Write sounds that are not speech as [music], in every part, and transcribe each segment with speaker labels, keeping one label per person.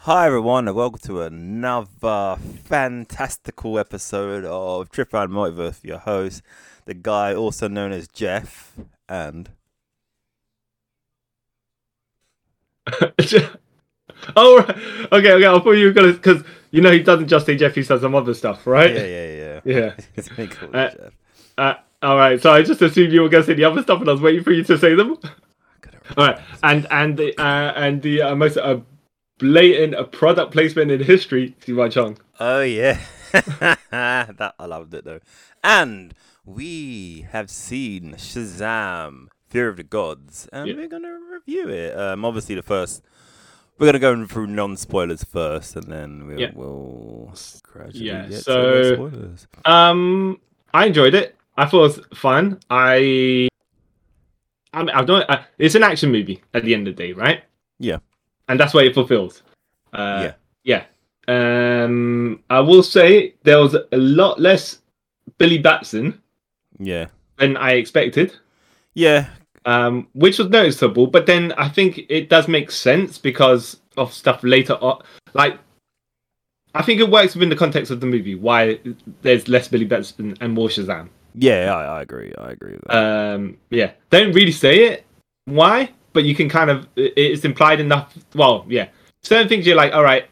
Speaker 1: Hi everyone, and welcome to another fantastical episode of Trip Around Multiverse. Your host, the guy also known as Jeff, and
Speaker 2: [laughs] oh, right. okay, okay. I thought you were gonna because you know he doesn't just say Jeff; he says some other stuff,
Speaker 1: [laughs]
Speaker 2: right?
Speaker 1: yeah, yeah, yeah.
Speaker 2: Yeah.
Speaker 1: [laughs] It's been called
Speaker 2: Uh,
Speaker 1: Jeff.
Speaker 2: Uh, all right. So I just assumed you were gonna say the other stuff, and I was waiting for you to say them.
Speaker 1: I couldn't
Speaker 2: All right. And and the uh, and the uh, most uh, blatant uh, product placement in history, Siwa Chung.
Speaker 1: Oh yeah, [laughs] that I loved it though. And we have seen Shazam: Fear of the Gods, and
Speaker 2: Yeah.
Speaker 1: we're gonna review it. Um, obviously the first. We're gonna go through non-spoilers first, and then we'll,
Speaker 2: Yeah.
Speaker 1: we'll gradually
Speaker 2: Yeah,
Speaker 1: get to
Speaker 2: so-
Speaker 1: the spoilers.
Speaker 2: Um, I enjoyed it. I thought it was fun. I, I mean, I don't. I, it's an action movie at the end of the day, right?
Speaker 1: Yeah.
Speaker 2: And that's what it fulfills. Uh,
Speaker 1: yeah,
Speaker 2: yeah. Um, I will say there was a lot less Billy Batson
Speaker 1: yeah,
Speaker 2: than I expected,
Speaker 1: yeah,
Speaker 2: um, which was noticeable. But then I think it does make sense because of stuff later on. Like, I think it works within the context of the movie why there's less Billy Batson and more Shazam.
Speaker 1: yeah. I, I agree. I agree with that.
Speaker 2: Um, yeah, don't really say it. Why? But you can kind of it- it's implied enough. Well, yeah, certain things you're like, all right,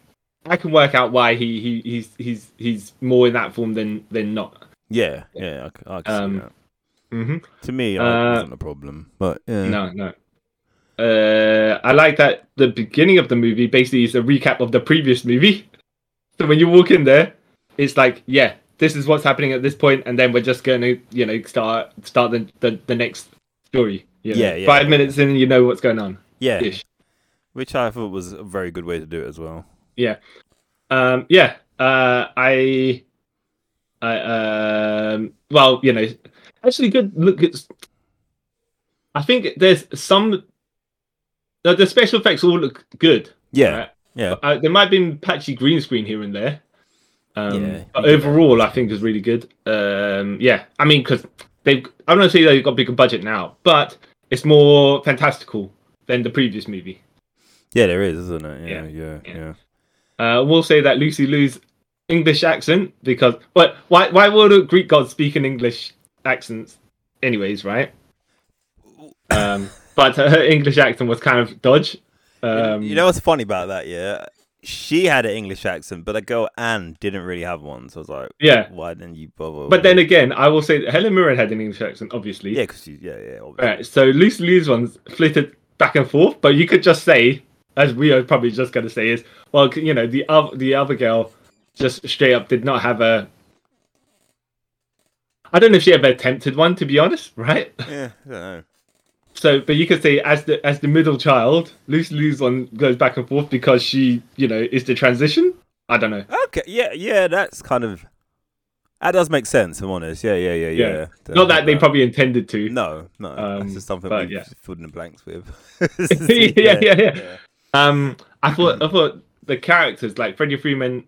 Speaker 2: I can work out why he, he he's he's he's more in that form than than not.
Speaker 1: yeah, yeah. I, c- I can see
Speaker 2: um,
Speaker 1: that.
Speaker 2: hmm
Speaker 1: To me,
Speaker 2: uh,
Speaker 1: I wasn't a problem, but yeah.
Speaker 2: No, no. Uh, I like that the beginning of the movie basically is a recap of the previous movie. So when you walk in there, it's like, yeah, this is what's happening at this point, and then we're just gonna, you know, start start the the, the next story. you know.
Speaker 1: Yeah, yeah,
Speaker 2: Five
Speaker 1: yeah.
Speaker 2: minutes in, you know what's going on.
Speaker 1: yeah,
Speaker 2: Ish.
Speaker 1: which I thought was a very good way to do it as well.
Speaker 2: um yeah uh i i um well you know actually good look it's i think there's some the, the special effects all look good
Speaker 1: Yeah,
Speaker 2: right?
Speaker 1: yeah.
Speaker 2: uh, there might have been patchy green screen here and there um
Speaker 1: Yeah,
Speaker 2: but
Speaker 1: we did that.
Speaker 2: overall i think is really good um yeah i mean because they've i'm not saying they've got a bigger budget now but it's more fantastical than the previous movie
Speaker 1: Yeah, there is, isn't it? Yeah,
Speaker 2: Yeah,
Speaker 1: yeah, yeah.
Speaker 2: yeah. Uh, we'll say that Lucy Liu's English accent because, but why? Why would a Greek god speak in English accents, anyways? Right? Um, but her English accent was kind of dodge. Um,
Speaker 1: you know what's funny about that? Yeah, she had an English accent, but the girl Anne didn't really have one. So I was like,
Speaker 2: Yeah.
Speaker 1: why didn't you bother?
Speaker 2: But then again, I will say that Helen Mirren had an English accent, obviously.
Speaker 1: yeah, because she, yeah, yeah, obviously.
Speaker 2: Right. So Lucy Liu's ones flitted back and forth, but you could just say, as we are probably just going to say, is well, c- you know, the other the other girl just straight up did not have a. I don't know if she ever attempted one, to be honest, [laughs] right?
Speaker 1: yeah, I don't know.
Speaker 2: So, but you could say as the as the middle child, Lucy Liu's one goes back and forth because she, you know, is the transition. I don't know.
Speaker 1: Okay, yeah, yeah, that's kind of that does make sense. If I'm honest. Yeah, yeah, yeah, yeah.
Speaker 2: Yeah. Not that they
Speaker 1: probably
Speaker 2: probably intended to.
Speaker 1: no, no. that's
Speaker 2: Um,
Speaker 1: just something
Speaker 2: but
Speaker 1: we
Speaker 2: yeah.
Speaker 1: filled in the blanks with. [laughs]
Speaker 2: [laughs] yeah, yeah, yeah. Um, I thought I thought the characters like Freddie Freeman,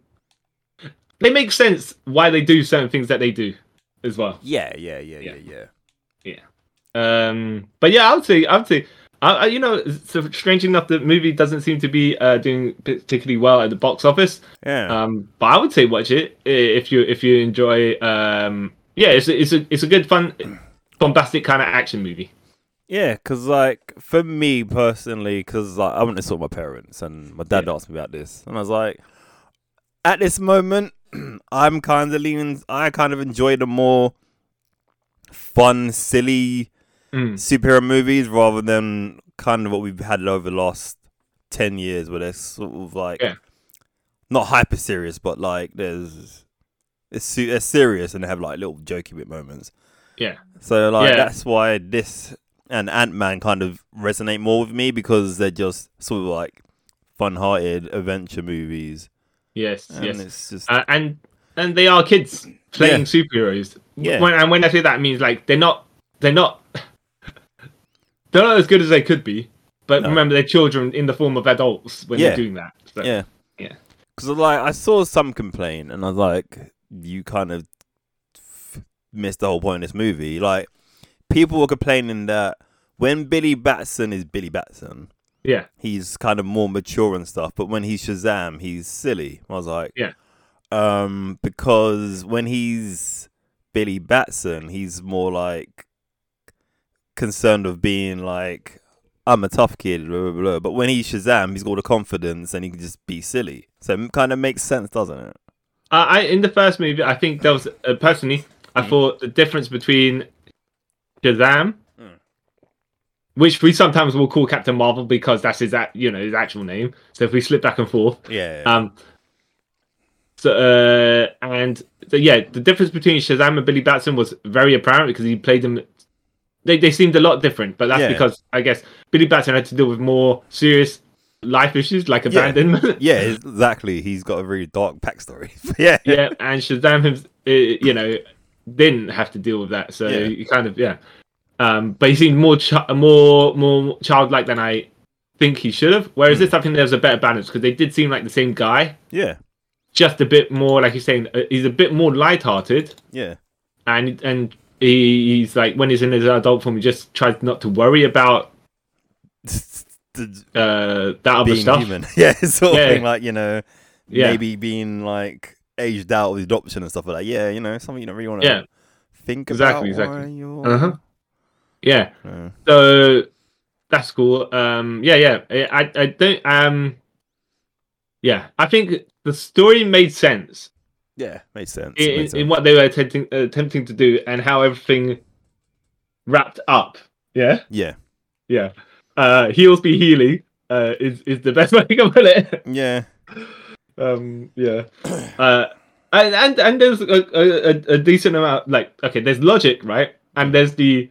Speaker 2: they make sense why they do certain things that they do as well.
Speaker 1: yeah, yeah, yeah, yeah,
Speaker 2: Yeah.
Speaker 1: yeah.
Speaker 2: Um, but yeah, I would say I would say, I, I, you know, so strange enough, the movie doesn't seem to be uh, doing particularly well at the box office.
Speaker 1: Yeah.
Speaker 2: Um, but I would say watch it i- if you if you enjoy. Um, yeah, it's a, it's a it's a good fun, [clears throat] bombastic kind of action movie.
Speaker 1: Yeah, because like for me personally, because like I went and saw my parents, and my dad
Speaker 2: Yeah.
Speaker 1: asked me about this, and I was like, at this moment, [clears throat] I'm kind of leaning. I kind of enjoy the more fun, silly
Speaker 2: Mm.
Speaker 1: superhero movies rather than kind of what we've had over the last ten years, where they're sort of like
Speaker 2: Yeah.
Speaker 1: not hyper serious, but like there's it's su- they're serious and they have like little jokey bit moments.
Speaker 2: Yeah.
Speaker 1: So like
Speaker 2: Yeah.
Speaker 1: that's why this and Ant Man kind of resonate more with me because they're just sort of like fun-hearted adventure movies,
Speaker 2: Yes,
Speaker 1: and
Speaker 2: yes.
Speaker 1: it's just
Speaker 2: uh, and and they are kids
Speaker 1: Yeah.
Speaker 2: playing superheroes.
Speaker 1: Yeah.
Speaker 2: When and when I say that it means like they're not they're not [laughs] they're not as good as they could be. But
Speaker 1: No.
Speaker 2: remember, they're children in the form of adults when
Speaker 1: Yeah.
Speaker 2: they're doing that. So,
Speaker 1: yeah,
Speaker 2: yeah.
Speaker 1: Because like I saw some complaint, and I was like, you kind of f- missed the whole point of this movie. Like people were complaining that when Billy Batson is Billy Batson,
Speaker 2: Yeah.
Speaker 1: he's kind of more mature and stuff. But when he's Shazam, he's silly. I was like,
Speaker 2: Yeah.
Speaker 1: um, because when he's Billy Batson, he's more like concerned of being like, I'm a tough kid, blah blah blah. But when he's Shazam, he's got the confidence and he can just be silly. So it kind of makes sense, doesn't it?
Speaker 2: I, Uh, I in the first movie, I think there was uh, personally, I thought the difference between Shazam,
Speaker 1: Mm.
Speaker 2: which we sometimes will call Captain Marvel because that's his act, you know his actual name. So if we slip back and forth,
Speaker 1: Yeah.
Speaker 2: um, so uh, and so, yeah, the difference between Shazam and Billy Batson was very apparent because he played them. They they seemed a lot different, but that's
Speaker 1: Yeah.
Speaker 2: because I guess Billy Batson had to deal with more serious life issues like
Speaker 1: Yeah. [laughs]
Speaker 2: abandonment.
Speaker 1: yeah, exactly. He's got a really dark backstory. [laughs] yeah.
Speaker 2: [laughs] yeah, and Shazam, him, uh, you know, didn't have to deal with that. So
Speaker 1: Yeah.
Speaker 2: you kind of yeah, um, but he seemed more chi- more more childlike than I think he should have. Whereas
Speaker 1: Hmm.
Speaker 2: this, I think there was a better balance because they did seem like the same guy,
Speaker 1: Yeah.
Speaker 2: just a bit more like you're saying. uh, He's a bit more lighthearted,
Speaker 1: Yeah. [laughs]
Speaker 2: and and he, he's like when he's in his adult form, he just tries not to worry about uh, that other
Speaker 1: being
Speaker 2: stuff.
Speaker 1: human. [laughs] Yeah, sort of
Speaker 2: Yeah.
Speaker 1: thing like, you know,
Speaker 2: Yeah.
Speaker 1: maybe being like aged out with adoption and stuff like that. Yeah, you know, something you don't really want to
Speaker 2: Yeah.
Speaker 1: think about.
Speaker 2: Exactly, exactly.
Speaker 1: why you're-
Speaker 2: Uh-huh. Yeah.
Speaker 1: Yeah.
Speaker 2: So that's cool. Um, yeah, yeah. I, I- I don't. Um, yeah, I think the story made sense
Speaker 1: Yeah, makes sense.
Speaker 2: in,
Speaker 1: makes
Speaker 2: in
Speaker 1: sense.
Speaker 2: what they were attempting attempting to do and how everything wrapped up. Yeah,
Speaker 1: yeah.
Speaker 2: yeah. Uh, heels be healing uh, is is the best [laughs] way I can put it.
Speaker 1: Yeah.
Speaker 2: Um, yeah. [clears throat] Uh, and and, and there's a, a, a- a decent amount like okay, there's logic right, and there's the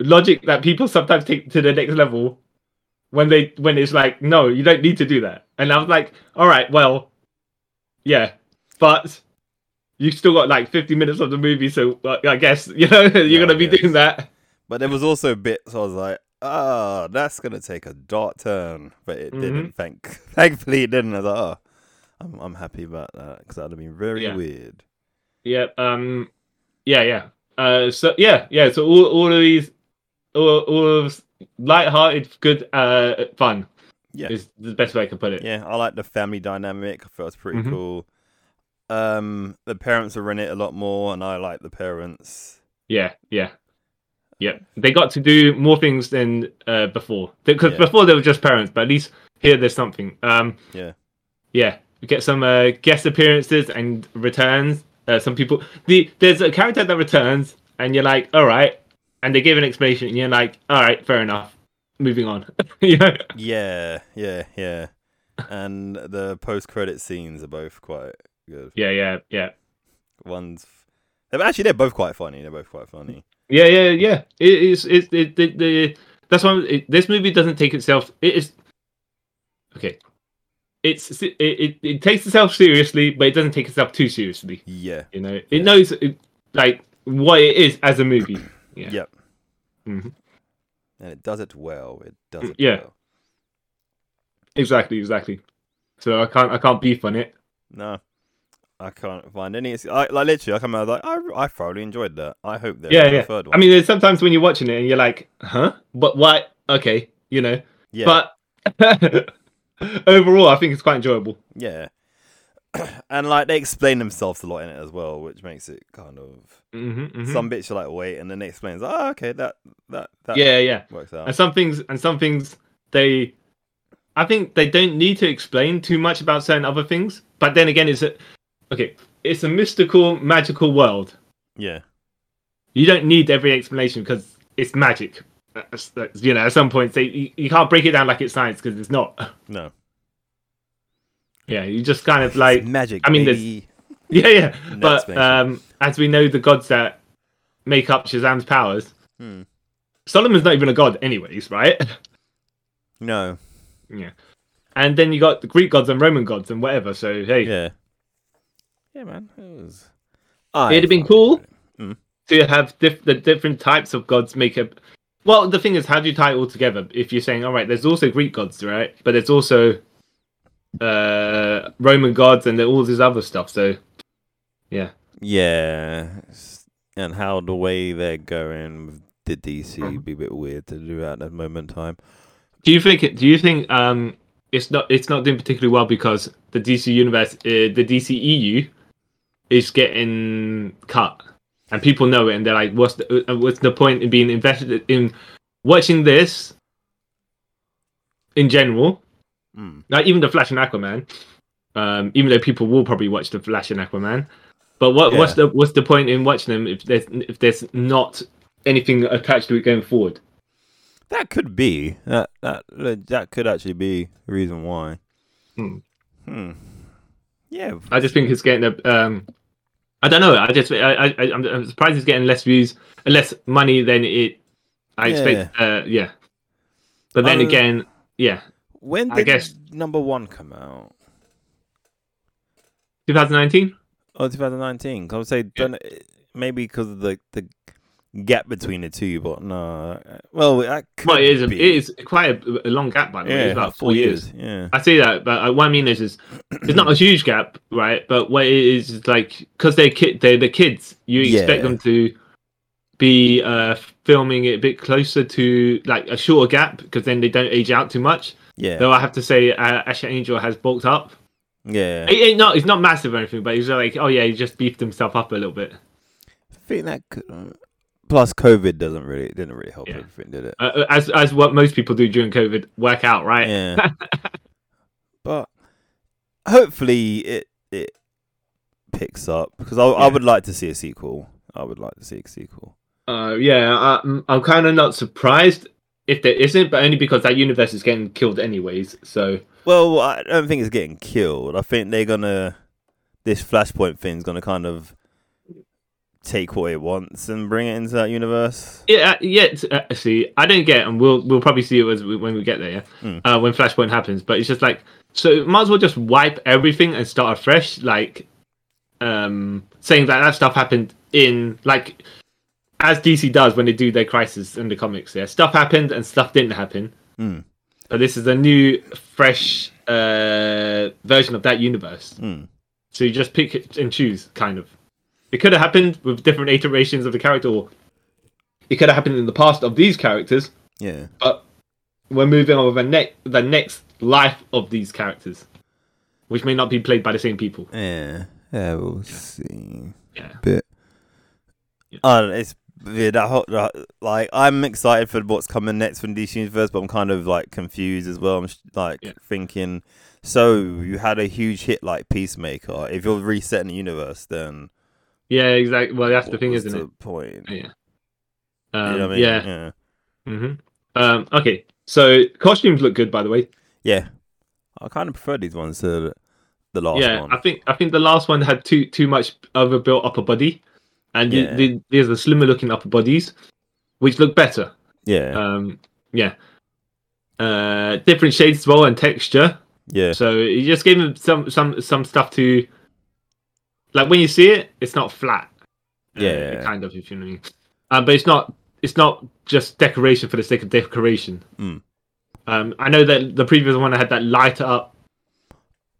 Speaker 2: logic that people sometimes take to the next level when they when it's like no, you don't need to do that. And I was like, all right, well, yeah, but you've still got like 50 minutes of the movie, so uh, I guess [laughs] you know you're
Speaker 1: Yeah, I
Speaker 2: gonna be
Speaker 1: guess.
Speaker 2: doing that.
Speaker 1: But there was also bits I was like, oh, that's gonna take a dark turn. But it
Speaker 2: Mhm.
Speaker 1: didn't, thank [laughs] thankfully it didn't. I was like, oh, I'm I'm happy about that because that would have been very
Speaker 2: Yeah.
Speaker 1: weird.
Speaker 2: Yeah. Um. Yeah. Yeah. Uh. So yeah. Yeah. So all all of these, all all of light-hearted, good, uh, fun.
Speaker 1: Yeah.
Speaker 2: Is the best way I can put it.
Speaker 1: Yeah, I like the family dynamic. I thought it was pretty
Speaker 2: Mhm.
Speaker 1: cool. Um, the parents are in it a lot more, and I like the parents.
Speaker 2: Yeah. Yeah. Yeah. They got to do more things than uh before because
Speaker 1: Yeah.
Speaker 2: before they were just parents, but at least here there's something. Um.
Speaker 1: Yeah.
Speaker 2: Yeah. We get some uh, guest appearances and returns. Uh, some people. The there's a character that returns, and you're like, all right, and they give an explanation, and you're like, all right, fair enough. Moving on. [laughs] you know.
Speaker 1: Yeah, yeah, yeah. And the post-credit scenes are both quite good.
Speaker 2: Yeah, yeah, yeah,
Speaker 1: One's f- actually they're both quite funny. They're both quite funny.
Speaker 2: yeah, yeah, yeah. It is. It, it, it, the that's why it, this movie doesn't take itself. It is okay. It's se- it, it, it takes itself seriously, but it doesn't take itself too seriously.
Speaker 1: Yeah.
Speaker 2: You know, it knows it, like what it is as a movie. [clears throat] Yeah.
Speaker 1: Yep.
Speaker 2: Mhm.
Speaker 1: And it does it well. It does it
Speaker 2: Mm, yeah.
Speaker 1: well.
Speaker 2: Exactly, exactly. So I can't I can't beef on it.
Speaker 1: No. I can't find any. ex- I, like literally, I come out like I, I thoroughly enjoyed that. I hope there's
Speaker 2: Yeah,
Speaker 1: a
Speaker 2: yeah.
Speaker 1: third one.
Speaker 2: I mean, there's sometimes when you're watching it and you're like, huh, but why? Okay, you know,
Speaker 1: yeah.
Speaker 2: but [laughs] overall, I think it's quite enjoyable.
Speaker 1: Yeah. [clears throat] and like they explain themselves a lot in it as well, which makes it kind of
Speaker 2: Mhm, mhm.
Speaker 1: some uh, bits you're like wait, and then they explain, oh okay, that that that
Speaker 2: yeah, yeah.
Speaker 1: works out.
Speaker 2: and some things and some things they i think they don't need to explain too much about certain other things but then again it's a okay it's a mystical magical world
Speaker 1: yeah,
Speaker 2: you don't need every explanation because it's magic That's- that's- you know at some point they you, you can't break it down like it's science because it's not [laughs]
Speaker 1: no,
Speaker 2: yeah you just kind of
Speaker 1: It's [laughs]
Speaker 2: like
Speaker 1: magic.
Speaker 2: I mean, there's-
Speaker 1: baby.
Speaker 2: yeah yeah
Speaker 1: No
Speaker 2: but
Speaker 1: explanation.
Speaker 2: um as we know the gods that make up shazam's powers
Speaker 1: Hmm.
Speaker 2: solomon's not even a god anyways right [laughs]
Speaker 1: no,
Speaker 2: yeah and then you got the greek gods and roman gods and whatever so hey
Speaker 1: yeah, yeah, man, it was.
Speaker 2: It'd
Speaker 1: I
Speaker 2: have been
Speaker 1: thoroughly
Speaker 2: cool
Speaker 1: enjoyed
Speaker 2: to have diff- the different types of gods make up. Well, the thing is, how do you tie it all together? If you're saying, all right, there's also Greek gods, right? But there's also uh, Roman gods and there- all this other stuff. So, yeah,
Speaker 1: it. Yeah, s- and how
Speaker 2: Mm-hmm.
Speaker 1: the way they're going with the DC would be a bit weird to do at that moment in time.
Speaker 2: Do you think? Do you think um, it's not it's not doing particularly well because the DC universe, uh, the DC EU, is getting cut, and people know it, and they're like, "What's the uh, what's the point in being invested in watching this?" In general,
Speaker 1: Mm.
Speaker 2: like even the Flash and Aquaman, um, even though people will probably watch the Flash and Aquaman, but what what's the what's the point in watching them if there's if there's not anything attached to it going forward?
Speaker 1: That could be that that that could actually be the reason why.
Speaker 2: Hmm.
Speaker 1: Hmm. Yeah.
Speaker 2: I just think it's getting a. Um, I don't know. I just I, I I- I'm, I'm surprised it's getting less views, less money than it. I expect. Uh, yeah. Uh, But then
Speaker 1: Um,
Speaker 2: again, yeah,
Speaker 1: When
Speaker 2: I
Speaker 1: did
Speaker 2: guess-
Speaker 1: number one come out?
Speaker 2: 2019.
Speaker 1: Oh, 2019. 'Cause I would say done maybe because of the the gap between the two, but no. Well, that could
Speaker 2: Well, it is. It
Speaker 1: be.
Speaker 2: is quite a, a long gap by the way.
Speaker 1: Yeah,
Speaker 2: It's about four years.
Speaker 1: Yeah.
Speaker 2: I see that, but uh, what I mean is, is it's not a [clears throat] huge gap, right? But what it is is like because they're kid, they're the kids. You expect
Speaker 1: Yeah.
Speaker 2: them to be uh, filming it a bit closer to like a shorter gap because then they don't age out too much.
Speaker 1: Yeah.
Speaker 2: Though I have to say, uh, Asher Angel has bulked up.
Speaker 1: yeah.
Speaker 2: It, it not, it's not massive or anything, but he's like, oh yeah, he just beefed himself up a little bit.
Speaker 1: I think that could. uh, Plus, COVID doesn't really didn't really help
Speaker 2: Yeah.
Speaker 1: everything, did it?
Speaker 2: Uh, as as what most people do during COVID, work out, right?
Speaker 1: Yeah. but hopefully it it picks up because I, I
Speaker 2: Yeah.
Speaker 1: would like to see a sequel. I would like to see a sequel.
Speaker 2: Uh, yeah, I, I'm- I'm kind of not surprised if there isn't, but only because that universe is getting killed anyways. So
Speaker 1: Well, I don't think it's getting killed. I think they're gonna this Flashpoint thing's gonna kind of take what it wants and bring it into that universe.
Speaker 2: yeah, yeah. it's- Uh, see, I don't get, it, and we'll we'll probably see it as we, when we get there, yeah,
Speaker 1: Mm.
Speaker 2: uh, when Flashpoint happens. But it's just like, so might as well just wipe everything and start afresh. Like, um, saying that that stuff happened in like as DC does when they do their crisis in the comics. Yeah, stuff happened and stuff didn't happen.
Speaker 1: Mm.
Speaker 2: But this is a new, fresh uh, version of that universe.
Speaker 1: Hmm.
Speaker 2: So you just pick it and choose, kind of. It could have happened with different iterations of the character, or it could have happened in the past of these characters.
Speaker 1: Yeah.
Speaker 2: We're moving on with the, ne- the next life of these characters, which may not be played by the same people.
Speaker 1: Yeah. Yeah. We'll see.
Speaker 2: Yeah.
Speaker 1: Bit.
Speaker 2: Yeah.
Speaker 1: Uh, it's yeah, that whole, that- like I'm excited for what's coming next from DC Universe, but I'm kind of like confused as well. I'm sh- like
Speaker 2: Yeah.
Speaker 1: thinking, so you had a huge hit like Peacemaker. If you're resetting the universe, then
Speaker 2: Yeah, exactly. Well, that's the
Speaker 1: what
Speaker 2: thing,
Speaker 1: was
Speaker 2: isn't
Speaker 1: the
Speaker 2: it?
Speaker 1: Point.
Speaker 2: Yeah.
Speaker 1: You know
Speaker 2: Um,
Speaker 1: what I mean?
Speaker 2: Yeah.
Speaker 1: yeah,
Speaker 2: hmm Um, okay. So costumes look good, by the way.
Speaker 1: Yeah. I kind of prefer these ones to the- the last
Speaker 2: yeah,
Speaker 1: one.
Speaker 2: I think I think the last one had too too much overbuilt upper body, and the-
Speaker 1: Yeah.
Speaker 2: the- there's the slimmer looking upper bodies, which look better.
Speaker 1: yeah,
Speaker 2: um yeah uh different shades as well and texture
Speaker 1: yeah,
Speaker 2: so you just gave him some some some stuff to like when you see it it's not flat Uh,
Speaker 1: Yeah.
Speaker 2: kind of if you know what I mean. um but it's not it's not just decoration for the sake of decoration
Speaker 1: Mm.
Speaker 2: um i know that the previous one had that light up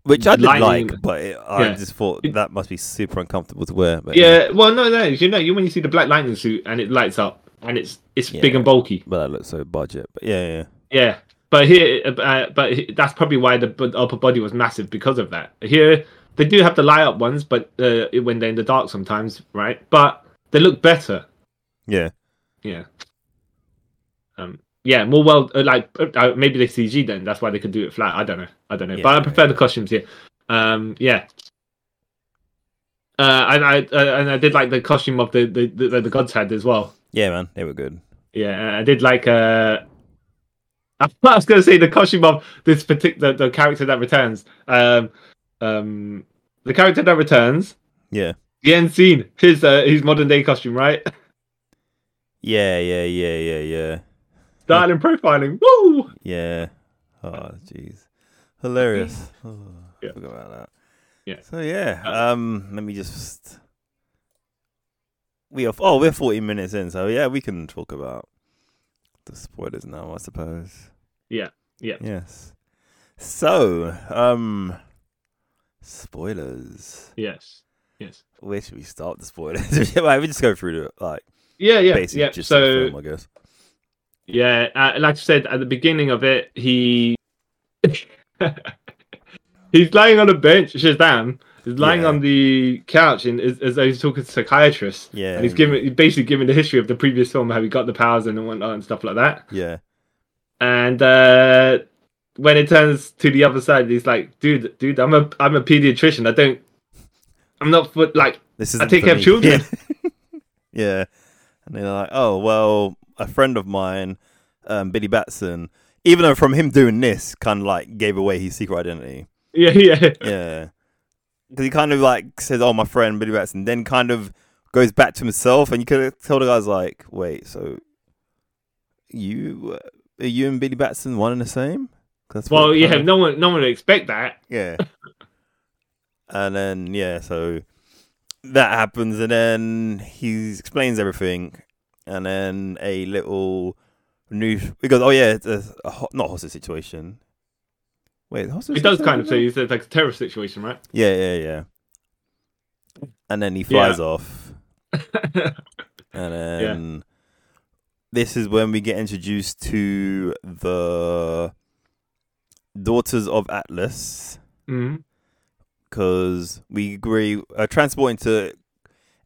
Speaker 1: which I did
Speaker 2: lightning-
Speaker 1: like, but it, I
Speaker 2: Yeah.
Speaker 1: just thought
Speaker 2: It-
Speaker 1: that must be super uncomfortable to wear. But
Speaker 2: yeah well no no you know you when you see the black lightning suit and it lights up and it's it's big
Speaker 1: Yeah.
Speaker 2: and bulky
Speaker 1: but that looks so budget. But yeah, yeah,
Speaker 2: Yeah, but here, uh, but he- that's probably why the bu- upper body was massive because of that. Here, they do have the light up ones, but uh, when they're in the dark sometimes, right? But they look better.
Speaker 1: yeah.
Speaker 2: Yeah. Um. Yeah, more well, uh, like uh, uh, maybe they CG then. That's why they could do it flat. I don't know. I don't know. but
Speaker 1: Yeah,
Speaker 2: I prefer the costumes here. Um. Yeah. Uh, and I uh, and I did like the costume of the the, the, the gods had as well.
Speaker 1: Yeah, man, they were good.
Speaker 2: Yeah, I did like. Uh, [laughs] I was going to say the costume of this particular the character that returns. Um, um, the character that returns,
Speaker 1: Yeah,
Speaker 2: the end scene, his uh, his modern day costume, right? [laughs]
Speaker 1: yeah, yeah, yeah, yeah, yeah,
Speaker 2: Styling profiling. Woo!
Speaker 1: yeah. Oh, jeez, hilarious. Oh,
Speaker 2: Yeah.
Speaker 1: Forgot about that.
Speaker 2: Yeah.
Speaker 1: So yeah, um, let me just. We are oh we're forty minutes in, so yeah, we can talk about the spoilers now, I suppose.
Speaker 2: Yeah, yeah.
Speaker 1: Yes. So, um, spoilers.
Speaker 2: Yes, yes.
Speaker 1: Where should we [laughs] start the spoilers? Like, we just go through the like
Speaker 2: Yeah, yeah,
Speaker 1: basic
Speaker 2: yeah.
Speaker 1: gist of the
Speaker 2: So
Speaker 1: film, I guess.
Speaker 2: Yeah, uh, like I said at the beginning of it, he [laughs] he's lying on a bench. Shazam is lying
Speaker 1: Yeah.
Speaker 2: on the couch and is, as though he's talking to a psychiatrist.
Speaker 1: Yeah.
Speaker 2: and he's giving he's basically giving the history of the previous film, how he got the powers and whatnot and stuff like that.
Speaker 1: Yeah.
Speaker 2: And uh, when it turns to the other side, he's like, "Dude, dude, I'm a I'm a pediatrician. I don't, I'm not for, like [laughs]
Speaker 1: This is
Speaker 2: I take care of children."
Speaker 1: [laughs] yeah. And they're like, oh, well, a friend of mine, um, Billy Batson, even though from him doing this, kind of like gave away his secret identity.
Speaker 2: Yeah, yeah,
Speaker 1: Yeah. Because he kind of like says, oh, my friend, Billy Batson, then kind of goes back to himself. And you could tell the guy's like, wait, so you, uh, are you and Billy Batson one and the same? 'Cause that's what
Speaker 2: Well,
Speaker 1: it
Speaker 2: yeah,
Speaker 1: kind of-
Speaker 2: no one no one would expect that.
Speaker 1: yeah. and then yeah, so that happens, and then he explains everything, and then a little news. He goes, "Oh yeah, it's a, a ho- not hostage situation." Wait, hostage.
Speaker 2: It does kind
Speaker 1: [laughs]
Speaker 2: of
Speaker 1: situation?
Speaker 2: say it's like a terrorist situation, right?
Speaker 1: Yeah, yeah, yeah. And then he
Speaker 2: Yeah.
Speaker 1: flies
Speaker 2: [laughs]
Speaker 1: off, and then this is when we get introduced to the daughters of Atlas.
Speaker 2: Mhm.
Speaker 1: because we agree uh, transporting to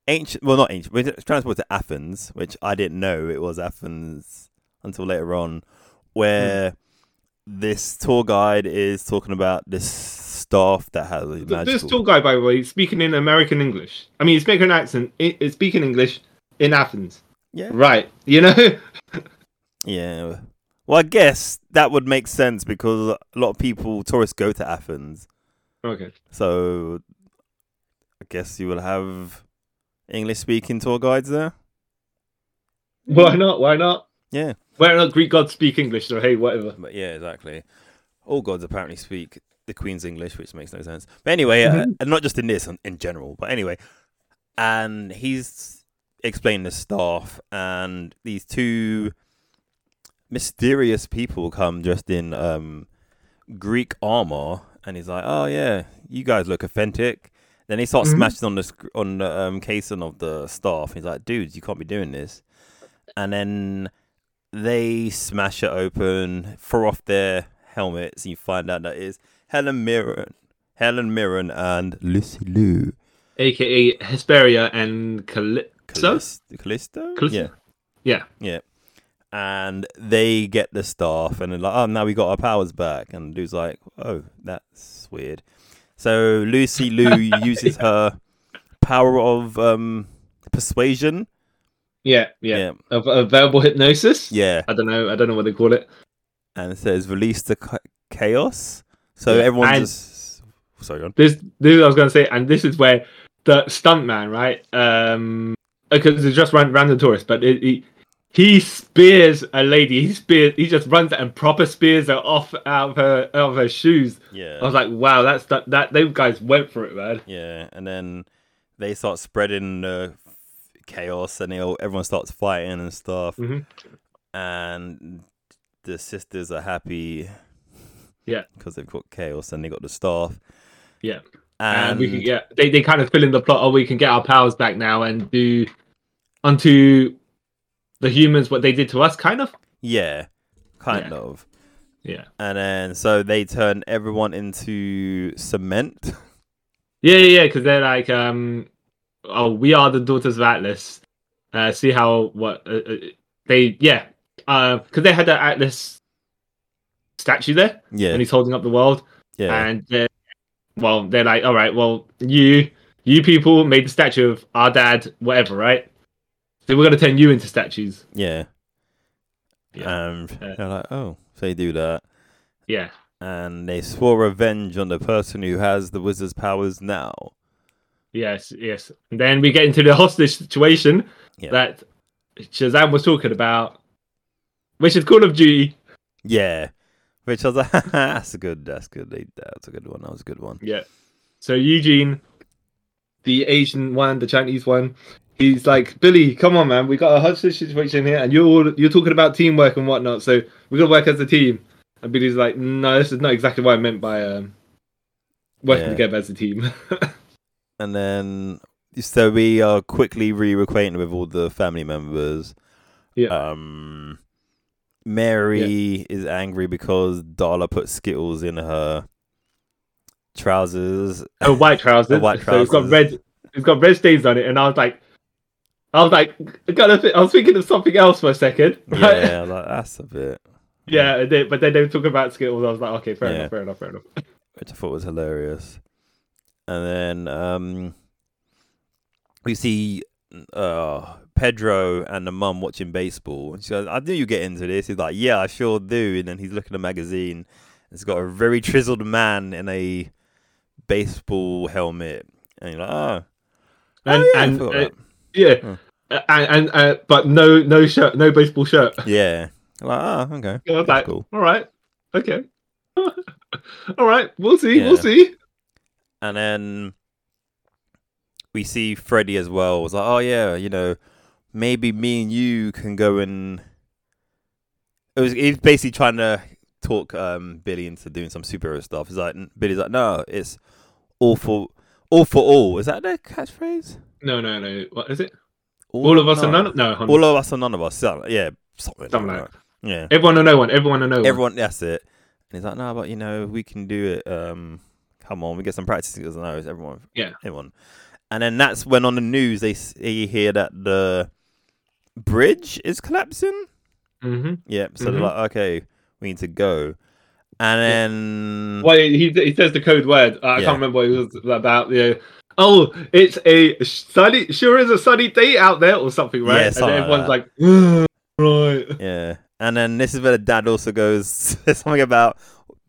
Speaker 1: ancient well not ancient we're transported to athens which i didn't know it was athens until later on where this tour guide is talking about this staff that has a
Speaker 2: Th-
Speaker 1: magical
Speaker 2: This tall guy, by the way, he's speaking in American English. I mean, he's making an accent. i- He's speaking English in Athens,
Speaker 1: yeah
Speaker 2: right? You know, [laughs]
Speaker 1: yeah well i guess that would make sense because a lot of people tourists go to athens
Speaker 2: okay.
Speaker 1: so i guess you will have english speaking tour guides there
Speaker 2: Why not? Why not?
Speaker 1: yeah
Speaker 2: Why not Greek gods speak English? So hey, whatever.
Speaker 1: But yeah, exactly. All gods apparently speak the Queen's English, which makes no sense. But anyway, uh, and not just in this, in- in general. But anyway, and he's explaining the staff, and these two mysterious people come dressed in um, Greek armor, and he's like, "Oh yeah, you guys look authentic." Then he starts
Speaker 2: Mhm.
Speaker 1: smashing on the sc- on the um, casing of the staff. He's like, "Dudes, you can't be doing this." And then they smash it open, throw off their helmets, and you find out that it is Helen Mirren, Helen Mirren, and Lucy Liu.
Speaker 2: aka Hesperia and Calypso.
Speaker 1: Callis- Callisto?
Speaker 2: Callisto?
Speaker 1: Yeah.
Speaker 2: Yeah.
Speaker 1: Yeah. And they get the staff, and they're like, oh, now we got our powers back. And dude's like, oh, that's weird. So Lucy
Speaker 2: [laughs]
Speaker 1: Liu uses her power of um, persuasion.
Speaker 2: Yeah, yeah.
Speaker 1: Yeah.
Speaker 2: Of, of verbal hypnosis.
Speaker 1: Yeah.
Speaker 2: I don't know. I don't know what they call it.
Speaker 1: And it says, release the cha- chaos. So
Speaker 2: Yeah,
Speaker 1: everyone
Speaker 2: and-
Speaker 1: just. Sorry, on.
Speaker 2: This, this I was gonna say, and this is where the stuntman, right? Um, because it's just ran, random tourist, but it, he he spears a lady. He spears. He just runs and proper spears her off out of her out of her shoes.
Speaker 1: Yeah.
Speaker 2: I was like, wow, that's that. That those guys went for it, man.
Speaker 1: Yeah, and then they start spreading the chaos, and they all, everyone starts fighting and stuff.
Speaker 2: Mhm.
Speaker 1: And the sisters are happy.
Speaker 2: Yeah.
Speaker 1: because they've got chaos and they got the staff.
Speaker 2: Yeah.
Speaker 1: and,
Speaker 2: and we can get they, they kind of fill in the plot oh we can get our powers back now and do unto the humans what they did to us kind of
Speaker 1: yeah, kind
Speaker 2: Yeah.
Speaker 1: of.
Speaker 2: yeah
Speaker 1: And then so they turn everyone into cement.
Speaker 2: yeah yeah because they're like um oh we are the daughters of atlas uh see how what uh, uh, they yeah uh because they had that atlas statue there
Speaker 1: Yeah,
Speaker 2: and he's holding up the world
Speaker 1: yeah,
Speaker 2: and they're, well they're like all right well you you people made the statue of our dad whatever right so we're going to turn you into statues
Speaker 1: yeah.
Speaker 2: Yeah. Uh,
Speaker 1: And
Speaker 2: Yeah.
Speaker 1: they're like, oh, so they do that.
Speaker 2: yeah
Speaker 1: And they swore revenge on the person who has the wizard's powers now.
Speaker 2: Yes, yes. And then we get into the hostage situation
Speaker 1: Yeah.
Speaker 2: that Shazam was talking about, which is Call of Duty.
Speaker 1: Yeah. Which I was like, that's a [laughs] good, that's good. They- That's a good one. That was a good one.
Speaker 2: Yeah. So Eugene, the Asian one, the Chinese one, he's like, Billy, come on, man, we got a hostage situation here, and you're all, you're talking about teamwork and whatnot, so we got to work as a team. And Billy's like, no, this is not exactly what I meant by um, working
Speaker 1: Yeah.
Speaker 2: together as a team. [laughs]
Speaker 1: And then, so we are quickly reacquainted with all the family members.
Speaker 2: Yeah.
Speaker 1: Um, Mary is angry because Darla put Skittles in her trousers.
Speaker 2: Her white trousers.
Speaker 1: Her white
Speaker 2: So it's got red. It's got red stains on it, and I was like, I was like, I, gotta thi- I was thinking of something else for a second. [laughs] right?
Speaker 1: Yeah, like, that's a bit.
Speaker 2: yeah. and they- but then they were talking about Skittles. I was like, okay, fair
Speaker 1: Yeah.
Speaker 2: enough, fair enough, fair enough.
Speaker 1: which I thought was hilarious. And then um, we see uh, Pedro and the mum watching baseball. And she goes, I knew you get into this. He's like, Yeah, I sure do. And then he's looking at a magazine. It's got a very chiseled man in a baseball helmet. And you're like, Oh,
Speaker 2: And
Speaker 1: oh, yeah, I
Speaker 2: and
Speaker 1: thought
Speaker 2: uh,
Speaker 1: that."
Speaker 2: yeah,
Speaker 1: Mm.
Speaker 2: Uh, and, and uh, but no no shirt, no baseball shirt.
Speaker 1: yeah. I'm like, oh, okay.
Speaker 2: I was
Speaker 1: That's
Speaker 2: like,
Speaker 1: cool.
Speaker 2: all right, okay, [laughs] all right, we'll see,
Speaker 1: Yeah.
Speaker 2: we'll see.
Speaker 1: And then we see Freddie as well. Was like, oh yeah, you know, maybe me and you can go and. It was he's basically trying to talk um, Billy into doing some superhero stuff. He's like, Billy's like, no, it's all for all for all. Is that their catchphrase?
Speaker 2: No, no, no. What is it? All of us
Speaker 1: no.
Speaker 2: and none. Of, no, hold on.
Speaker 1: All of us and none of us. So- Yeah, something.
Speaker 2: Something
Speaker 1: like
Speaker 2: like
Speaker 1: that. Yeah,
Speaker 2: everyone and no one. Everyone and no one.
Speaker 1: everyone. That's it. And he's like, no, but you know, we can do it. Um, come on, we get some practice. He goes, no, it's everyone.
Speaker 2: Yeah.
Speaker 1: everyone. And then that's when on the news they s- you hear that the bridge is collapsing.
Speaker 2: hmm
Speaker 1: Yeah, so
Speaker 2: Mhm.
Speaker 1: they're like, okay, we need to go. And then
Speaker 2: Well, he he says the code word. Uh, I
Speaker 1: Yeah.
Speaker 2: can't remember what it was about. Yeah. Oh, it's a sunny. Sure is a sunny day out there, or something,
Speaker 1: Yeah,
Speaker 2: right?
Speaker 1: something
Speaker 2: and
Speaker 1: like
Speaker 2: everyone's
Speaker 1: that.
Speaker 2: like, [gasps] "Ugh, right. [laughs]
Speaker 1: yeah, and then this is where the dad also goes [laughs] something about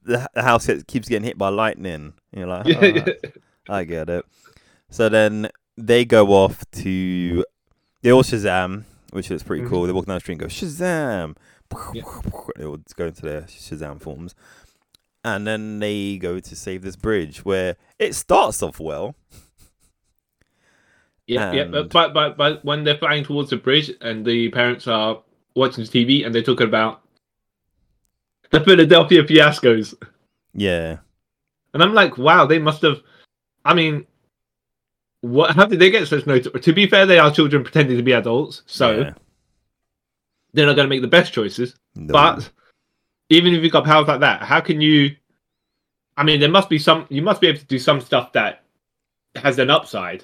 Speaker 1: the the house gets, keeps getting hit by lightning. You're like,
Speaker 2: [laughs] Yeah,
Speaker 1: "Alright."
Speaker 2: yeah.
Speaker 1: I get it. So then they go off to they all Shazam, which is pretty
Speaker 2: Mhm.
Speaker 1: cool. They walk down the street and go Shazam.
Speaker 2: Yeah.
Speaker 1: [laughs] They all go into their Shazam forms, and then they go to save this bridge where it starts off well.
Speaker 2: Yeah, yeah.
Speaker 1: And-
Speaker 2: But, but but but when they're flying towards the bridge and the parents are watching TV and they're talking about the Philadelphia fiascos,
Speaker 1: Yeah,
Speaker 2: and I'm like, wow, they must have. I mean, what? How did they get such notice? To be fair, they are children pretending to be adults, so
Speaker 1: yeah.
Speaker 2: they're not going to make the best choices.
Speaker 1: No.
Speaker 2: But even if you've got powers like that, how can you? I mean, there must be some. You must be able to do some stuff that has an upside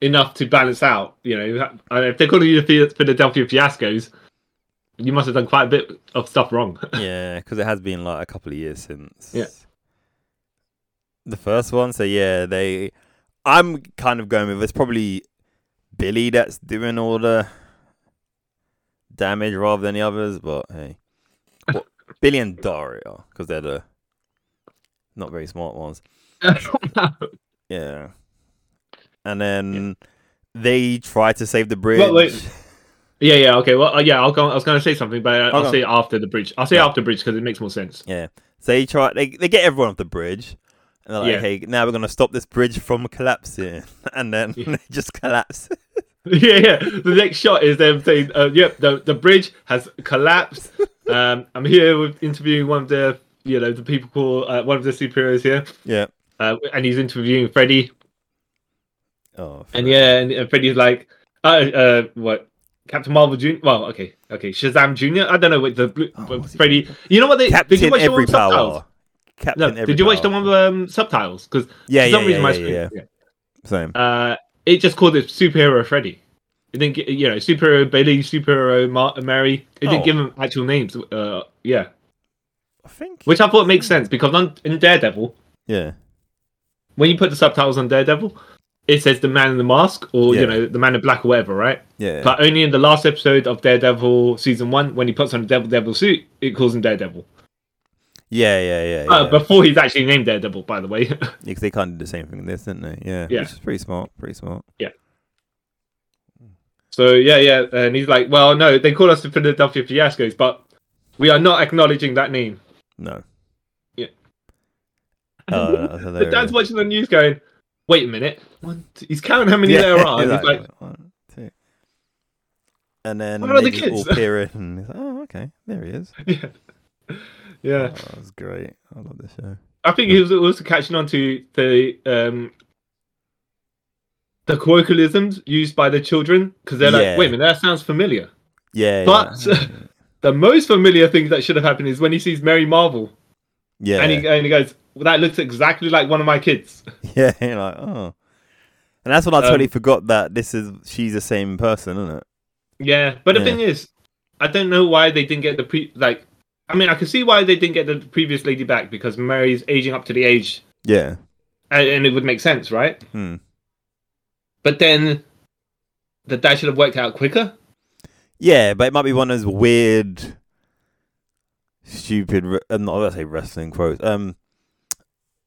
Speaker 2: enough to balance out. You know, I mean, if they're calling you the Phil- Philadelphia Fiascos, you must have done quite a bit of stuff wrong. [laughs]
Speaker 1: [laughs] yeah, because it has been like a couple of years since
Speaker 2: Yeah.
Speaker 1: the first one. So yeah, they. I'm kind of going with it's probably Billy that's doing all the damage rather than the others, but hey,
Speaker 2: [laughs]
Speaker 1: Well, Billy and Daria because they're the not very smart
Speaker 2: [laughs]
Speaker 1: ones. Yeah, and then they try to save the bridge.
Speaker 2: Well, wait. yeah, yeah, okay. Well, uh, yeah, I'll go, I was going to say something, but uh, I'll
Speaker 1: Okay.
Speaker 2: say it after the bridge. I'll say
Speaker 1: Yeah.
Speaker 2: after the bridge because it makes more sense.
Speaker 1: So they try. They, they get everyone off the bridge, and they're like,
Speaker 2: Yeah.
Speaker 1: "Okay, now we're gonna stop this bridge from collapsing." [laughs] And then
Speaker 2: Yeah.
Speaker 1: it just collapse. [laughs]
Speaker 2: [laughs] yeah, yeah. The next shot is them saying, uh, "Yep, the the bridge has collapsed." Um, I'm here with interviewing one of the, you know, the people called uh, one of the superheroes here,
Speaker 1: Yeah.
Speaker 2: uh, and he's interviewing Freddy,
Speaker 1: Oh.
Speaker 2: and yeah, and, and Freddy's like, uh, uh, what? Captain Marvel Junior. Well, okay, okay, Shazam Junior. I don't know what the blue,
Speaker 1: Oh,
Speaker 2: but
Speaker 1: what's he
Speaker 2: Freddy. You know what they did you
Speaker 1: Captain
Speaker 2: watch the one
Speaker 1: Every
Speaker 2: with subtitles?
Speaker 1: Power. Captain
Speaker 2: No,
Speaker 1: Every
Speaker 2: did you watch the
Speaker 1: Power.
Speaker 2: one with um, subtitles? Because
Speaker 1: Yeah,
Speaker 2: for
Speaker 1: yeah,
Speaker 2: some
Speaker 1: yeah, yeah,
Speaker 2: reason my
Speaker 1: yeah,
Speaker 2: screen,
Speaker 1: yeah.
Speaker 2: yeah.
Speaker 1: Same.
Speaker 2: Uh, it just called it superhero Freddy. It didn't, get, you know, superhero Billy, superhero Mar- Mary. It
Speaker 1: Oh.
Speaker 2: didn't give them actual names. Uh, yeah,
Speaker 1: I think.
Speaker 2: which I thought makes sense because on in Daredevil,
Speaker 1: Yeah.
Speaker 2: when you put the subtitles on Daredevil, it says the Man in the Mask or
Speaker 1: Yeah.
Speaker 2: you know the Man in Black or whatever, right?
Speaker 1: Yeah.
Speaker 2: But only in the last episode of Daredevil season one, when he puts on the Devil Devil suit, it calls him Daredevil.
Speaker 1: yeah, yeah, yeah. yeah.
Speaker 2: Uh, before he's actually named Daredevil, by the way. [laughs]
Speaker 1: Yeah, 'cause they kind of did the same thing in this, didn't they? Yeah.
Speaker 2: Yeah.
Speaker 1: Which is pretty smart. Pretty smart.
Speaker 2: So yeah, yeah, and he's like, "Well, no, they call us the Philadelphia Fiascos, but we are not acknowledging that name."
Speaker 1: No.
Speaker 2: Yeah.
Speaker 1: Oh, that
Speaker 2: [laughs]
Speaker 1: was
Speaker 2: The dad's
Speaker 1: hilarious.
Speaker 2: watching the news, going, "Wait a minute, one, two, he's counting how many
Speaker 1: Yeah, [laughs]
Speaker 2: there are."
Speaker 1: he's
Speaker 2: And he's like,
Speaker 1: one, two. And then
Speaker 2: Where are
Speaker 1: they
Speaker 2: the
Speaker 1: just all
Speaker 2: kids?
Speaker 1: peer in, and he's like, oh, okay, there he is. Oh,
Speaker 2: "Yeah."
Speaker 1: that was great. I love this show.
Speaker 2: I think he was also catching on to the um the colloquialisms used by the children because they're
Speaker 1: Yeah.
Speaker 2: like, "Wait a minute, that sounds familiar."
Speaker 1: Yeah,
Speaker 2: But-
Speaker 1: yeah.
Speaker 2: The most familiar thing that should have happened is when he sees Mary Marvel
Speaker 1: Yeah.
Speaker 2: [laughs] and, he, and he goes, well, "That looks exactly like one of my kids." [laughs]
Speaker 1: yeah. [laughs] You're like, oh. And that's when I
Speaker 2: Um,
Speaker 1: totally forgot that this is she's the same person, isn't it?
Speaker 2: Yeah, but the
Speaker 1: Yeah.
Speaker 2: thing is, I don't know why they didn't get the pre like. I mean, I can see why they didn't get the previous lady back because Mary's aging up to the age,
Speaker 1: Yeah.
Speaker 2: and, and it would make sense, right?
Speaker 1: Hmm.
Speaker 2: But then, that that should have worked out quicker.
Speaker 1: Yeah, but it might be one of those weird, stupid. re- I'm not going to say wrestling quotes. Um,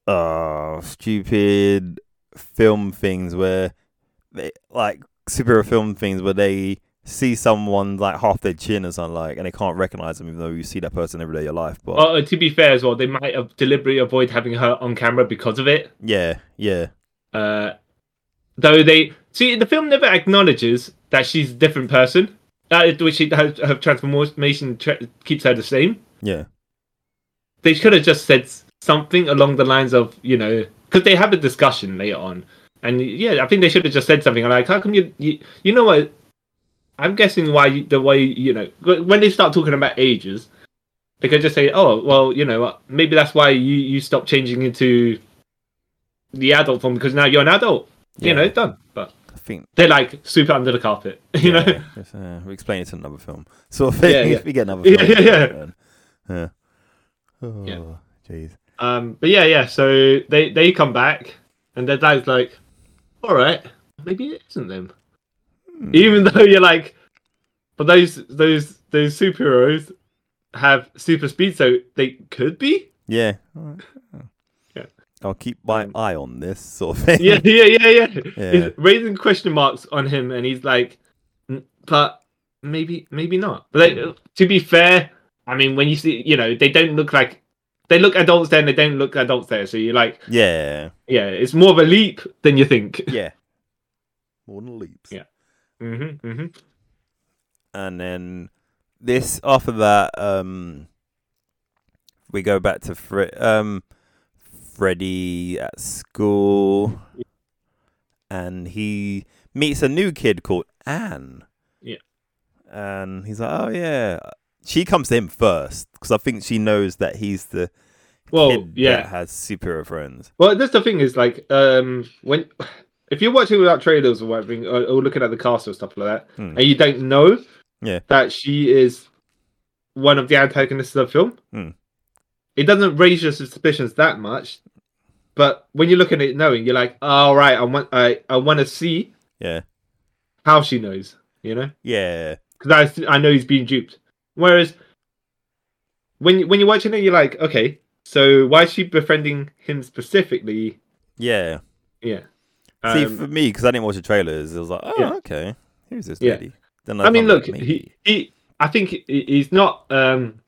Speaker 1: uh, stupid film things where, they, like superhero film things where they see someone like half their chin or something like, and they can't recognize them even though you see that person every day of your life. But
Speaker 2: Well, uh, to be fair as well, they might have deliberately avoid having her on camera because of it.
Speaker 1: yeah, yeah,
Speaker 2: Uh, though they see the film never acknowledges that she's a different person, uh, which she, her, her transformation tra- keeps her the same.
Speaker 1: yeah,
Speaker 2: they could have just said s- something along the lines of you know because they have a discussion later on and yeah i think they should have just said something like how come you you, you know what i'm guessing why you, the way you know wh- when they start talking about ages they could just say oh well you know what maybe that's why you you stopped changing into the adult form because now you're an adult
Speaker 1: Yeah.
Speaker 2: you know done but
Speaker 1: I think.
Speaker 2: they're like super under the carpet [laughs] you
Speaker 1: yeah,
Speaker 2: know
Speaker 1: yes, uh, we explain it in another film. Sort of thing.
Speaker 2: Yeah, yeah.
Speaker 1: [laughs] if we get another
Speaker 2: [laughs] Yeah,
Speaker 1: film.
Speaker 2: yeah, yeah.
Speaker 1: then. yeah. Oh,
Speaker 2: Yeah.
Speaker 1: jeez.
Speaker 2: Um, but yeah, yeah. So they they come back, and their dad's like, "All right, maybe it isn't them." Even [laughs] though you're like, but those those those superheroes have super speed, so they could be.
Speaker 1: Yeah. alright, yeah.
Speaker 2: Yeah. Um,
Speaker 1: I'll keep my eye on this sort of thing.
Speaker 2: Yeah, yeah, yeah, yeah.
Speaker 1: Yeah.
Speaker 2: He's raising question marks on him, and he's like, "N- "But maybe, maybe not." But they, to be fair, I mean, when you see, you know, they don't look like they look adults there, and they don't look adults there. So you're like,
Speaker 1: [laughs] Yeah.
Speaker 2: yeah, it's more of a leap than you think.
Speaker 1: Yeah. More than leaps.
Speaker 2: Yeah. Mm-hmm, mm-hmm.
Speaker 1: And then this after that, um we go back to Fre- um Freddy at school and he meets a new kid called Anne.
Speaker 2: Yeah.
Speaker 1: And he's like, Oh yeah. She comes to him first because I think she knows that he's the
Speaker 2: Well,
Speaker 1: kid that
Speaker 2: yeah.
Speaker 1: has superhero friends.
Speaker 2: Well, that's the thing is like um when if you're watching without trailers or whatever, or, or looking at the cast or stuff like that,
Speaker 1: Hmm.
Speaker 2: and you don't know
Speaker 1: Yeah.
Speaker 2: that she is one of the antagonists of the film,
Speaker 1: Hmm.
Speaker 2: it doesn't raise your suspicions that much. But when you look at it knowing, you're like, all right, I want I I want to see
Speaker 1: Yeah.
Speaker 2: how she knows, you know,
Speaker 1: Yeah.
Speaker 2: because I I know he's being duped. Whereas when you- when you're watching it, you're like, okay, so why is she befriending him specifically?
Speaker 1: Yeah.
Speaker 2: Yeah.
Speaker 1: See,
Speaker 2: Um,
Speaker 1: for me, because I didn't watch the trailers, it was like, oh,
Speaker 2: Yeah.
Speaker 1: okay, who's this
Speaker 2: Yeah.
Speaker 1: lady? Then
Speaker 2: I mean,
Speaker 1: found out
Speaker 2: look,
Speaker 1: maybe-
Speaker 2: he, he, I think he- he's not. Um,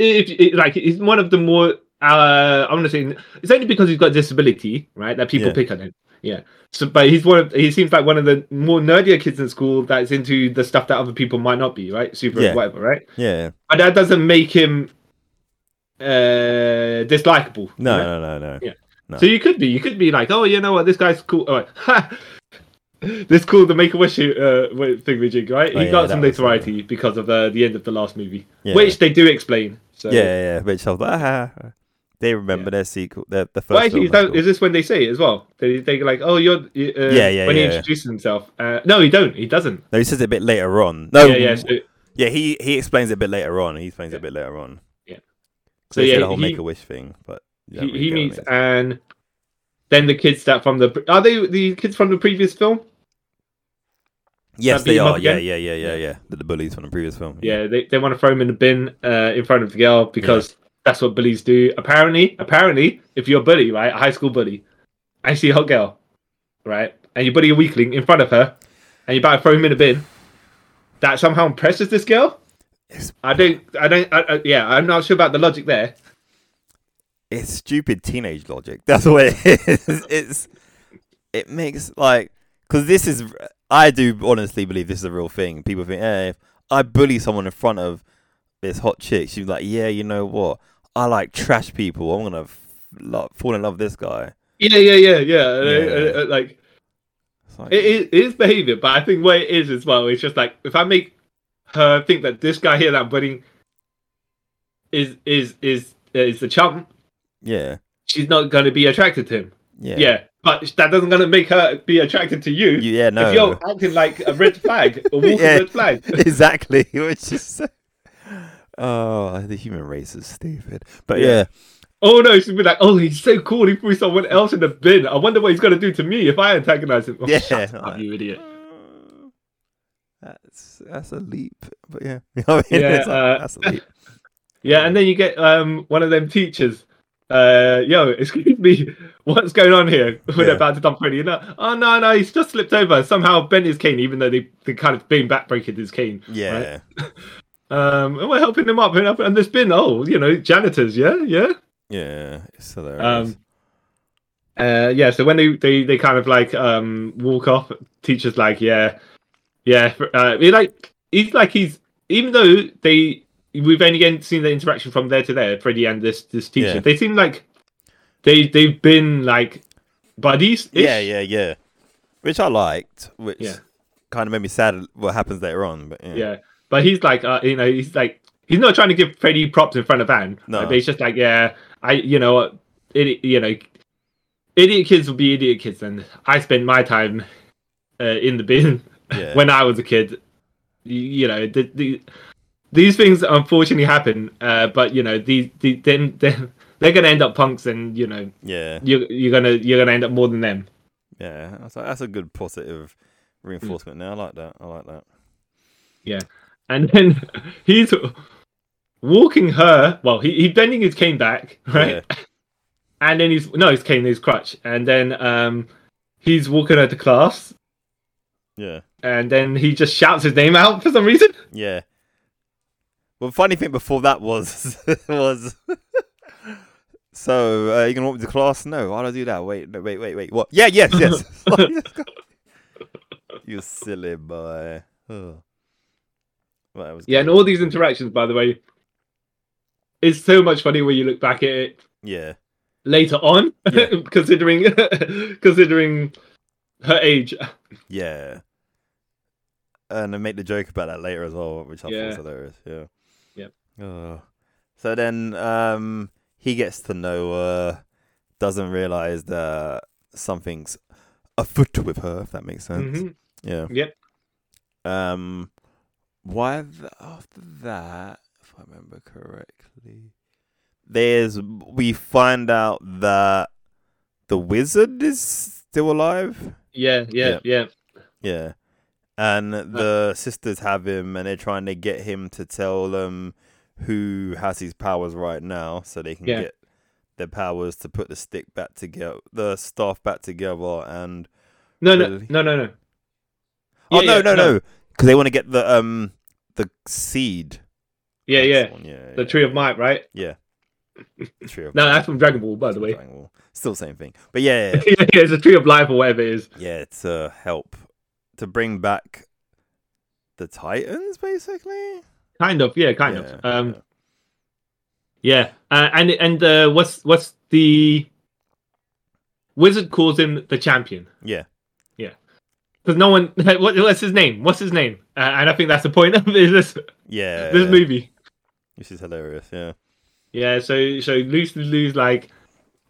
Speaker 2: if if- like he's one of the more, uh, I'm gonna say it's only because he's got disability, right? That people
Speaker 1: Yeah.
Speaker 2: pick on him. Yeah. So, but he's one of he seems like one of the more nerdier kids in school that's into the stuff that other people might not be, right? Super
Speaker 1: Yeah.
Speaker 2: whatever, right?
Speaker 1: yeah,
Speaker 2: But that doesn't make him uh dislikable.
Speaker 1: no,
Speaker 2: right?
Speaker 1: no, no, no,
Speaker 2: Yeah.
Speaker 1: No.
Speaker 2: So you could be, you could be like, oh, you know what, this guy's cool. All right. Ha! [laughs] this cool the Make a Wish uh, wait, thing with you, right?
Speaker 1: Oh,
Speaker 2: he
Speaker 1: yeah,
Speaker 2: got
Speaker 1: that
Speaker 2: some
Speaker 1: was-
Speaker 2: notoriety because of uh, the end of the last movie,
Speaker 1: yeah,
Speaker 2: which they do explain. So,
Speaker 1: yeah, yeah. Which I was like, ah, ah, ah." they remember their sequel, their the first.
Speaker 2: Well,
Speaker 1: film
Speaker 2: actually, is, that-
Speaker 1: that's cool.
Speaker 2: is this when they say it as well? They they like, oh, you're you- uh,
Speaker 1: Yeah, yeah,
Speaker 2: when
Speaker 1: yeah,
Speaker 2: he
Speaker 1: yeah.
Speaker 2: introduces himself. Uh, no, he don't. He doesn't.
Speaker 1: No, he says it a bit later on. No,
Speaker 2: yeah, yeah. So,
Speaker 1: yeah, he he explains it a bit later on. He explains it a
Speaker 2: Yeah.
Speaker 1: bit later on.
Speaker 2: Yeah.
Speaker 1: So
Speaker 2: So,
Speaker 1: yeah,
Speaker 2: yeah,
Speaker 1: the whole
Speaker 2: he-
Speaker 1: Make a Wish thing, but you don't
Speaker 2: he,
Speaker 1: really
Speaker 2: he
Speaker 1: get what it
Speaker 2: meets
Speaker 1: is.
Speaker 2: Anne. Then the kids that from the pre- are they the kids from the previous film?
Speaker 1: Yes,
Speaker 2: that beat
Speaker 1: they
Speaker 2: him up
Speaker 1: are. Yeah,
Speaker 2: again?
Speaker 1: yeah, yeah, yeah,
Speaker 2: Yeah.
Speaker 1: yeah. The, the bullies from the previous film.
Speaker 2: Yeah, they, they want to throw him in the bin uh, in front of the girl because that's what bullies do. Apparently, apparently, if you're a bully, right, a high school bully, and you see a hot girl, right, and you bully a weakling in front of her, and you're about to throw him in the bin, that somehow impresses this girl.
Speaker 1: It's-
Speaker 2: I don't, I don't, I, I, yeah, I'm not sure about the logic there.
Speaker 1: it's stupid teenage logic. [laughs] That's what it is. It's it makes like because this is I do honestly believe this is a real thing. People think, hey, if I bully someone in front of this hot chick, she's like, yeah, you know what? I like trash people. I'm gonna f- lo- fall in love with this guy.
Speaker 2: Yeah, yeah, yeah, yeah. uh,
Speaker 1: Yeah.
Speaker 2: uh, uh, like
Speaker 1: It's like,
Speaker 2: it is, it is behavior, but I think what it is as well is just like if I make her think that this guy here that I'm putting is is is is the chump,
Speaker 1: Yeah.
Speaker 2: she's not going to be attracted to him.
Speaker 1: Yeah.
Speaker 2: Yeah, but that doesn't going to make her be attracted to you.
Speaker 1: You- yeah, no.
Speaker 2: If you're acting like a red flag,
Speaker 1: [laughs]
Speaker 2: a walking
Speaker 1: Yeah.
Speaker 2: red flag.
Speaker 1: exactly. [laughs] Which is Oh, the human race is stupid. But
Speaker 2: Yeah.
Speaker 1: yeah.
Speaker 2: Oh no, she'd be like, "Oh, he's so cool. He threw someone else in the bin. I wonder what he's going to do to me if I antagonize him." Oh,
Speaker 1: Yeah. [laughs]
Speaker 2: shut up, you idiot.
Speaker 1: That's that's a leap. But yeah. [laughs] You know what I mean?
Speaker 2: Yeah,
Speaker 1: It's like,
Speaker 2: uh,
Speaker 1: that's a
Speaker 2: [laughs]
Speaker 1: leap.
Speaker 2: Yeah, and then you get um one of them teachers. Uh, yo, [laughs] excuse me, what's going on here? [laughs] We're
Speaker 1: Yeah.
Speaker 2: about to dump Freddy. You know, oh no, no, he's just slipped over. Somehow bent his cane, even though they, they kind of being backbreaking his cane.
Speaker 1: Yeah.
Speaker 2: Right? Um, and we're helping him up, and up, and there's been oh, you know, janitors. Yeah, yeah.
Speaker 1: Yeah. It's hilarious.
Speaker 2: Um, uh, yeah. So when they, they they kind of like um walk off, teachers like yeah, yeah. Uh, he like he's like he's even though they we've only again seen the interaction from there to there, Freddie and this this teacher.
Speaker 1: Yeah.
Speaker 2: They seem like they they've been like buddies.
Speaker 1: yeah, yeah, yeah. Which I liked, which
Speaker 2: Yeah.
Speaker 1: kind of made me sad what happens later on. But yeah.
Speaker 2: Yeah. But he's like, uh, you know, he's like, he's not trying to give Freddie props in front of Anne.
Speaker 1: No.
Speaker 2: Like, but he's just like, yeah, I, you know, idiot, you know, idiot kids will be idiot kids, and I spent my time uh, in the bin
Speaker 1: Yeah.
Speaker 2: when I was a kid. You, you know, the, the, these things unfortunately happen. Uh, but you know, these, the, then then [laughs] they're gonna end up punks, and you know,
Speaker 1: yeah.
Speaker 2: you you're gonna you're gonna end up more than them.
Speaker 1: Yeah, that's a, that's a good positive
Speaker 2: Hmm.
Speaker 1: reinforcement. Now I like that. I like that.
Speaker 2: and then [laughs] he's walking her. Well, he, he's bending his cane back, [laughs] right? And then he's no, his cane, his crutch, and then um, he's walking her to class,
Speaker 1: Yeah,
Speaker 2: and then he just shouts his name out for some reason.
Speaker 1: yeah. Well, funny thing before that was [laughs] was. so uh, you gonna walk me to class? No, why do I do that? Wait, no, wait, wait, wait. What? Yeah, yes, yes. you silly boy. Oh. Well, that was
Speaker 2: Yeah,
Speaker 1: good.
Speaker 2: and all these interactions, by the way, is so much funny when you look back at it
Speaker 1: Yeah,
Speaker 2: later on,
Speaker 1: Yeah.
Speaker 2: [laughs] considering considering her age.
Speaker 1: yeah. And I make the joke about that later as well, which I thought
Speaker 2: Yeah.
Speaker 1: was hilarious. Yeah.
Speaker 2: Yep.
Speaker 1: Oh. So then um, he gets to know her, doesn't realize that something's afoot with her, if that makes sense.
Speaker 2: Mhm.
Speaker 1: Yeah.
Speaker 2: Yep.
Speaker 1: Um, why th- after that, if I remember correctly, there's we find out that the wizard is still alive.
Speaker 2: Yeah, yeah,
Speaker 1: Yeah.
Speaker 2: yeah,
Speaker 1: Yeah. And the sisters have him and they're trying to get him to tell them who has his powers right now so they can
Speaker 2: Yeah.
Speaker 1: get their powers to put the stick back together the staff back together and
Speaker 2: No, no,
Speaker 1: Really?
Speaker 2: no, no, no.
Speaker 1: Oh
Speaker 2: Yeah,
Speaker 1: no,
Speaker 2: yeah,
Speaker 1: no, no. Cuz they want to get the um the seed.
Speaker 2: Yeah,
Speaker 1: That's
Speaker 2: yeah.
Speaker 1: the one, yeah.
Speaker 2: The
Speaker 1: yeah,
Speaker 2: Tree of
Speaker 1: yeah.
Speaker 2: Might, right? [laughs]
Speaker 1: Tree of
Speaker 2: No, that's from Dragon Ball, by the way.
Speaker 1: Triangle. Still same thing. But yeah,
Speaker 2: [laughs]
Speaker 1: yeah, yeah.
Speaker 2: yeah, yeah, it's a tree of life or whatever it is.
Speaker 1: yeah, to help to bring back the Titans basically.
Speaker 2: Kind of, yeah, kind
Speaker 1: Yeah,
Speaker 2: of. Um, yeah, uh, and and uh, what's what's the wizard calls him the champion
Speaker 1: yeah.
Speaker 2: because no one. [laughs] What, what's his name? What's his name? Uh, and I think that's the point of [laughs] this
Speaker 1: Yeah.
Speaker 2: this movie.
Speaker 1: Which is hilarious, yeah.
Speaker 2: Yeah, so so loosely lose like.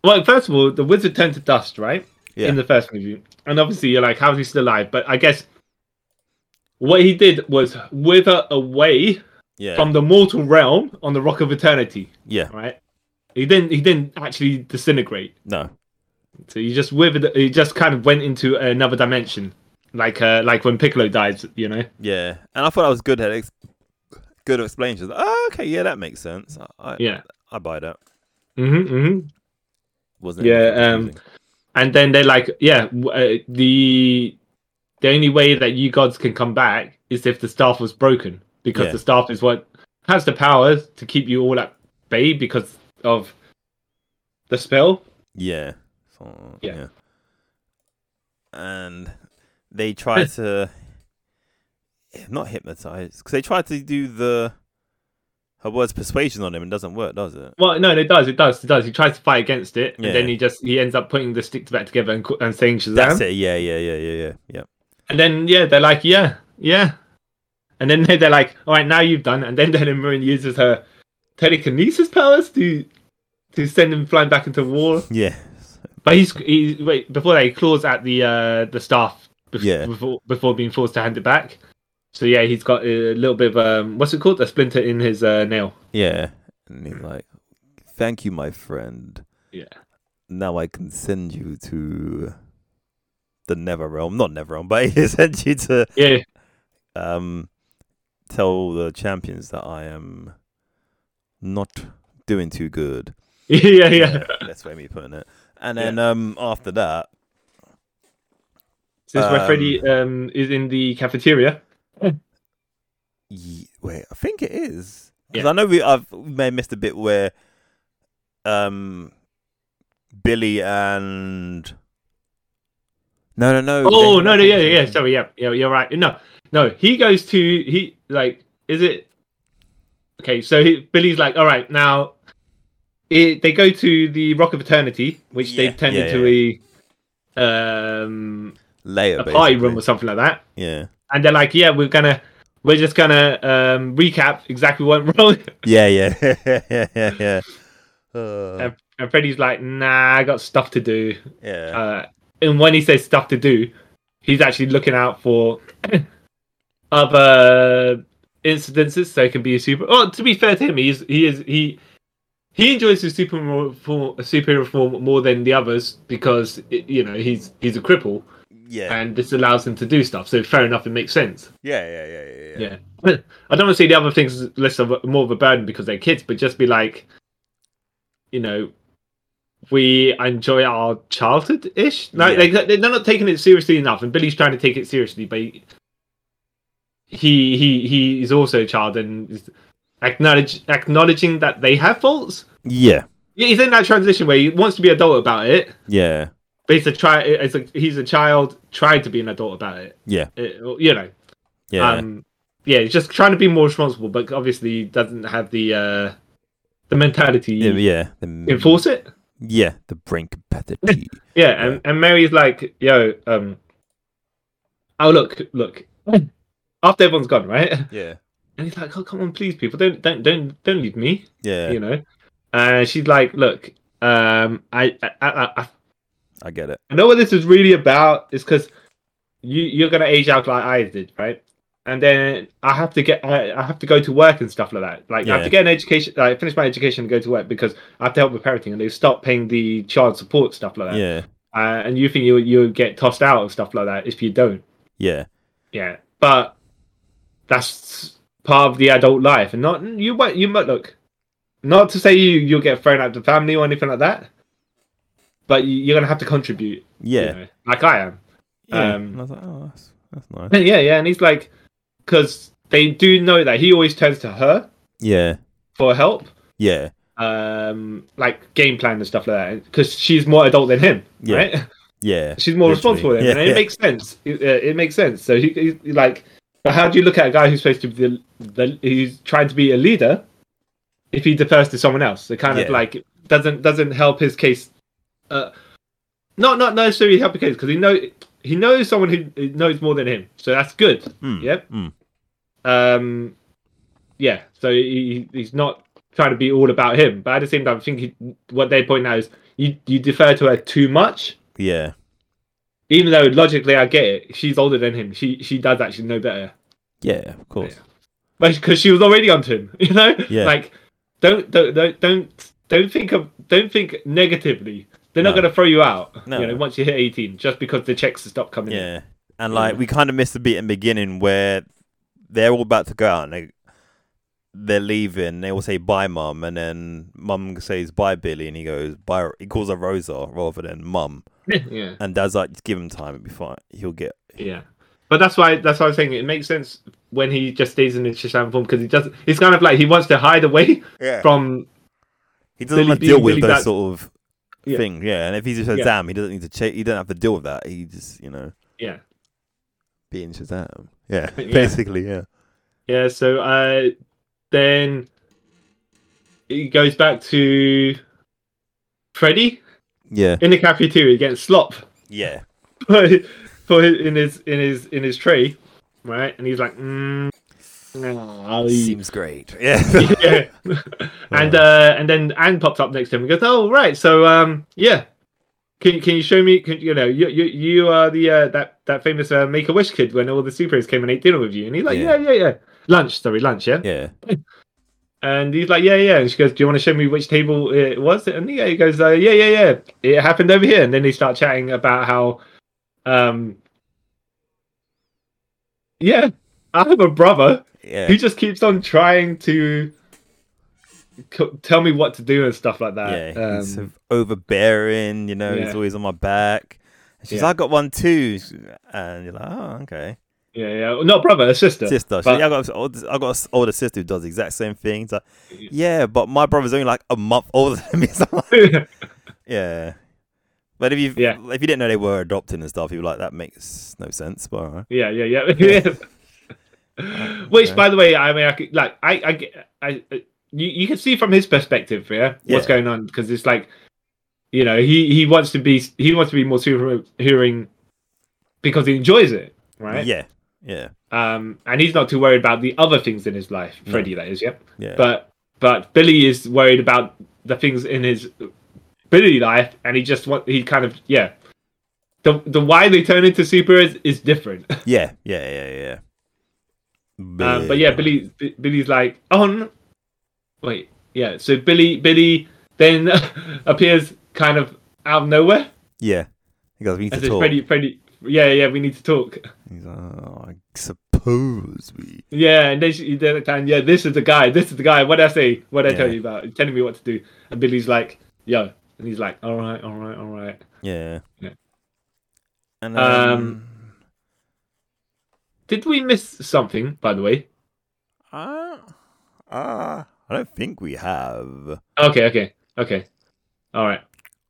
Speaker 2: Well, first of all, the wizard turned to dust, right?
Speaker 1: Yeah.
Speaker 2: In the first movie, and obviously you're like, how's he still alive? But I guess what he did was wither away
Speaker 1: Yeah.
Speaker 2: from the mortal realm on the rock of eternity.
Speaker 1: yeah.
Speaker 2: right? He didn't. He didn't actually disintegrate.
Speaker 1: No.
Speaker 2: So he just withered. He just kind of went into another dimension, like uh, like when Piccolo dies. You know.
Speaker 1: Yeah. And I thought I was good at ex- good at explaining. She's like, oh, okay, yeah, that makes sense. I I,
Speaker 2: Yeah.
Speaker 1: I buy that.
Speaker 2: hmm hmm
Speaker 1: Wasn't
Speaker 2: Yeah,
Speaker 1: anything
Speaker 2: um,
Speaker 1: confusing.
Speaker 2: And then they're like, yeah, w- uh, the the only way that you gods can come back is if the staff was broken, because
Speaker 1: Yeah.
Speaker 2: the staff is what has the power to keep you all at bay because of the spell.
Speaker 1: Yeah. So, yeah.
Speaker 2: Yeah.
Speaker 1: And they
Speaker 2: [laughs]
Speaker 1: try to not hypnotize because they try to do the her words persuasion on him. It doesn't work, does it?
Speaker 2: Well, no, it does. It does. It does. He tries to fight against it,
Speaker 1: Yeah.
Speaker 2: and then he just he ends up putting the sticks back together and, co- and saying Shazam.
Speaker 1: That's it. Yeah, yeah, yeah, yeah, yeah, yeah.
Speaker 2: And then yeah, they're like, yeah, yeah. And then [laughs] they're like, all right, now you've done. it." And then [laughs] Helen Mirren uses her telekinesis powers to to send him flying back into the wall.
Speaker 1: Yeah.
Speaker 2: But he's he wait before that he claws at the uh the staff bef-
Speaker 1: Yeah.
Speaker 2: before before being forced to hand it back. So yeah, he's got a little bit of um what's it called a splinter in his uh, nail.
Speaker 1: Yeah. And he's like, Thank you, my friend.
Speaker 2: Yeah.
Speaker 1: Now I can send you to the Never Realm. Not Never Realm, but [laughs] he can send you to
Speaker 2: Yeah, [laughs]
Speaker 1: um tell the champions that I am not doing too good.
Speaker 2: yeah, [laughs] yeah.
Speaker 1: That's the way me putting it. And then um after that
Speaker 2: So this is where
Speaker 1: Um,
Speaker 2: Freddy um is in the cafeteria.
Speaker 1: Ye- wait, I think it is. 'Cause
Speaker 2: Yeah.
Speaker 1: I know we I've we may have missed a bit where um Billy and No no no
Speaker 2: Oh
Speaker 1: they-
Speaker 2: no, no, yeah, yeah. Sorry, yeah, yeah. You're right. No, no. He goes to he like is it? Okay, so he, Billy's like, all right, now it, they go to the Rock of Eternity, which
Speaker 1: Yeah,
Speaker 2: they've turned
Speaker 1: yeah,
Speaker 2: into a um
Speaker 1: Layer
Speaker 2: a party room
Speaker 1: basically.
Speaker 2: or something like that, [laughs]
Speaker 1: Yeah.
Speaker 2: and they're like, yeah, we're gonna we're just gonna um recap exactly what [laughs] went wrong.
Speaker 1: Yeah, [laughs] yeah. yeah, yeah, yeah. Uh,
Speaker 2: and, and Freddy's like, nah, I got stuff to do.
Speaker 1: yeah.
Speaker 2: uh, and when he says stuff to do, he's actually looking out for [coughs] other incidences so he can be a super. Well, to be fair to him, he is he is he he enjoys his super form, superhero form more than the others because i you know he's he's a cripple
Speaker 1: yeah.
Speaker 2: and this allows him to do stuff. So fair enough, it makes sense.
Speaker 1: Yeah, yeah, yeah, yeah, yeah.
Speaker 2: Yeah. I don't want to see the other things less of a- more of a burden because they're kids, but just be like, you know, we enjoy our childhood ish. Like
Speaker 1: Yeah.
Speaker 2: they, they're not taking it seriously enough, and Billy's trying to take it seriously, but he he he, he is also a child and is acknowledge, acknowledging that they have faults.
Speaker 1: Yeah.
Speaker 2: Yeah, He's in that transition where he wants to be adult about it,
Speaker 1: Yeah.
Speaker 2: but he's a try. It's a, he's a child trying to be an adult about it.
Speaker 1: Yeah.
Speaker 2: Uh, you know.
Speaker 1: Yeah.
Speaker 2: Um, yeah, he's just trying to be more responsible, but obviously doesn't have the uh, the mentality
Speaker 1: yeah,
Speaker 2: to
Speaker 1: yeah. The,
Speaker 2: enforce it.
Speaker 1: yeah, the brain
Speaker 2: [laughs]
Speaker 1: capacity.
Speaker 2: Yeah, and, and Mary's like, yo, um, oh look, look, after everyone's gone, right?
Speaker 1: yeah.
Speaker 2: And he's like, oh come on, please, people, don't don't don't don't leave me,
Speaker 1: Yeah.
Speaker 2: you know. And she's like, look, um, I I, I, I
Speaker 1: I get it.
Speaker 2: I know what this is really about is because you you're gonna age out like I did, right? And then I have to get I, I have to go to work and stuff like that. Like I have
Speaker 1: Yeah.
Speaker 2: to get an education, like finish my education and go to work because I have to help with parenting, and they stop paying the child support stuff like that.
Speaker 1: Yeah.
Speaker 2: Uh, and you think you you get tossed out and stuff like that if you don't.
Speaker 1: Yeah.
Speaker 2: Yeah, but that's part of the adult life, and not you might you might look. Not to say you you'll get thrown out of the family or anything like that, but you, you're gonna have to contribute. you
Speaker 1: Yeah.
Speaker 2: know, like I am.
Speaker 1: Yeah.
Speaker 2: Um,
Speaker 1: and I was like, oh, that's, that's nice.
Speaker 2: And yeah, yeah, and he's like, because they do know that he always turns to her
Speaker 1: Yeah.
Speaker 2: for help,
Speaker 1: Yeah.
Speaker 2: um, like game plan and stuff like that, because she's more adult than him,
Speaker 1: Yeah.
Speaker 2: right? [laughs]
Speaker 1: Yeah.
Speaker 2: She's more
Speaker 1: Literally.
Speaker 2: responsible than him,
Speaker 1: Yeah,
Speaker 2: and it
Speaker 1: yeah.
Speaker 2: makes sense. It, uh, it makes sense. So he, he's like, but how do you look at a guy who's supposed to be the, the who's trying to be a leader if he defers to someone else? It kind of
Speaker 1: Yeah.
Speaker 2: like doesn't doesn't help his case. Uh, not not necessarily help his case because he know he knows someone who knows more than him, so that's good.
Speaker 1: Mm.
Speaker 2: Yep.
Speaker 1: Mm.
Speaker 2: Um, yeah, so he, he's not trying to be all about him, but at the same time, I think he, what they point out is you you defer to her too much.
Speaker 1: Yeah.
Speaker 2: Even though logically, I get it. She's older than him. She she does actually know better,
Speaker 1: Yeah. Of course.
Speaker 2: but because she was already onto him, [laughs] you know.
Speaker 1: Yeah.
Speaker 2: Like, don't don't don't don't don't think of don't think negatively. They're not
Speaker 1: No.
Speaker 2: going to throw you out.
Speaker 1: No.
Speaker 2: You know, once you hit eighteen, just because the checks stop coming. in.
Speaker 1: Yeah. And like we kind of missed the beat in the beginning where they're all about to go out and they they're leaving. They all say bye, mum, and then mum says bye, Billy, and he goes bye. He calls her Rosa rather than mum.
Speaker 2: yeah.
Speaker 1: And dad's like, just give him time. It'll be fine. He'll get.
Speaker 2: Yeah, but that's why that's why I'm saying it makes sense when he just stays in his Shazam form because he doesn't. It's kind of like he wants to hide away
Speaker 1: Yeah.
Speaker 2: from.
Speaker 1: He doesn't
Speaker 2: Billy
Speaker 1: want to
Speaker 2: being
Speaker 1: deal with
Speaker 2: Billy
Speaker 1: those
Speaker 2: Bat-
Speaker 1: sort of
Speaker 2: Yeah.
Speaker 1: things. Yeah. And if he's just
Speaker 2: Yeah.
Speaker 1: Shazam, he doesn't need to. Cha- he doesn't have to deal with that. He just, you know,
Speaker 2: Yeah,
Speaker 1: being Shazam. Yeah.
Speaker 2: [laughs] Yeah.
Speaker 1: Basically, yeah.
Speaker 2: yeah. So uh, then he goes back to Freddy
Speaker 1: Yeah.
Speaker 2: in the cafeteria getting slop [laughs]
Speaker 1: Yeah.
Speaker 2: for his, in his in his in his tray, right? And he's like, mm, Yeah.
Speaker 1: Oh,
Speaker 3: Seems great.
Speaker 1: [laughs] Yeah.
Speaker 2: [laughs] and uh, and then Anne pops up next to him and goes, "Oh right, so um, yeah, can can you show me? Can, you know, you you you are the uh, that that famous uh, Make a Wish kid when all the superheroes came and ate dinner with you." And he's like,
Speaker 1: Yeah.
Speaker 2: "Yeah, yeah, yeah." Lunch, sorry, lunch, yeah?
Speaker 1: Yeah.
Speaker 2: And he's like, "Yeah, yeah." And she goes, "Do you want to show me which table it was?" And yeah, he goes, uh, "Yeah, yeah, yeah." It happened over here. And then they start chatting about how, um, yeah, I have a brother
Speaker 1: Yeah.
Speaker 2: he just keeps on trying to co- tell me what to do and stuff like that.
Speaker 1: Yeah. He's sort
Speaker 2: Um,
Speaker 1: of overbearing, you know, he's
Speaker 2: yeah.
Speaker 1: always on my back. And she's
Speaker 2: Yeah.
Speaker 1: I got one too. And you're like, oh, okay.
Speaker 2: yeah, yeah. Well, Not brother, a sister. [laughs]
Speaker 1: Sister. She-
Speaker 2: But-
Speaker 1: yeah, I got an I got an older sister who does the exact same thing. It's like,
Speaker 2: Yeah.
Speaker 1: yeah, but my brother's only like a month older than me. [laughs] So I'm like, yeah. But if you
Speaker 2: Yeah.
Speaker 1: if you didn't know they were adopting and stuff, you'd be like, that makes no sense. But all right.
Speaker 2: yeah, yeah, yeah. [laughs] Which,
Speaker 1: okay.
Speaker 2: by the way, I mean, I could, like, I, I, get- I, I- you, you can see from his perspective, yeah, what's
Speaker 1: Yeah.
Speaker 2: going on because it's like, you know, he he wants to be he wants to be more superheroing because he enjoys it, right?
Speaker 1: Yeah. Yeah.
Speaker 2: Um, and he's not too worried about the other things in his life,
Speaker 1: No.
Speaker 2: Freddy, that is, yeah.
Speaker 1: Yeah.
Speaker 2: but but Billy is worried about the things in his Billy life, and he just want he kind of yeah. The the why they turn into superheroes is different.
Speaker 1: yeah. Yeah. Yeah. Yeah.
Speaker 2: Um, but yeah, Billy B- Billy's like on. Wait, yeah. So Billy Billy then [laughs] appears kind of out of nowhere
Speaker 1: Yeah. He goes, we need
Speaker 2: as
Speaker 1: to
Speaker 2: if
Speaker 1: talk.
Speaker 2: Freddy Freddy. Yeah, yeah, we need to talk. [laughs]
Speaker 1: He's like, oh, I suppose we.
Speaker 2: Yeah, and then she, then time, yeah, this is the guy, this is the guy. What did I say? What did I tell
Speaker 1: Yeah.
Speaker 2: you about? You're telling me what to do. And Billy's like, yo, and he's like, all right, all right, all right.
Speaker 1: Yeah.
Speaker 2: Yeah.
Speaker 1: And
Speaker 2: Um,
Speaker 1: um,
Speaker 2: Did we miss something, by the way?
Speaker 1: uh, uh, I don't think we have.
Speaker 2: Okay, okay, okay. All right,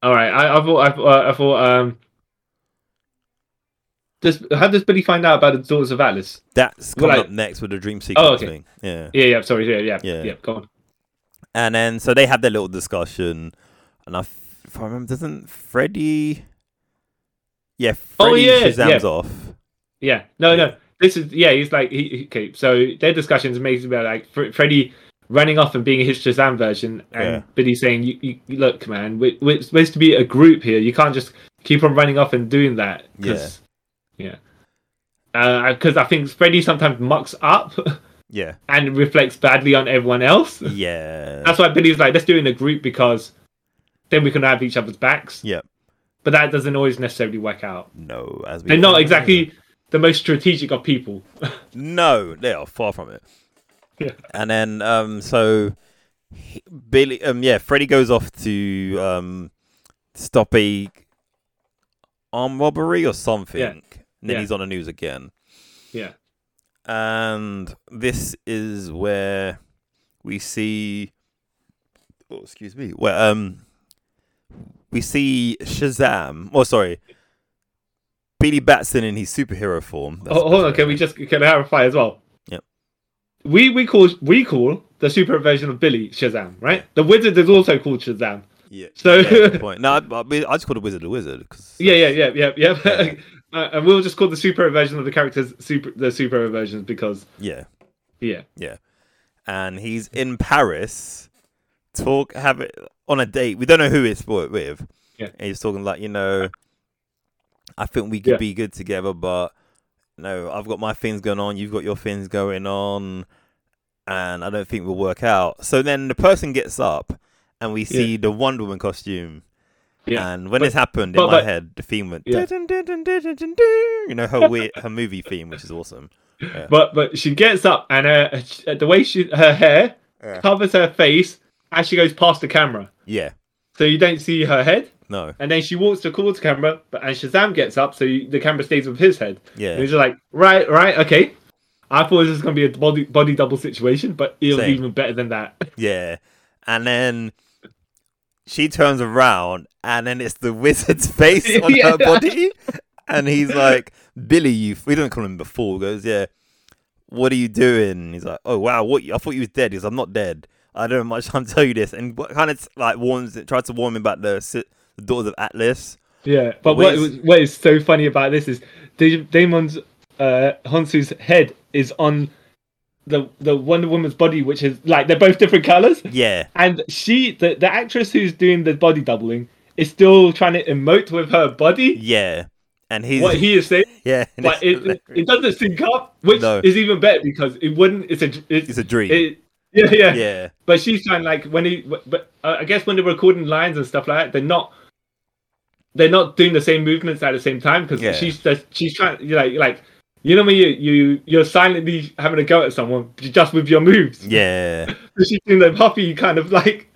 Speaker 2: all right. I, I thought, I, thought- I thought, um, does how does Billy find out about the daughters of Atlas?
Speaker 1: That's
Speaker 2: Well,
Speaker 1: coming
Speaker 2: I- Oh,
Speaker 1: up next with the dream sequence
Speaker 2: okay.
Speaker 1: thing. Yeah.
Speaker 2: Yeah, yeah. Sorry, yeah, yeah,
Speaker 1: Yeah.
Speaker 2: yeah. yeah go on.
Speaker 1: And then so they have their little discussion, and I, f- if I remember, doesn't Freddy? Yeah,
Speaker 2: Oh,
Speaker 1: Freddy
Speaker 2: yeah,
Speaker 1: Shazam's
Speaker 2: yeah.
Speaker 1: off.
Speaker 2: Yeah, no, no. This is yeah. He's like he, he- okay. So their discussions amazing about like Fre- Freddy running off and being his Shazam version, and
Speaker 1: Yeah.
Speaker 2: Billy saying, you, you, you- "Look, man, we, we're supposed to be a group here. You can't just keep on running off and doing that." 'cause- yeah. Because I think Freddy sometimes mucks up [laughs]
Speaker 1: Yeah,
Speaker 2: and reflects badly on everyone else.
Speaker 1: yeah,
Speaker 2: That's why Billy's like, "Let's do it in a group because then we can have each other's backs."
Speaker 1: Yep.
Speaker 2: But that doesn't always necessarily work out.
Speaker 1: no. As we
Speaker 2: They're
Speaker 1: found out.
Speaker 2: not exactly the most strategic of people.
Speaker 1: No, they are far from it.
Speaker 2: Yeah.
Speaker 1: And then um so he- Billy um yeah, Freddy goes off to um stop a armed robbery or something. And then
Speaker 2: Yeah.
Speaker 1: he's on the news again.
Speaker 2: Yeah.
Speaker 1: And this is where we see oh, excuse me. Where um we see Shazam. Oh sorry. Billy Batson in his superhero form. That's
Speaker 2: Oh, hold on,
Speaker 1: better.
Speaker 2: can we just can clarify as well?
Speaker 1: Yep.
Speaker 2: We we call we call the super version of Billy Shazam, right? The wizard is also called Shazam.
Speaker 1: Yeah.
Speaker 2: So-
Speaker 1: yeah,
Speaker 2: [laughs]
Speaker 1: good point. No, I, I mean, I just called it Wizard the Wizard. Cause uh,
Speaker 2: Yeah, yeah, yeah, yeah, yeah.
Speaker 1: Yeah.
Speaker 2: [laughs] uh, and we'll just call the super version of the characters super the super versions because
Speaker 1: yeah.
Speaker 2: yeah,
Speaker 1: And he's in Paris, talk have it on a date. We don't know who it's for- with.
Speaker 2: Yeah.
Speaker 1: And he's talking like, you know, I think we could
Speaker 2: Yeah.
Speaker 1: be good together, but no, I've got my things going on. You've got your things going on, and I don't think we'll work out. So then the person gets up, and we see the Wonder Woman costume.
Speaker 2: Yeah.
Speaker 1: And when
Speaker 2: But-
Speaker 1: this happened in
Speaker 2: but-
Speaker 1: my
Speaker 2: but-
Speaker 1: head, the theme went,
Speaker 2: Yeah.
Speaker 1: "Dun, dun, dun, dun, dun, dun, dun," you know, her weird, her movie theme, which is awesome.
Speaker 2: But but she gets up and uh, the way she her hair
Speaker 1: Yeah.
Speaker 2: covers her face as she goes past the camera,
Speaker 1: Yeah,
Speaker 2: so you don't see her head.
Speaker 1: no,
Speaker 2: And then she walks to call the camera, but and Shazam gets up, so you, the camera stays with his head.
Speaker 1: yeah.
Speaker 2: And he's just like, right, right, okay. I thought this was gonna be a body body double situation, but it was
Speaker 1: Same.
Speaker 2: even better than that.
Speaker 1: Yeah. And then she turns around and then it's the
Speaker 2: [laughs]
Speaker 1: wizard's face on
Speaker 2: Yeah.
Speaker 1: her body. And he's like, Billy, you we don't call him before, goes, Yeah, what are you doing? He's like, Oh wow, what I thought you was dead. He's like, I'm not dead. I don't have much time to tell you this. And what kind of like warns it tries to warn him about the, si- the daughters of Atlas.
Speaker 2: Yeah,
Speaker 1: What
Speaker 2: but what
Speaker 1: is-
Speaker 2: was- what is so funny about this is Da- Damon's uh, Hansu's head is on the the Wonder Woman's body, which is like they're both different colors,
Speaker 1: Yeah.
Speaker 2: and she the the actress who's doing the body doubling is still trying to emote with her body.
Speaker 1: Yeah. And he's
Speaker 2: What he is saying,
Speaker 1: yeah. and
Speaker 2: [laughs] but
Speaker 1: it's
Speaker 2: it, it, it doesn't sync up, which
Speaker 1: No.
Speaker 2: is even better because it wouldn't. It's a it's,
Speaker 1: it's a dream.
Speaker 2: it, [laughs] yeah, yeah
Speaker 1: yeah.
Speaker 2: But she's trying like when he but uh, I guess when they're recording lines and stuff like that, they're not they're not doing the same movements at the same time because
Speaker 1: Yeah.
Speaker 2: she's just she's trying you like like you know when you you you're silently having a go at someone just with your
Speaker 1: Mm.
Speaker 2: moves.
Speaker 1: Yeah.
Speaker 2: So she's doing the puppy kind of like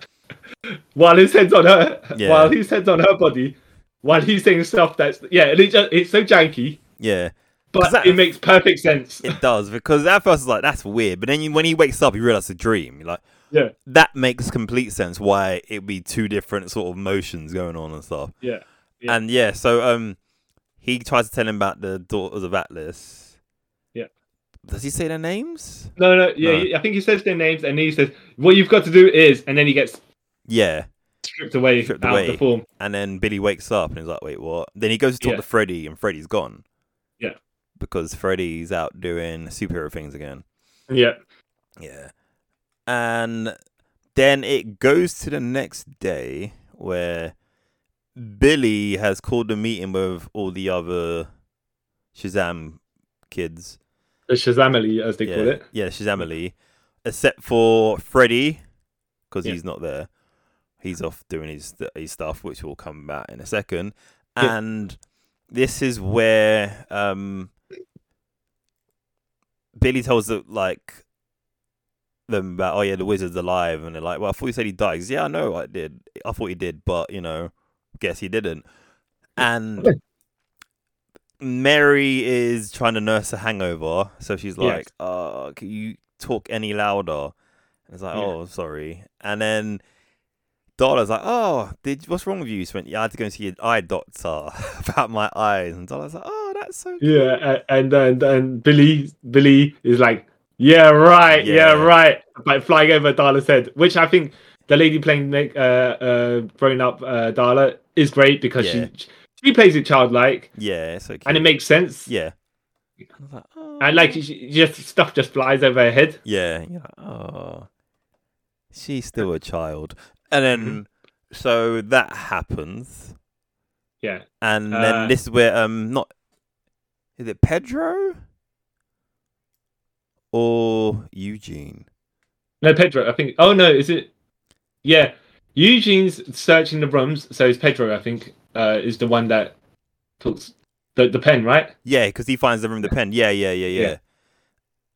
Speaker 2: [laughs] while his head's on her
Speaker 1: Yeah.
Speaker 2: while his head's on her body while he's saying stuff that's yeah and it just, it's so janky
Speaker 1: Yeah.
Speaker 2: but
Speaker 1: 'Cause that-
Speaker 2: it makes perfect sense
Speaker 1: It does because at first it's like that's weird, but then you, when he wakes up, you realize it's a dream. You're like
Speaker 2: yeah
Speaker 1: that makes complete sense why it'd be two different sort of motions going on and stuff.
Speaker 2: yeah Yeah.
Speaker 1: And yeah, so um, he tries to tell him about the daughters of Atlas.
Speaker 2: Yeah.
Speaker 1: Does he say their names?
Speaker 2: no no yeah
Speaker 1: No.
Speaker 2: he- I think he says their names and he says what you've got to do is and then he gets
Speaker 1: Yeah.
Speaker 2: stripped away
Speaker 1: Stripped
Speaker 2: out of
Speaker 1: away.
Speaker 2: the form.
Speaker 1: And then Billy wakes up and he's like, "Wait, what?" Then he goes to talk
Speaker 2: Yeah.
Speaker 1: to Freddy, and Freddy's gone.
Speaker 2: Yeah.
Speaker 1: Because Freddy's out doing superhero things again.
Speaker 2: Yeah,
Speaker 1: Yeah. And then it goes to the next day where Billy has called a meeting with all the other Shazam kids.
Speaker 2: the Shazamily as they
Speaker 1: yeah.
Speaker 2: call it.
Speaker 1: Yeah, Shazamily. Except for Freddy, because
Speaker 2: Yeah.
Speaker 1: he's not there. He's off doing his, his stuff, which will come back in a second.
Speaker 2: Yeah.
Speaker 1: And this is where um, Billy tells the, like them about, oh yeah, the wizard's alive, and they're like, well, I thought you said he died. He says, yeah, I know, I did. I thought he did, but you know, guess he didn't. And Mary is trying to nurse a hangover, so she's
Speaker 2: Yes.
Speaker 1: like, uh, can you talk any louder? And it's like,
Speaker 2: Yeah.
Speaker 1: oh, sorry. And then Dollar's like, oh, did what's wrong with you? She went, yeah, I had to go and see an eye doctor [laughs] about my eyes. And Dollar's like, oh, that's so.
Speaker 2: Yeah, a- and and and Billy Billy is like, yeah, right, yeah,
Speaker 1: Yeah.
Speaker 2: right, like flying over Darla's head, which I think the lady playing Nick, uh, uh, growing up uh, Darla is great because
Speaker 1: Yeah.
Speaker 2: she she plays it childlike
Speaker 1: Yeah, it's okay.
Speaker 2: and it makes sense.
Speaker 1: yeah. And I was like, oh.
Speaker 2: And like, she- she, just stuff just flies over her head.
Speaker 1: Yeah, and you're like, oh, she's still a child. And then,
Speaker 2: Mm-hmm.
Speaker 1: so that happens,
Speaker 2: Yeah,
Speaker 1: and
Speaker 2: Uh,
Speaker 1: then this is where um, not is it Pedro or Eugene?
Speaker 2: no, Pedro, I think. Oh no, is it? Yeah, Eugene's searching the rooms, so it's Pedro, I think, uh, is the one that talks the the pen, right?
Speaker 1: Yeah, because he finds them in the pen. Yeah, yeah, yeah, yeah.
Speaker 2: Yeah.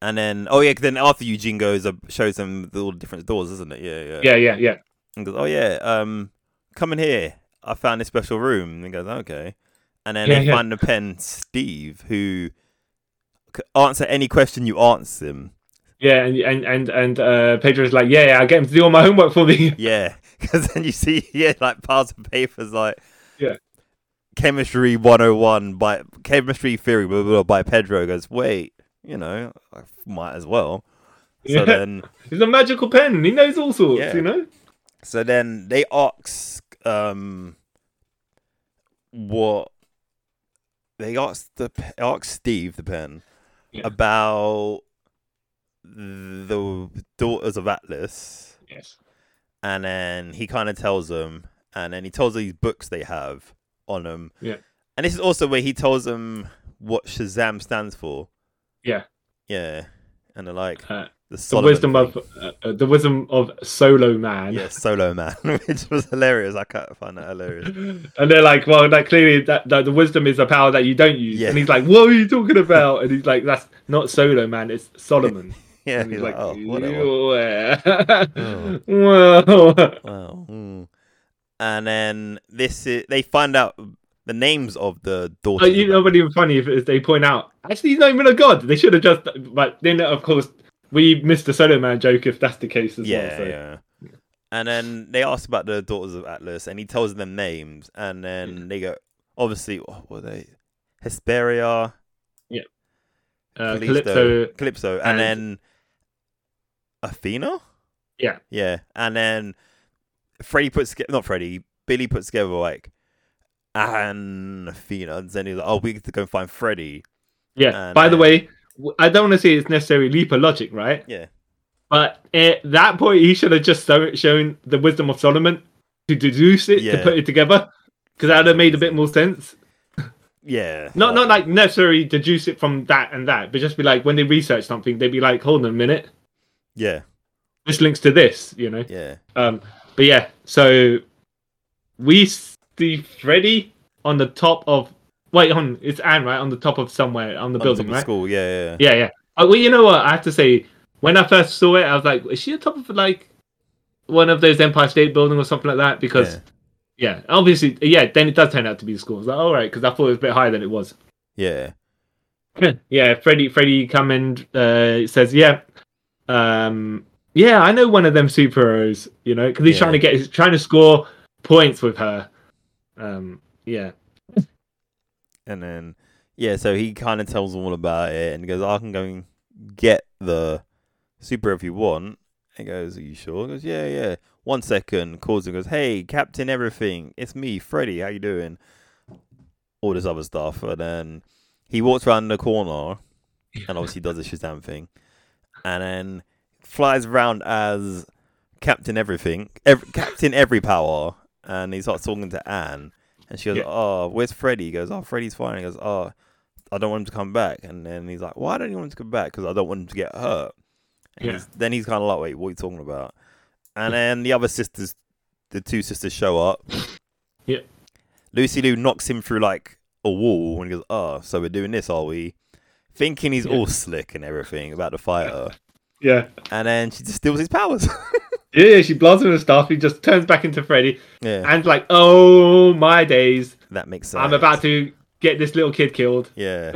Speaker 1: And then, oh yeah, 'cause then after Eugene goes, uh, shows them the, all the different doors, isn't it? Yeah, yeah.
Speaker 2: Yeah, yeah, yeah.
Speaker 1: And goes, oh yeah, um, come in here. I found this special room. And he goes, okay. And then
Speaker 2: Yeah,
Speaker 1: they
Speaker 2: yeah.
Speaker 1: find the pen Steve, who c- answer any question you answer him.
Speaker 2: Yeah, and and and and uh, Pedro's like, yeah, yeah, I get him to do all my homework for me. [laughs]
Speaker 1: Yeah, [laughs] because then you see, [laughs] yeah, like piles of papers, like
Speaker 2: Yeah.
Speaker 1: chemistry 101 by chemistry theory blah, blah, blah, by Pedro. Goes, wait, you know, I might as well. So
Speaker 2: Yeah.
Speaker 1: then,
Speaker 2: He's a magical pen. He knows all sorts,
Speaker 1: Yeah.
Speaker 2: you know.
Speaker 1: so then they ask, um, what they asked the p- asked Steve the pen
Speaker 2: Yeah.
Speaker 1: about the daughters of Atlas.
Speaker 2: Yes.
Speaker 1: and then he kind of tells them, and then he tells these books they have on them.
Speaker 2: Yeah.
Speaker 1: And this is also where he tells them what Shazam stands for.
Speaker 2: Yeah.
Speaker 1: Yeah. And they're like
Speaker 2: Uh,
Speaker 1: the,
Speaker 2: the
Speaker 1: Solomon
Speaker 2: wisdom
Speaker 1: thing.
Speaker 2: of uh, uh, the wisdom of solo
Speaker 1: [laughs]
Speaker 2: man.
Speaker 1: yeah Solo Man, [laughs] which was hilarious. I can't find that hilarious.
Speaker 2: [laughs] And they're like, well, that clearly that, that the wisdom is a power that you don't use.
Speaker 1: Yeah.
Speaker 2: And he's like, what are you talking about? And he's like, that's not solo man, it's
Speaker 1: [laughs]
Speaker 2: Solomon.
Speaker 1: Yeah.
Speaker 2: and
Speaker 1: He's like, oh, whatever. [laughs]
Speaker 2: "Yeah." Whoa.
Speaker 1: Wow. Mm. And then this is they find out the names of the daughters.
Speaker 2: Oh, you know, but even funny if, if they point out, actually, he's not even a god. They should have just, but then of course we missed the solo man joke if that's the case as
Speaker 1: yeah,
Speaker 2: well. So.
Speaker 1: yeah. And then they ask about the daughters of Atlas, and he tells them names, and then they go, obviously, what were they? Hesperia,
Speaker 2: Uh,
Speaker 1: Callisto,
Speaker 2: Calypso,
Speaker 1: Calypso, and,
Speaker 2: and-
Speaker 1: then Athena.
Speaker 2: Yeah.
Speaker 1: yeah, and then Freddy puts toge- not Freddy, Billy puts together like and Athena, and then he's like, oh, we need to go and find Freddy.
Speaker 2: yeah.
Speaker 1: and,
Speaker 2: By the
Speaker 1: uh,
Speaker 2: way, I don't want to say it's necessarily leap of logic, right?
Speaker 1: Yeah.
Speaker 2: But at that point, he should have just so- shown the wisdom of Solomon to deduce it
Speaker 1: Yeah.
Speaker 2: to put it together, because that would have made a bit more sense.
Speaker 1: Yeah.
Speaker 2: Not not like necessarily deduce it from that and that, but just be like when they research something, they'd be like, "Hold on a minute,
Speaker 1: Yeah.
Speaker 2: this links to this," you know.
Speaker 1: Yeah.
Speaker 2: Um, but yeah, so we see Freddy on the top of wait, on it's Anne right on the top of somewhere on the
Speaker 1: On
Speaker 2: building,
Speaker 1: top of
Speaker 2: right?
Speaker 1: School. Yeah. Yeah.
Speaker 2: Yeah, yeah. Uh, well, you know what? I have to say, when I first saw it, I was like, is she on top of like one of those Empire State Building or something like that? Because yeah, obviously, yeah. Then it does turn out to be the school. I was like, all right, because I thought it was a bit higher than it was.
Speaker 1: Yeah.
Speaker 2: yeah, Freddy, Freddy, come and uh, says, yeah, um, yeah, I know one of them superheroes, you know, because he's
Speaker 1: Yeah.
Speaker 2: trying to get, he's trying to score points with her. Um, yeah,
Speaker 1: And then yeah, so he kind of tells them all about it and goes, "I can go and get the super if you want." He goes, "Are you sure?" He goes, "Yeah, yeah." One second, calls and goes, "Hey, Captain Everything, it's me, Freddy. How you doing?" All this other stuff, and then he walks around the corner and obviously does a Shazam thing, and then flies around as Captain Everything, ev- Captain Every Power, and he starts talking to Anne, and she goes,
Speaker 2: Yeah.
Speaker 1: "Oh, where's Freddy?" He goes, "Oh, Freddy's fine." He goes, "Oh, I don't want him to come back," and then he's like, "Why don't you want him to come back? Because I don't want him to get hurt." And
Speaker 2: Yeah.
Speaker 1: he's, then he's kind of like, "Wait, what are you talking about?" And then the other sisters, the two sisters, show up.
Speaker 2: Yeah.
Speaker 1: Lucy Lou knocks him through like a wall, and he goes, "Oh, so we're doing this, are we?" Thinking he's
Speaker 2: Yeah.
Speaker 1: all slick and everything about the fighter
Speaker 2: yeah,
Speaker 1: and then she just steals his powers. [laughs]
Speaker 2: yeah. yeah, She blasts him and stuff. He just turns back into Freddy
Speaker 1: yeah,
Speaker 2: and like, oh my days,
Speaker 1: that makes sense.
Speaker 2: I'm about to get this little kid killed. [laughs]
Speaker 1: Yeah,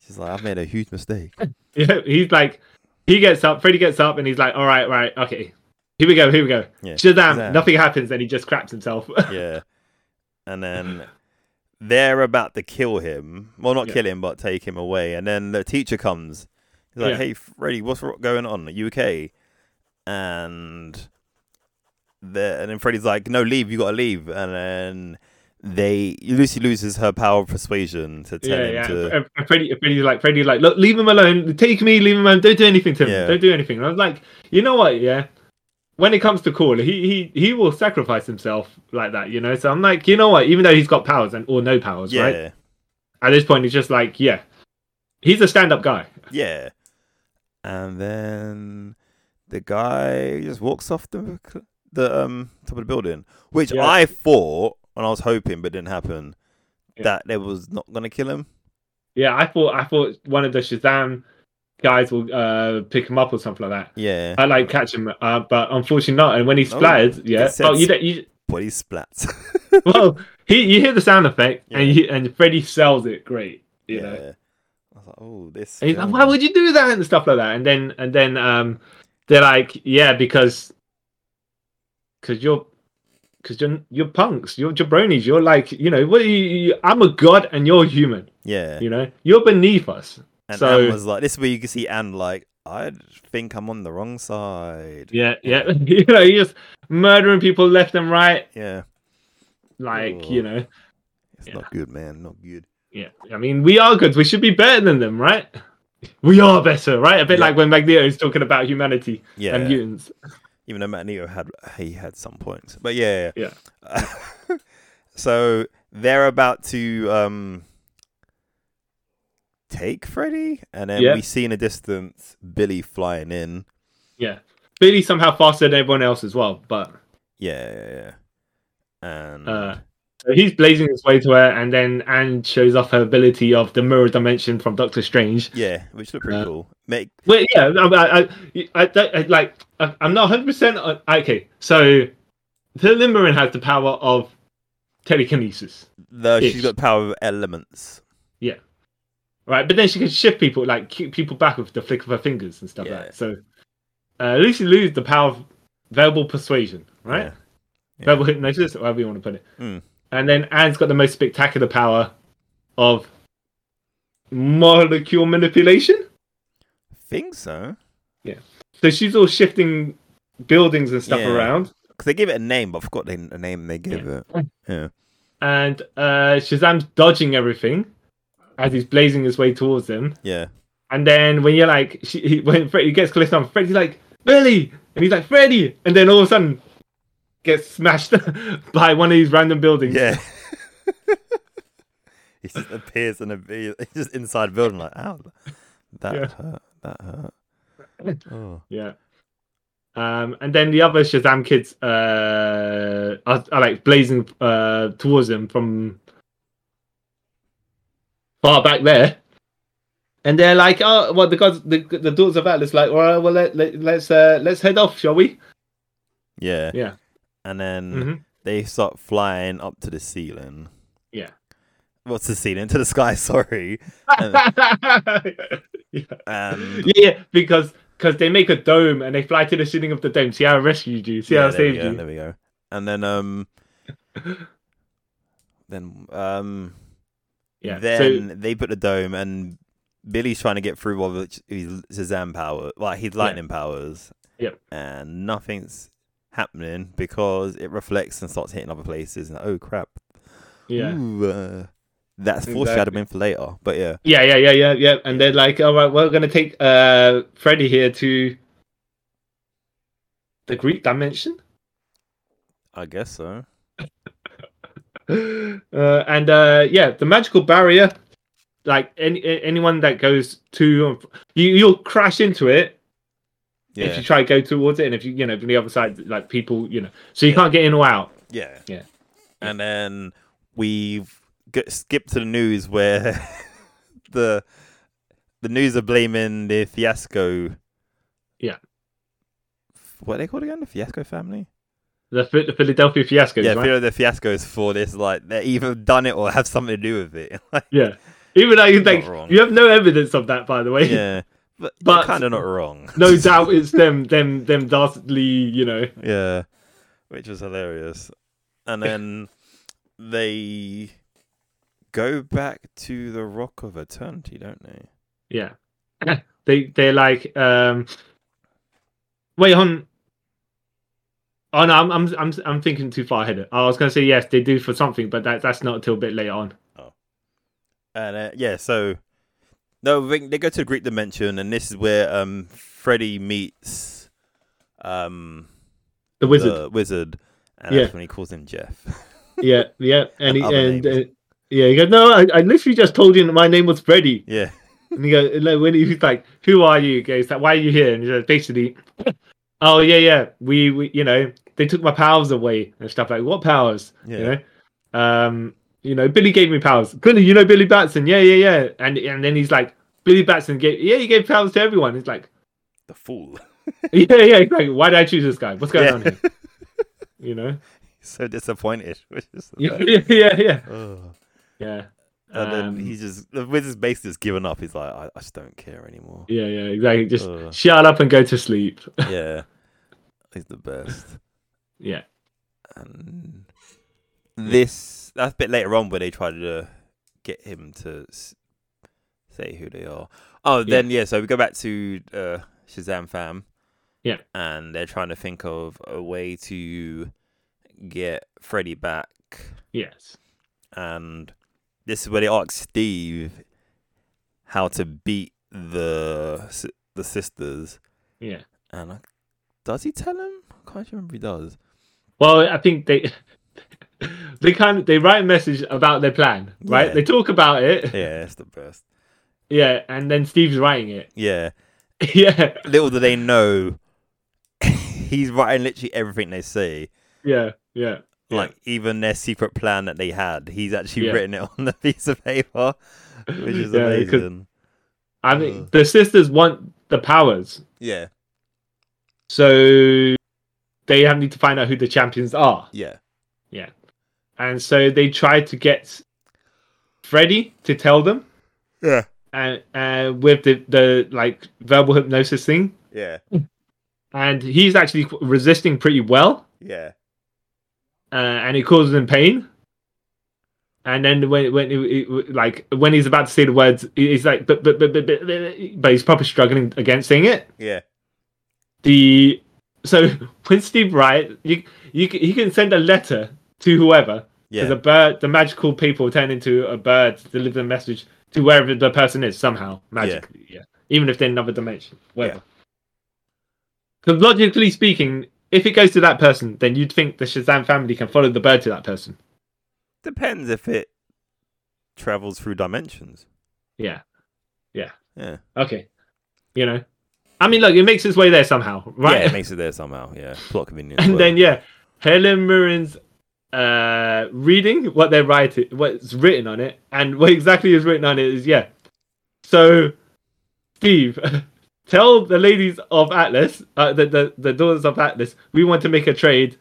Speaker 1: she's like, I've made a huge mistake.
Speaker 2: Yeah, he's like, he gets up, Freddy gets up, and he's like, all right, right, okay, here we go, here we go.
Speaker 1: Yeah,
Speaker 2: Shazam,
Speaker 1: Shazam.
Speaker 2: nothing happens, and he just craps himself. [laughs]
Speaker 1: Yeah, and then they're about to kill him. Well, not
Speaker 2: Yeah.
Speaker 1: kill him, but take him away. And then the teacher comes. He's like,
Speaker 2: Yeah.
Speaker 1: Hey, Freddy, what's ro- going on? Are you okay? And the and then Freddy's like, No, leave. You gotta leave. And then they Lucy loses her power of persuasion to tell
Speaker 2: yeah,
Speaker 1: him
Speaker 2: yeah.
Speaker 1: to.
Speaker 2: And and Freddy, Freddy's like, Freddy's like, look, leave him alone, take me, leave him alone, don't do anything to him,
Speaker 1: Yeah.
Speaker 2: don't do anything. And I was like, you know what, yeah. When it comes to Call, he, he he will sacrifice himself like that, you know. So I'm like, you know what? Even though he's got powers and or no powers,
Speaker 1: Yeah,
Speaker 2: right? At this point, he's just like, yeah, he's a stand-up guy.
Speaker 1: Yeah. And then the guy just walks off the the um top of the building, which
Speaker 2: Yeah.
Speaker 1: I thought and I was hoping but didn't happen
Speaker 2: Yeah.
Speaker 1: that they was not going to kill him.
Speaker 2: Yeah, I thought I thought one of the Shazam guys will uh, pick him up or something like that.
Speaker 1: Yeah.
Speaker 2: I like catch him, uh, but unfortunately not. And when he
Speaker 1: No,
Speaker 2: splatters, yeah.
Speaker 1: it
Speaker 2: Oh, you,
Speaker 1: says-
Speaker 2: don't- you
Speaker 1: Body [laughs] splats.
Speaker 2: well, he you hear the sound effect,
Speaker 1: Yeah.
Speaker 2: and you, and Freddy sells it great, you
Speaker 1: yeah.
Speaker 2: know.
Speaker 1: I was like, "Oh, this."
Speaker 2: And he's like,
Speaker 1: film."
Speaker 2: "Why would you do that?" and stuff like that. And then and then um, they're like, "Yeah, because because you're." Because you're you're punks, you're jabronis. You're like you know. What are you, you- I'm a god and you're human.
Speaker 1: Yeah.
Speaker 2: You know. You're beneath us.
Speaker 1: And
Speaker 2: so-
Speaker 1: Anne was like, "This is where you can see Anne like, I think I'm on the wrong side."
Speaker 2: Yeah, yeah. [laughs] you know, you're just murdering people left and right.
Speaker 1: Yeah.
Speaker 2: Like
Speaker 1: Ooh.
Speaker 2: you know.
Speaker 1: It's
Speaker 2: Yeah.
Speaker 1: not good, man. Not good.
Speaker 2: Yeah, I mean, we are good. We should be better than them, right? We are better, right? A bit
Speaker 1: Yeah.
Speaker 2: like when Magneto's talking about humanity
Speaker 1: Yeah.
Speaker 2: and mutants.
Speaker 1: even though Magneto had he had some points, but yeah,
Speaker 2: Yeah.
Speaker 1: [laughs] so they're about to um take Freddy, and then
Speaker 2: Yeah.
Speaker 1: we see in the distance Billy flying in.
Speaker 2: Yeah. Billy somehow faster than everyone else as well, but
Speaker 1: Yeah, yeah, yeah. and
Speaker 2: Uh, so he's blazing his way to her, and then Anne shows off her ability of the mirror dimension from Doctor Strange.
Speaker 1: yeah, which looked pretty
Speaker 2: uh,
Speaker 1: cool. Make
Speaker 2: Well, yeah, I, I, I, I, don't- I like I, I'm not 100. percent Okay, so the Limerin has the power of telekinesis,
Speaker 1: the she's
Speaker 2: ish.
Speaker 1: got power of elements.
Speaker 2: right? But then she can shift people, like keep people back with the flick of her fingers and stuff
Speaker 1: Yeah.
Speaker 2: like that. So uh, Lucy lose the power of verbal persuasion, right?
Speaker 1: Yeah. Yeah.
Speaker 2: Verbal hypnosis, however you want to put it.
Speaker 1: Mm.
Speaker 2: And then Anne's got the most spectacular power of molecule manipulation.
Speaker 1: Think so?
Speaker 2: So she's all shifting buildings and stuff
Speaker 1: Yeah.
Speaker 2: around.
Speaker 1: Because they give it a name, but I forgot the, the name they gave it.
Speaker 2: And uh, Shazam's dodging everything as he's blazing his way towards them.
Speaker 1: Yeah,
Speaker 2: And then when you're like, she, he, when Freddy gets close on, Freddy's like, Billy! And he's like, Freddy! And then all of a sudden, gets smashed [laughs] by one of these random buildings.
Speaker 1: Yeah. [laughs] he just appears in a he's just inside a building like, ow, that
Speaker 2: Yeah.
Speaker 1: hurt, that hurt.
Speaker 2: [clears throat]
Speaker 1: Oh.
Speaker 2: Yeah. Um, and then the other Shazam kids uh, are, are like blazing uh, towards them from far back there. And they're like, oh, well, because the the doors of Atlas, like, all right, well, let, let, let's uh, let's head off, shall we?
Speaker 1: Yeah.
Speaker 2: Yeah.
Speaker 1: And then
Speaker 2: hmm
Speaker 1: they start flying up to the ceiling.
Speaker 2: Yeah.
Speaker 1: What's the ceiling? To the sky, [laughs] sorry. And
Speaker 2: [laughs] [laughs] yeah, because because they make a dome and they fly to the ceiling of the dome. See how I rescued you. See how I
Speaker 1: there we
Speaker 2: saved
Speaker 1: go,
Speaker 2: you.
Speaker 1: There we go. And then
Speaker 2: [laughs]
Speaker 1: um then um
Speaker 2: Yeah.
Speaker 1: then they put the dome and Billy's trying to get through while with his Shazam power, like his lightning powers.
Speaker 2: Yep.
Speaker 1: And nothing's happening because it reflects and starts hitting other places. And oh crap!
Speaker 2: so yeah.
Speaker 1: Ooh, uh, that's
Speaker 2: Exactly.
Speaker 1: foreshadowing for later. But yeah,
Speaker 2: Yeah, yeah, yeah, yeah, yeah. And they're like, all right, we're gonna take uh Freddy here to the Greek dimension. [gasps]
Speaker 1: I guess so.
Speaker 2: Uh, and uh yeah, the magical barrier. Like any a- anyone that goes to and fr- you, you'll crash into it if
Speaker 1: Yeah,
Speaker 2: you try to go towards it, and if you you know from the other side, like people, you know, so you can't get in or out.
Speaker 1: yeah,
Speaker 2: Yeah.
Speaker 1: And then we've got, skipped to the news where [laughs] the the news are blaming the fiasco.
Speaker 2: Yeah.
Speaker 1: What are they called again? The fiasco family.
Speaker 2: The, Phi- the Philadelphia fiasco,
Speaker 1: yeah,
Speaker 2: right?
Speaker 1: fear of the fiascos for this. Like they either done it or have something to do with it. [laughs] Like,
Speaker 2: yeah. Even though you
Speaker 1: Not
Speaker 2: think
Speaker 1: wrong.
Speaker 2: you have no evidence of that, by the way.
Speaker 1: yeah, but,
Speaker 2: But-
Speaker 1: kind of not wrong.
Speaker 2: [laughs]
Speaker 1: [laughs]
Speaker 2: No doubt, it's them, them, them dastardly, you know.
Speaker 1: Yeah, which was hilarious.
Speaker 2: [laughs]
Speaker 1: And then they go back to the Rock of Eternity, don't they?
Speaker 2: Yeah. [laughs] they they're like um wait on Oh no, I'm I'm I'm I'm thinking too far ahead. I was gonna say yes, they do for something, but that that's not until a bit later on.
Speaker 1: And uh, yeah, so no, they they go to the Greek dimension, and this is where um Freddy meets um
Speaker 2: The wizard.
Speaker 1: the wizard, and
Speaker 2: Yeah.
Speaker 1: that's when he calls him Jeff. [laughs]
Speaker 2: yeah, yeah, and he,
Speaker 1: other
Speaker 2: and,
Speaker 1: names.
Speaker 2: uh, yeah, he goes. No, I, I literally just told you that my name was Freddy.
Speaker 1: yeah,
Speaker 2: [laughs] And he goes, like, when he's like, "Who are you?" He goes, "Like, why are you here?" And he goes, basically, [laughs] "Oh yeah, yeah, we, we, you know, they took my powers away and stuff like what powers?"
Speaker 1: yeah,
Speaker 2: you know um you know billy gave me powers couldn't you know billy batson yeah yeah yeah and and then he's like billy batson gave yeah he gave powers to everyone he's like [laughs]
Speaker 1: the fool. [laughs]
Speaker 2: yeah yeah he's like why did i choose this guy what's going
Speaker 1: Yeah. [laughs]
Speaker 2: on here you know [laughs]
Speaker 1: so disappointed, [laughs] which is the
Speaker 2: yeah [laughs]
Speaker 1: best.
Speaker 2: yeah yeah yeah,
Speaker 1: Ugh.
Speaker 2: yeah.
Speaker 1: And
Speaker 2: Um,
Speaker 1: then he's just the wizard's basically just given up. He's like, I, I just don't care anymore.
Speaker 2: yeah, yeah, exactly. Just
Speaker 1: Ugh.
Speaker 2: shut up and go to sleep.
Speaker 1: yeah, he's the best.
Speaker 2: Yeah,
Speaker 1: And this that's a bit later on where they try to get him to s- say who they are. Oh, then yeah. So we go back to uh, Shazam fam.
Speaker 2: Yeah.
Speaker 1: and they're trying to think of a way to get Freddy back,
Speaker 2: yes.
Speaker 1: and this is where they ask Steve how to beat the s- the sisters,
Speaker 2: Yeah.
Speaker 1: and I, does he tell him? I can't remember if he does.
Speaker 2: Well, I think they [laughs] they kind of they write a message about their plan, right?
Speaker 1: Yeah.
Speaker 2: They talk about it. [laughs]
Speaker 1: Yeah, that's the best.
Speaker 2: Yeah, and then Steve's writing it. [laughs]
Speaker 1: Yeah.
Speaker 2: yeah.
Speaker 1: little do they know, [laughs] he's writing literally everything they say.
Speaker 2: Yeah. Yeah. Yeah.
Speaker 1: Like even their secret plan that they had, he's actually
Speaker 2: Yeah.
Speaker 1: written it [laughs] on the piece of paper, which is
Speaker 2: [laughs] Yeah, they could-
Speaker 1: amazing.
Speaker 2: I mean,
Speaker 1: Ugh.
Speaker 2: the sisters want the powers,
Speaker 1: Yeah,
Speaker 2: so they have need to find out who the champions are,
Speaker 1: yeah,
Speaker 2: and so they try to get Freddy to tell them,
Speaker 1: yeah,
Speaker 2: and uh, with the the like verbal hypnosis thing,
Speaker 1: yeah,
Speaker 2: and he's actually qu- resisting pretty well,
Speaker 1: yeah,
Speaker 2: uh, and it causes him pain. And then when when he- he- like when he's about to say the words, he- he's like, but but but but but, but he's probably struggling against saying it.
Speaker 1: yeah,
Speaker 2: the so [laughs] when Steve Wright, you you c- he can send a letter to whoever
Speaker 1: yeah,
Speaker 2: the bird, the magical people turn into a bird to deliver the message to wherever the person is somehow magically. Yeah, even if they're in another dimension, whatever. Because logically speaking, if it goes to that person, then you'd think the Shazam family can follow the bird to that person.
Speaker 1: Depends if it travels through dimensions.
Speaker 2: Yeah.
Speaker 1: Yeah.
Speaker 2: Okay. You know, I mean, look, it makes its way there somehow, right? [laughs]
Speaker 1: Yeah, it makes it there somehow. Yeah. Plot convenience.
Speaker 2: and
Speaker 1: but-
Speaker 2: then yeah, Helen Mirren's uh, reading what they're writing, what's written on it, and what exactly is written on it is yeah. So, Steve, [laughs] tell the ladies of Atlas, uh, the, the the daughters of Atlas, we want to make a trade.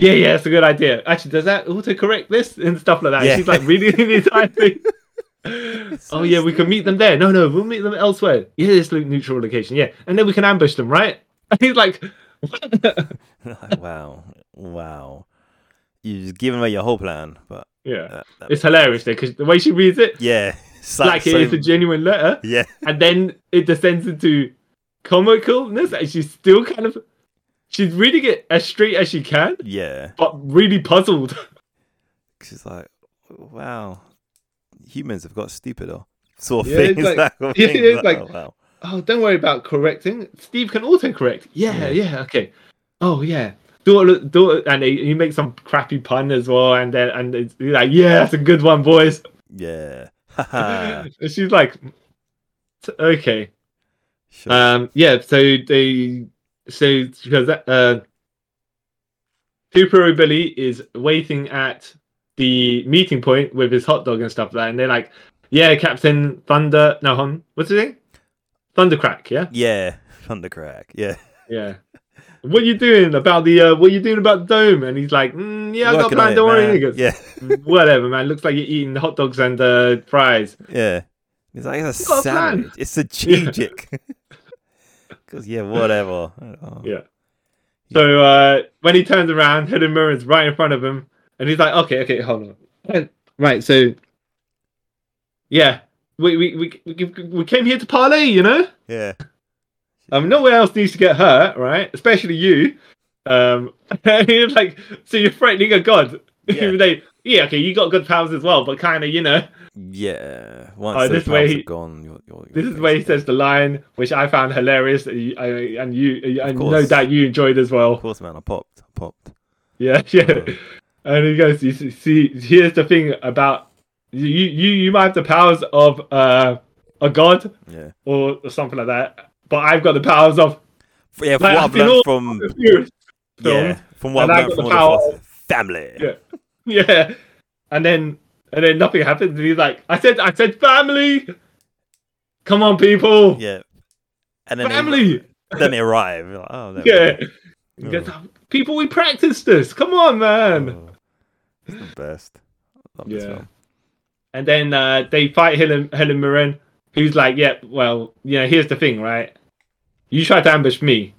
Speaker 2: Yeah, yeah, it's a good idea. Actually, does that autocorrect this and stuff like that?
Speaker 1: Yeah.
Speaker 2: She's like reading [laughs] the entire thing. oh
Speaker 1: [laughs]
Speaker 2: yeah, we can meet them there. No, no, we'll meet them elsewhere. Yeah, it's a neutral location. Yeah, and then we can ambush them, right? [laughs] And he's like,
Speaker 1: wow. Wow. You're just giving away your whole plan, but
Speaker 2: yeah.
Speaker 1: that- that-
Speaker 2: It's hilarious though, because the way she reads it,
Speaker 1: yeah. Uh, [laughs] It's
Speaker 2: like it is a genuine letter,
Speaker 1: [laughs] yeah.
Speaker 2: and then it descends into comicalness, and she's still kind of, she's reading it as straight as she can,
Speaker 1: Yeah.
Speaker 2: but really puzzled. [laughs]
Speaker 1: She's like, wow, humans have got stupider. [laughs] Sort of
Speaker 2: Yeah,
Speaker 1: things.
Speaker 2: it's like-
Speaker 1: that kind of
Speaker 2: [laughs] yeah,
Speaker 1: thing.
Speaker 2: it's like-
Speaker 1: oh, wow.
Speaker 2: Oh, don't worry about correcting. Steve can autocorrect.
Speaker 1: Yeah.
Speaker 2: Yeah, yeah, okay. Oh yeah, daughter, daughter, and he, he makes some crappy pun as well, and then and it's he's like, yeah, that's a good one, boys.
Speaker 1: Yeah. [laughs] Haha.
Speaker 2: [laughs] And she's like, okay.
Speaker 1: sure.
Speaker 2: Um, yeah, so they so because that, uh, Super Billy is waiting at the meeting point with his hot dog and stuff like that, and they're like, "Yeah, Captain Thunder, no, hon, what's his name? Thundercrack, yeah,
Speaker 1: yeah. [laughs] Thundercrack. Yeah.
Speaker 2: yeah." What you doing about the uh, what you doing about the dome? And he's like, mm, "Yeah, I got a
Speaker 1: Working on
Speaker 2: plan.
Speaker 1: it,
Speaker 2: Don't worry."
Speaker 1: man.
Speaker 2: He goes,
Speaker 1: Yeah.
Speaker 2: [laughs] Whatever, man. Looks like you're eating hot dogs and uh, fries.
Speaker 1: Yeah. He's like, it's a
Speaker 2: You got a plan.
Speaker 1: sandwich. it's strategic. [laughs] Because, yeah, whatever. Oh,
Speaker 2: Yeah. So uh, when he turns around, Hidden Mirren's right in front of him, and he's like, "Okay, okay, hold on." Right. So, yeah, we we we we- we came here to parlay, you know.
Speaker 1: Yeah.
Speaker 2: Um, no one else needs to get hurt, right? Especially you. Um, [laughs] and he's like, so you're threatening a god, [laughs]
Speaker 1: Yeah.
Speaker 2: even though, yeah, okay, you got good powers as well, but kind of, you know,
Speaker 1: Yeah. Once
Speaker 2: Oh,
Speaker 1: the
Speaker 2: this
Speaker 1: this
Speaker 2: way he-
Speaker 1: are gone, you're, you're,
Speaker 2: this
Speaker 1: you're
Speaker 2: is where he
Speaker 1: basically-
Speaker 2: says the line, which I found hilarious, and you, I- and you, I
Speaker 1: Of
Speaker 2: know
Speaker 1: course.
Speaker 2: that you enjoyed as
Speaker 1: Of
Speaker 2: well.
Speaker 1: course, man, I popped. I popped.
Speaker 2: Yeah, [laughs] yeah.
Speaker 1: Oh.
Speaker 2: And he goes, you see- see, here's the thing about you, you, you might have the powers of uh, a god
Speaker 1: Yeah.
Speaker 2: or, or something like that, but I've got the powers of
Speaker 1: F- Yeah, from
Speaker 2: Like,
Speaker 1: what
Speaker 2: I've
Speaker 1: I've
Speaker 2: been
Speaker 1: learned
Speaker 2: all-
Speaker 1: from.
Speaker 2: Furious.
Speaker 1: Yeah. From what
Speaker 2: and I
Speaker 1: I've learned
Speaker 2: got
Speaker 1: from
Speaker 2: the
Speaker 1: all the
Speaker 2: power
Speaker 1: fourth- family.
Speaker 2: Yeah. [laughs] Yeah. And then and then nothing happens, and he's like, I said, I said, family. Come on, people,
Speaker 1: Yeah. And then
Speaker 2: family.
Speaker 1: They, then they arrive. You're like, oh, there we
Speaker 2: Yeah.
Speaker 1: go.
Speaker 2: He goes, people, we practiced this. Come on, man.
Speaker 1: Oh, it's the best. I love this
Speaker 2: Yeah.
Speaker 1: film.
Speaker 2: And then uh, they fight Helen Helen Mirren, who's like, yeah, well, you know, here's the thing, right? You tried to ambush me,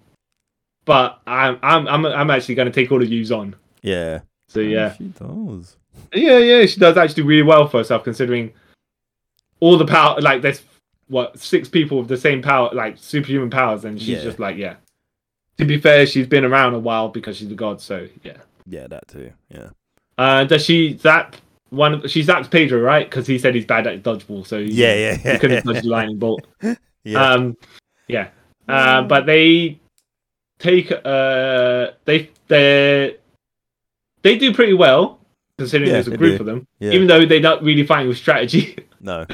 Speaker 2: but I'm I'm I'm I'm actually going to take all of yous on.
Speaker 1: Yeah.
Speaker 2: So yeah,
Speaker 1: She does.
Speaker 2: yeah, yeah. She does actually really well for herself, considering all the power. Like there's what six people with the same power, like superhuman powers, and she's
Speaker 1: Yeah.
Speaker 2: just like, yeah. To be fair, she's been around a while because she's a god. So yeah.
Speaker 1: Yeah, that too. Yeah.
Speaker 2: Uh, does she zap one? Of, she zaps Pedro, right? Because he said he's bad at dodgeball. So he-
Speaker 1: Yeah, yeah, yeah.
Speaker 2: He couldn't
Speaker 1: [laughs]
Speaker 2: dodge the lightning bolt.
Speaker 1: Yeah.
Speaker 2: Um, yeah. Uh, but they take uh they they they do pretty well considering
Speaker 1: Yeah,
Speaker 2: there's a
Speaker 1: they
Speaker 2: group
Speaker 1: do.
Speaker 2: of them.
Speaker 1: yeah.
Speaker 2: Even though they're not really fighting with strategy, [laughs]
Speaker 1: no.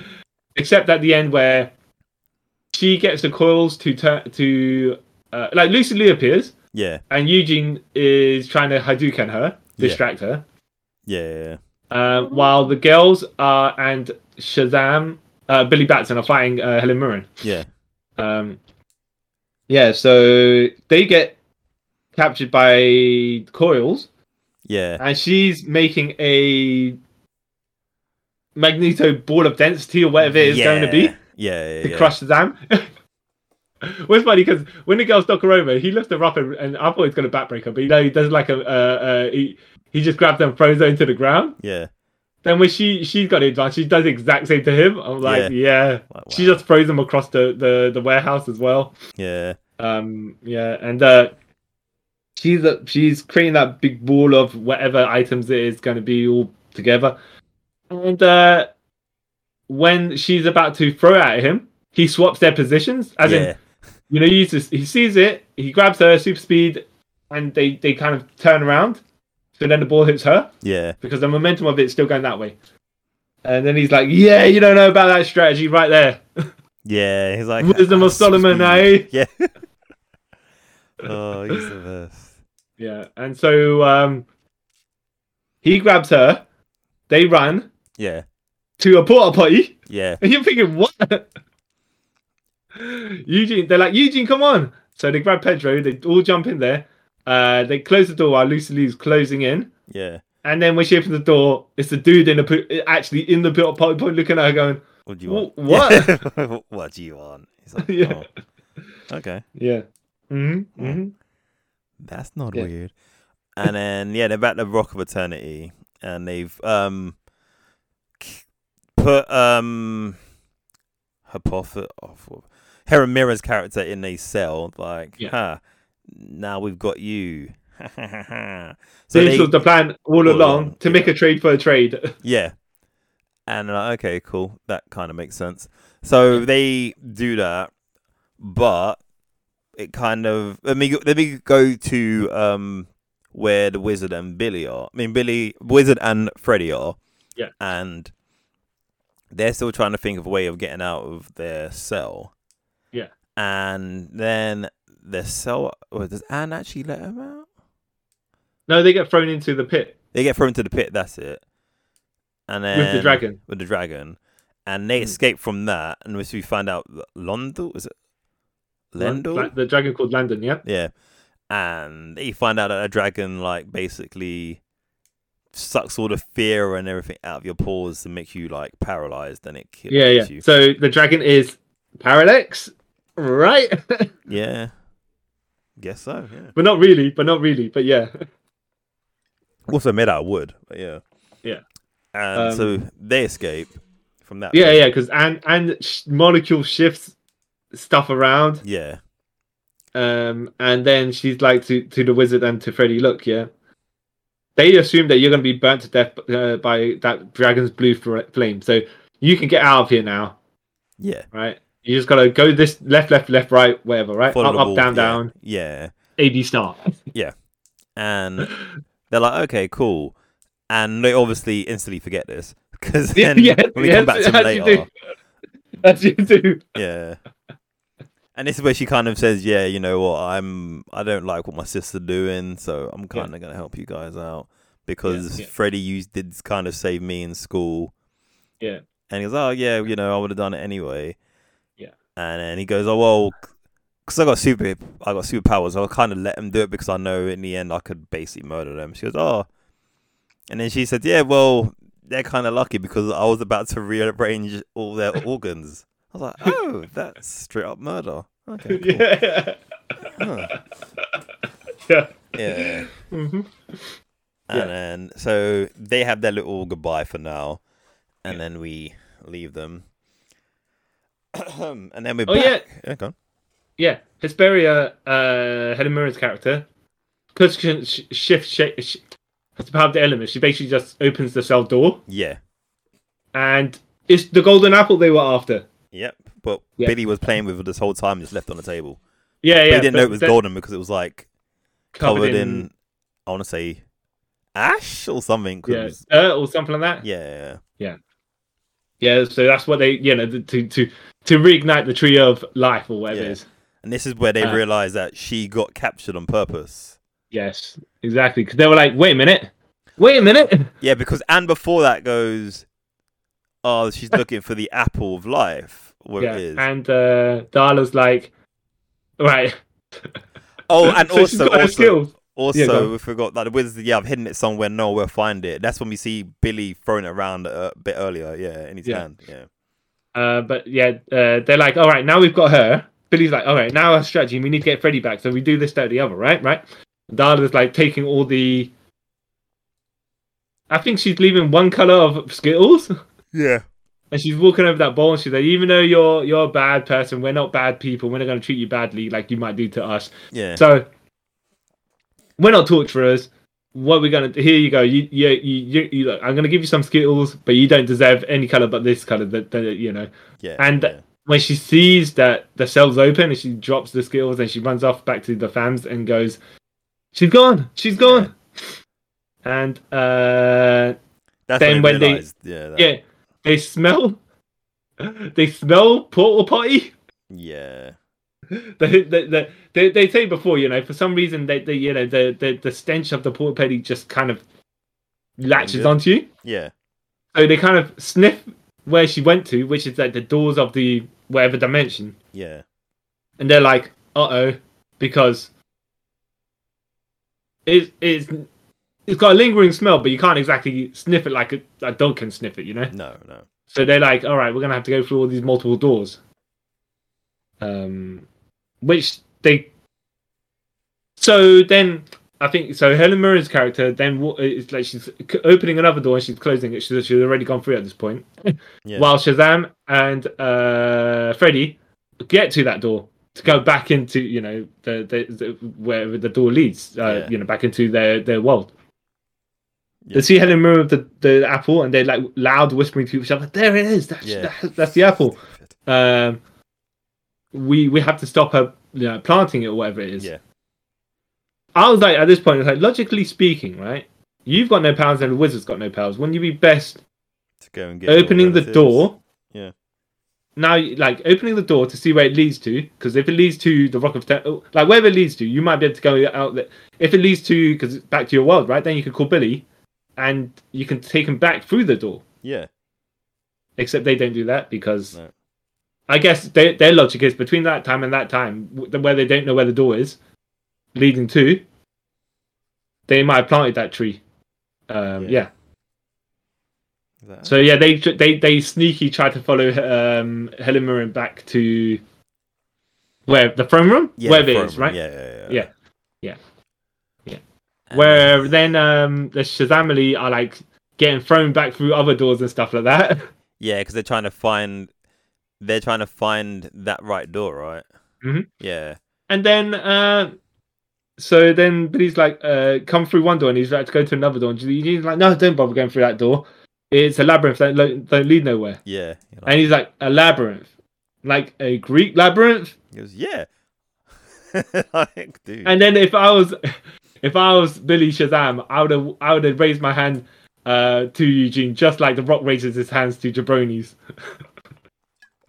Speaker 2: except at the end where she gets the coils to turn to uh, like Lucy Lee appears
Speaker 1: Yeah.
Speaker 2: and Eugene is trying to Hadouken her,
Speaker 1: Yeah.
Speaker 2: distract her.
Speaker 1: Yeah. yeah.
Speaker 2: Uh, while the girls are and Shazam, uh, Billy Batson are fighting uh, Helen Mirren.
Speaker 1: Yeah.
Speaker 2: Um, yeah, so they get captured by coils,
Speaker 1: Yeah.
Speaker 2: and she's making a magneto ball of density or whatever it is going to be
Speaker 1: Yeah. Yeah. Yeah.
Speaker 2: to
Speaker 1: yeah.
Speaker 2: crush Shazam. [laughs] Well, it's funny because when the girls knock her over, he lifts her up, and, and I thought he's going to backbreak her, but you know he does like a uh, uh, he he just grabs her and throws her into the ground.
Speaker 1: Yeah.
Speaker 2: Then when she she's got the advantage, she does the exact same to him. I'm like, yeah,
Speaker 1: Like,
Speaker 2: she
Speaker 1: wow.
Speaker 2: just throws him across the the, the warehouse as well.
Speaker 1: Yeah.
Speaker 2: Um, yeah, and uh, she's uh, she's creating that big ball of whatever items it is going to be all together. And uh, when she's about to throw at him, he swaps their positions. As in,
Speaker 1: yeah.
Speaker 2: you know, he uses he sees it, he grabs her super speed, and they they kind of turn around. So then the ball hits her
Speaker 1: Yeah.
Speaker 2: because the momentum of it is still going that way. And then he's like, "Yeah, you don't know about that strategy right there.
Speaker 1: Yeah. He's like
Speaker 2: Wisdom of
Speaker 1: "Ah,
Speaker 2: Solomon, eh?
Speaker 1: speed." Yeah. oh, he's the best.
Speaker 2: Yeah." And so um, he grabs her. They run
Speaker 1: Yeah.
Speaker 2: to a porta potty, [laughs]
Speaker 1: Yeah.
Speaker 2: and you're thinking, "What?" [laughs] Eugene, they're like, "Eugene, come on!" So they grab Pedro. They all jump in there. Uh, they close the door while Lucy Lee's closing in.
Speaker 1: Yeah.
Speaker 2: And then when she opens the door, it's the dude in the po- actually in the porta potty pot looking at her, going,
Speaker 1: What do you want?
Speaker 2: "Wh- "What?"
Speaker 1: Yeah. [laughs] what do you want? He's like,
Speaker 2: [laughs] Yeah.
Speaker 1: "Oh, okay.
Speaker 2: yeah. Mm-hmm.
Speaker 1: Yeah.
Speaker 2: Mm-hmm.
Speaker 1: That's not
Speaker 2: Yeah.
Speaker 1: weird. [laughs] And then yeah, they're back to Rock of Eternity, and they've um k- put um Hypothe- oh, f- Hera Mira's character in a cell. Like,
Speaker 2: Yeah.
Speaker 1: huh, now we've got you. [laughs] so
Speaker 2: this
Speaker 1: they,
Speaker 2: was the plan all
Speaker 1: All
Speaker 2: along,
Speaker 1: along,
Speaker 2: to make a trade for a trade. [laughs]
Speaker 1: yeah, and like, okay, cool, that kind of makes sense. So they do that, but it kind of let me go- let me go to um where the wizard and Billy are. I mean Billy, wizard and Freddy are.
Speaker 2: Yeah.
Speaker 1: And they're still trying to think of a way of getting out of their cell.
Speaker 2: Yeah.
Speaker 1: And then their cell. Well, does Anne actually let them out?
Speaker 2: no, they get thrown into the pit
Speaker 1: They get thrown to the pit. That's it. And then
Speaker 2: with the dragon.
Speaker 1: with the dragon, and they
Speaker 2: Mm.
Speaker 1: escape from that. And which we find out that Londo is it Lendl?
Speaker 2: Like the dragon called Landon, yeah?
Speaker 1: Yeah. And you find out that a dragon, like, basically sucks all the fear and everything out of your paws to make you, like, paralyzed and it kills
Speaker 2: Yeah, yeah.
Speaker 1: you.
Speaker 2: So the dragon is Parallax, right? [laughs]
Speaker 1: Yeah. Guess so, yeah.
Speaker 2: but not really, but not really,
Speaker 1: [laughs]
Speaker 2: but yeah.
Speaker 1: Also made out of wood, but yeah.
Speaker 2: Yeah.
Speaker 1: And
Speaker 2: Um,
Speaker 1: so they escape from that.
Speaker 2: Yeah,
Speaker 1: bit.
Speaker 2: yeah, because and and sh- molecule shifts stuff around.
Speaker 1: Yeah.
Speaker 2: Um, and then she's like to, to the wizard and to Freddy, look, yeah. They assume that you're going to be burnt to death uh, by that dragon's blue fl- flame. So you can get out of here now.
Speaker 1: Yeah.
Speaker 2: right? You just gotta go this left, left, left, right, whatever, right?
Speaker 1: Follow the
Speaker 2: up,
Speaker 1: wall,
Speaker 2: up, down,
Speaker 1: yeah,
Speaker 2: down,
Speaker 1: Yeah.
Speaker 2: AD start. [laughs]
Speaker 1: And they're like, okay, cool. And they obviously instantly forget this [laughs] because [laughs]
Speaker 2: Yeah,
Speaker 1: then
Speaker 2: [laughs] yeah,
Speaker 1: when we
Speaker 2: yes,
Speaker 1: come back to them
Speaker 2: as you
Speaker 1: later,
Speaker 2: [laughs] do. As you do. [laughs]
Speaker 1: yeah. And this is where she kind of says, "Yeah, you know what? I'm I don't like what my sister's doing, so I'm
Speaker 2: Yeah.
Speaker 1: kind of gonna help you guys out because
Speaker 2: yeah.
Speaker 1: Freddie used did kind of save me in school."
Speaker 2: Yeah.
Speaker 1: And he goes, "Oh yeah, you know I would have done it anyway."
Speaker 2: Yeah.
Speaker 1: And then he goes, "Oh well, because I got super I got superpowers, I'll kind of let him do it because I know in the end I could basically murder them." She goes, "Oh," and then she said, "Yeah, well." They're kind of lucky because I was about to rearrange all their
Speaker 2: [laughs]
Speaker 1: organs. I was like, oh, that's straight up murder. Okay. Cool.
Speaker 2: [laughs] Yeah.
Speaker 1: Huh.
Speaker 2: yeah.
Speaker 1: Yeah.
Speaker 2: hmm
Speaker 1: And
Speaker 2: Yeah.
Speaker 1: then, so they have their little goodbye for now. And
Speaker 2: Yeah.
Speaker 1: then we leave them. [clears throat] and then we're
Speaker 2: Oh,
Speaker 1: back.
Speaker 2: yeah.
Speaker 1: go on.
Speaker 2: Yeah. Hesperia, uh, Helen Mirren's character, because she can sh- shift, shape, sh- has the power of the element. She basically just opens the cell door,
Speaker 1: Yeah.
Speaker 2: and it's the golden apple they were after.
Speaker 1: Yep. But
Speaker 2: Yeah.
Speaker 1: Billy was playing with it this whole time, just left on the table.
Speaker 2: Yeah,
Speaker 1: But
Speaker 2: yeah.
Speaker 1: he didn't
Speaker 2: but
Speaker 1: know it was
Speaker 2: they're
Speaker 1: golden because it was like covered, in, I want to say, ash or something. 'cause it
Speaker 2: yeah,
Speaker 1: was-
Speaker 2: dirt or something like that.
Speaker 1: yeah.
Speaker 2: Yeah, so that's what they, you know, th- to to to reignite the tree of life or whatever
Speaker 1: Yeah.
Speaker 2: it is.
Speaker 1: And this is where they
Speaker 2: Uh,
Speaker 1: realize that she got captured on purpose.
Speaker 2: Yes, exactly. Because they were like, wait a minute, wait a minute.
Speaker 1: Yeah, because and before that goes, oh,
Speaker 2: [laughs]
Speaker 1: she's looking for the apple of life. Where
Speaker 2: Yeah,
Speaker 1: it is.
Speaker 2: and uh, Darla's like, right.
Speaker 1: oh, and
Speaker 2: [laughs] So she's
Speaker 1: also,
Speaker 2: got her
Speaker 1: also,
Speaker 2: skills.
Speaker 1: also,
Speaker 2: Yeah, go on.
Speaker 1: we forgot that the wizard. Yeah, I've hidden it somewhere. No, we'll find it. That's when we see Billy throwing it around a bit earlier. Yeah, in his
Speaker 2: Yeah.
Speaker 1: hand. Yeah,
Speaker 2: Uh, but yeah, uh, they're like, all right, now we've got her. Billy's like, all right, now our strategy, we need to get Freddy back. So we do this, that, or the other, right? Right. Darla's like taking all the. I think she's leaving one color of Skittles.
Speaker 1: yeah,
Speaker 2: And she's walking over that bowl and she's like, even though you're you're a bad person, we're not bad people, we're not gonna treat you badly like you might do to us.
Speaker 1: [laughs] yeah,
Speaker 2: So we're not torturers. What we're gonna here you go. You you you, you, you look, I'm gonna give you some skittles, but you don't deserve any color but this color. That, that you know.
Speaker 1: yeah.
Speaker 2: and-
Speaker 1: yeah.
Speaker 2: when she sees that the cell's open and she drops the skills and she runs off back to the fams and goes, "She's gone. She's gone." And uh,
Speaker 1: That's
Speaker 2: Then
Speaker 1: when, I
Speaker 2: when they-
Speaker 1: realised. yeah, that-
Speaker 2: yeah, they smell. [laughs] They smell portal potty.
Speaker 1: yeah,
Speaker 2: They, they, they, they, they say before, you know, for some reason, they, they you know, the, the the stench of the portal potty just kind of latches
Speaker 1: Lingers.
Speaker 2: onto you.
Speaker 1: yeah,
Speaker 2: So they kind of sniff where she went to, which is like the doors of the whatever dimension.
Speaker 1: yeah.
Speaker 2: and they're like, "Uh oh," because it, it's it's got a lingering smell, but you can't exactly sniff it like a, a dog can sniff it, you know.
Speaker 1: No, no.
Speaker 2: So they're like, "All right, we're gonna have to go through all these multiple doors," um, which they. So then, I think so. Helen Mirren's character then wa- it's like she's c- opening another door and she's closing it. She's, she's already gone through at this point.
Speaker 1: Yeah.
Speaker 2: While Shazam and uh, Freddy get to that door to go back into you know the, the, the wherever the door leads, uh,
Speaker 1: Yeah.
Speaker 2: you know, back into their their world.
Speaker 1: Yeah.
Speaker 2: They see Helen Mirren with the, the apple, and they're like loud whispering to each other. There it is. That's
Speaker 1: Yeah.
Speaker 2: that, that's the apple. Um, we we have to stop her you know, planting it or whatever it is.
Speaker 1: Yeah.
Speaker 2: I was like at this point, it's like logically speaking, right? You've got no powers, and the wizard's got no powers. Wouldn't you be best
Speaker 1: To go and get your
Speaker 2: opening the
Speaker 1: relatives.
Speaker 2: door.
Speaker 1: Yeah.
Speaker 2: Now, like opening the door to see where it leads to, because if it leads to the Rock of Ten, oh, like wherever it leads to, you might be able to go out there. If it leads to, because it's back to your world, right? Then you can call Billy, and you can take him back through the door.
Speaker 1: Yeah,
Speaker 2: Except they don't do that because,
Speaker 1: No.
Speaker 2: I guess they, their logic is between that time and that time, w- where they don't know where the door is, leading to. They might have planted that tree. Um,
Speaker 1: Yeah.
Speaker 2: yeah.
Speaker 1: That-
Speaker 2: So yeah, they they they sneaky try to follow um, Helen Mirren back to where the throne room,
Speaker 1: yeah,
Speaker 2: where it
Speaker 1: from-
Speaker 2: is, right?
Speaker 1: Yeah, yeah, yeah.
Speaker 2: Yeah. Yeah. Yeah.
Speaker 1: And-
Speaker 2: Where then um, the Shazamily are like getting thrown back through other doors and stuff like that. [laughs]
Speaker 1: Yeah, because they're trying to find, they're trying to find that right door, right?
Speaker 2: Mhm.
Speaker 1: Yeah,
Speaker 2: And then uh, so then Billy's like, uh, come through one door, and he's like to go to another door. And he's like, no, don't bother going through that door. It's a labyrinth. Don't, don't lead nowhere.
Speaker 1: yeah. You're like-
Speaker 2: And he's like, a labyrinth, like a Greek labyrinth.
Speaker 1: It was yeah. [laughs] like, dude.
Speaker 2: And then if I was, [laughs] if I was Billy Shazam, I would have, I would have raised my hand uh, to Eugene, just like the Rock raises his hands to jabronis.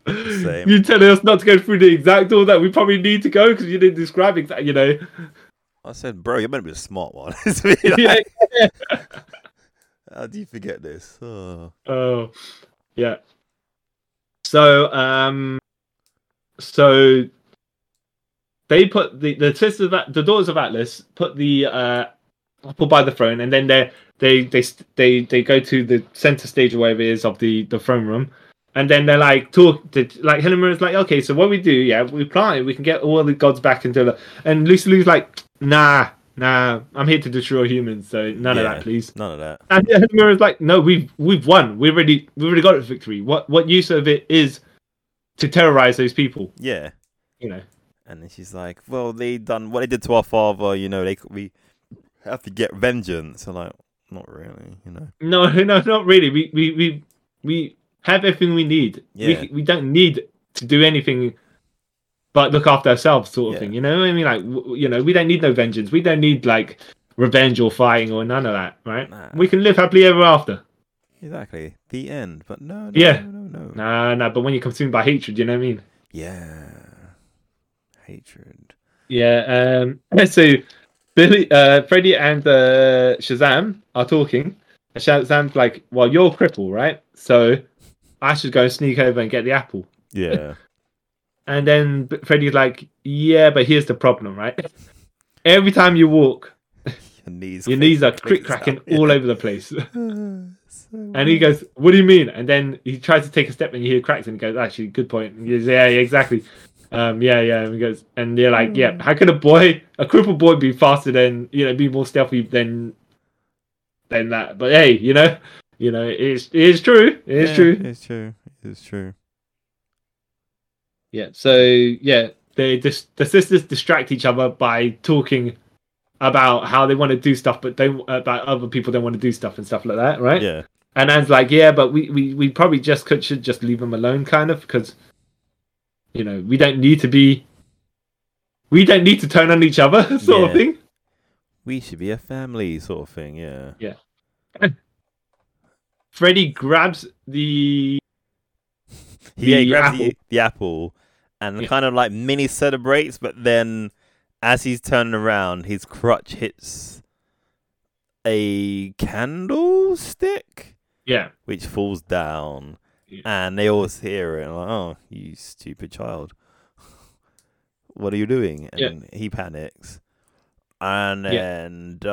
Speaker 1: Same.
Speaker 2: You telling us not to go through the exact door that we probably need to go because you didn't describe exact, you know. [laughs]
Speaker 1: I said, bro, you're meant to be a smart one. [laughs] It's really like,
Speaker 2: Yeah.
Speaker 1: How do you forget this? Oh.
Speaker 2: Oh, yeah. So, um, so they put the the sisters of At- the daughters of Atlas put the uh apple by the throne, and then they they they st- they they go to the center stage or whatever it is of the the throne room, and then they're like talk to, like Hilmer is like, okay, so what we do? Yeah, we plan. We can get all the gods back into the and Lucy Lou's like, nah, nah, I'm here to destroy humans, so none of
Speaker 1: Yeah.
Speaker 2: that, please.
Speaker 1: None of that.
Speaker 2: And yeah, [laughs] Mira's like, no, we've we've won. We've already we've already got a victory. What what use of it is to terrorize those people?
Speaker 1: Yeah.
Speaker 2: You know. [laughs]
Speaker 1: And then she's like, well, they done what they did to our father. You know, they we have to get vengeance. I'm like, not really. You know.
Speaker 2: No, no, not really. We we we we have everything we need.
Speaker 1: Yeah.
Speaker 2: We we don't need to do anything but look after ourselves, sort of
Speaker 1: Yeah.
Speaker 2: thing. You know what I mean? Like w- you know, we don't need no vengeance. We don't need like revenge or fighting or none of that, right?
Speaker 1: Nah.
Speaker 2: We can live happily ever after.
Speaker 1: Exactly. The end. But no. no
Speaker 2: Yeah.
Speaker 1: No. No. no.
Speaker 2: Nah, nah. But when you're consumed by hatred, you know what I mean?
Speaker 1: Yeah. Hatred.
Speaker 2: Yeah. Um, [laughs] so Billy, uh, Freddy, and uh, Shazam are talking. And Shazam's like, "Well, you're a cripple, right? So I should go and sneak over and get the apple."
Speaker 1: Yeah.
Speaker 2: And then B- Freddy's like, "Yeah, but here's the problem, right? [laughs] Every time you walk,
Speaker 1: [laughs] Your knees.
Speaker 2: your knees are crick
Speaker 1: creaks out,
Speaker 2: cracking
Speaker 1: yeah.
Speaker 2: all over the place."
Speaker 1: [laughs]
Speaker 2: [laughs]
Speaker 1: So
Speaker 2: And he
Speaker 1: weird.
Speaker 2: goes, "What do you mean?" And then he tries to take a step, and you hear cracks, and he goes, "Actually, good point." And he goes, "Yeah, yeah, exactly." Um, yeah, yeah. And he goes, and they're like, "Yeah, how could a boy, a crippled boy, be faster than you know, be more stealthy than than that?" But hey, you know, you know, it's it's true, it's
Speaker 1: Yeah,
Speaker 2: true.
Speaker 1: It's true. It's true.
Speaker 2: Yeah. So yeah, they just the sisters distract each other by talking about how they want to do stuff, but don't about other people don't want to do stuff and stuff like that, right?
Speaker 1: Yeah.
Speaker 2: And Anne's like, yeah, but we, we, we probably just could should just leave him alone, kind of, because you know, we don't need to be, we don't need to turn on each other, [laughs] sort
Speaker 1: Yeah.
Speaker 2: of thing.
Speaker 1: We should be a family sort of thing, yeah.
Speaker 2: Freddy grabs the
Speaker 1: He yeah, he
Speaker 2: The
Speaker 1: grabs
Speaker 2: apple.
Speaker 1: The, the apple and
Speaker 2: Yeah.
Speaker 1: kind of like mini celebrates, but then as he's turning around, his crutch hits a candlestick,
Speaker 2: yeah,
Speaker 1: which falls down,
Speaker 2: Yeah.
Speaker 1: and they all hear it. And like, oh, you stupid child! [laughs] What are you doing?
Speaker 2: Yeah.
Speaker 1: And he panics, and
Speaker 2: Yeah.
Speaker 1: then
Speaker 2: They-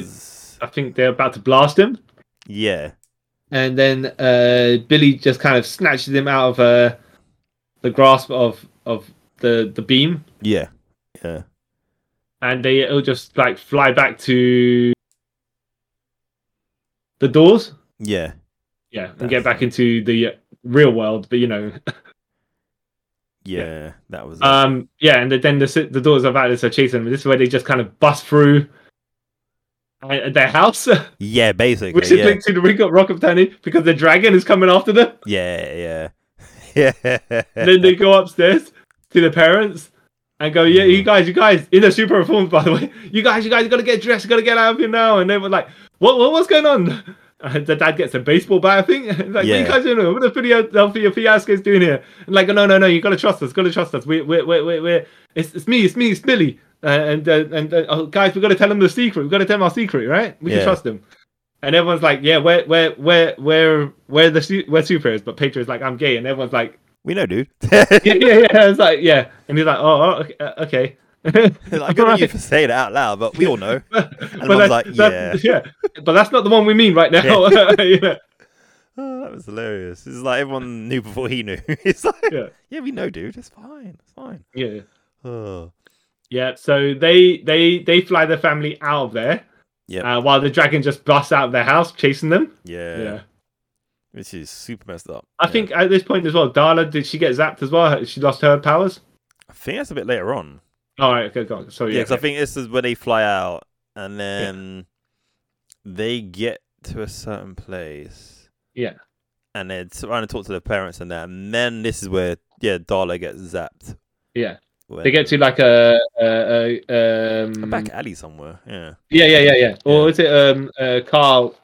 Speaker 1: does
Speaker 2: I think they're about to blast him,
Speaker 1: yeah,
Speaker 2: and then uh, Billy just kind of snatches him out of uh, the grasp of of the the beam,
Speaker 1: yeah, yeah,
Speaker 2: and they will just like fly back to the doors,
Speaker 1: yeah,
Speaker 2: yeah, and
Speaker 1: That's-
Speaker 2: get back into the real world. But you know,
Speaker 1: yeah. That was it.
Speaker 2: um, yeah, and then the si- the doors of Atlas are chasing them. This is where they just kind of bust through. uh, Their house, [laughs]
Speaker 1: yeah, basically.
Speaker 2: which is
Speaker 1: yeah.
Speaker 2: linked to the Ring of Rock of Danny, because the dragon is coming after them.
Speaker 1: Yeah, yeah. [laughs] Yeah.
Speaker 2: [laughs] And then they go upstairs to the parents and go, Yeah,
Speaker 1: Mm.
Speaker 2: you guys, you guys, in a super reformed, by the way, [laughs] you guys, you guys gotta get dressed, gotta get out of here now. And they were like, What, what what's going on? [laughs] And the dad gets a baseball bat, I think. [laughs] He's like,
Speaker 1: Yeah.
Speaker 2: what are you guys doing? What the Philadelphia fiasco is doing here? And like, no, no, no, you gotta trust us, gotta trust us. We, we, we, we, we it's, it's me, it's me, it's Billy. Uh, and uh, and uh, oh, guys, we gotta tell them the secret. We gotta tell them our secret, right? We
Speaker 1: Yeah.
Speaker 2: can trust them. And everyone's like, yeah, where, where, where, where, where the su- where super is, but Pedro's like, I'm gay, and everyone's like,
Speaker 1: we know, dude. [laughs]
Speaker 2: yeah, yeah, yeah. I was like, yeah, and he's like, oh, oh, okay, uh, okay. [laughs]
Speaker 1: like, good on you for saying it out loud, but we all know.
Speaker 2: but
Speaker 1: mum's
Speaker 2: that-
Speaker 1: like,
Speaker 2: that- [laughs] but that's not the one we mean right now. [laughs] Yeah.
Speaker 1: Oh, that was hilarious. It's like everyone knew before he knew. [laughs] It's like, yeah,
Speaker 2: Yeah.
Speaker 1: we know, dude. It's fine. It's fine.
Speaker 2: yeah,
Speaker 1: Oh.
Speaker 2: yeah. So they they they fly the family out of there,
Speaker 1: Yep.
Speaker 2: uh, while the dragon just busts out of their house chasing them.
Speaker 1: Yeah.
Speaker 2: Yeah,
Speaker 1: Which is super messed up.
Speaker 2: I
Speaker 1: Yeah.
Speaker 2: think at this point as well, Darla did she get zapped as well? She lost her powers.
Speaker 1: I think that's a bit later on.
Speaker 2: All right, okay, go on. Sorry,
Speaker 1: Yeah,
Speaker 2: Oh, yeah,
Speaker 1: because I think this is where they fly out and then they get to a certain place.
Speaker 2: Yeah.
Speaker 1: And they're trying to talk to their parents and that. And then this is where, yeah, Darla gets zapped.
Speaker 2: Yeah.
Speaker 1: When-
Speaker 2: they get to like a, a, a
Speaker 1: A
Speaker 2: um,
Speaker 1: back alley somewhere. Yeah.
Speaker 2: yeah, yeah, yeah, yeah. Or
Speaker 1: Yeah.
Speaker 2: is it um uh, Carl?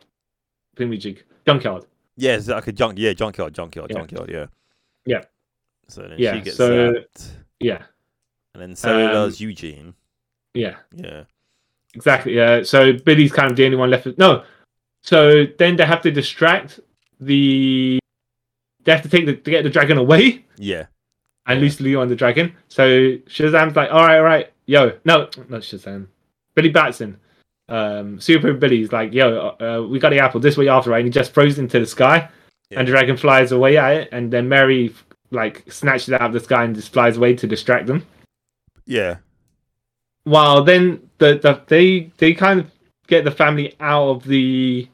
Speaker 2: Pin me jig. Junkyard.
Speaker 1: Yeah, it's like a junk. Yeah, junkyard, junkyard,
Speaker 2: Yeah.
Speaker 1: junkyard. Yeah.
Speaker 2: Yeah.
Speaker 1: So then she
Speaker 2: Yeah,
Speaker 1: gets
Speaker 2: so-
Speaker 1: zapped,
Speaker 2: Yeah,
Speaker 1: and then so
Speaker 2: Um,
Speaker 1: does Eugene.
Speaker 2: yeah.
Speaker 1: Yeah.
Speaker 2: Exactly. Yeah. So Billy's kind of the only one left. with- No. So then they have to distract the. They have to take the to get the dragon away
Speaker 1: Yeah.
Speaker 2: and
Speaker 1: Yeah.
Speaker 2: loose Leo on the dragon. So Shazam's like, all right, all right, yo, no, not Shazam, Billy Batson, um, Super Billy's like, yo, uh, we got the apple this way after, right? And he just throws it into the sky,
Speaker 1: Yeah.
Speaker 2: and the dragon flies away at it, and then Mary like snatches it out of the sky and just flies away to distract them.
Speaker 1: Yeah.
Speaker 2: Well, then the, the they they kind of get the family out of the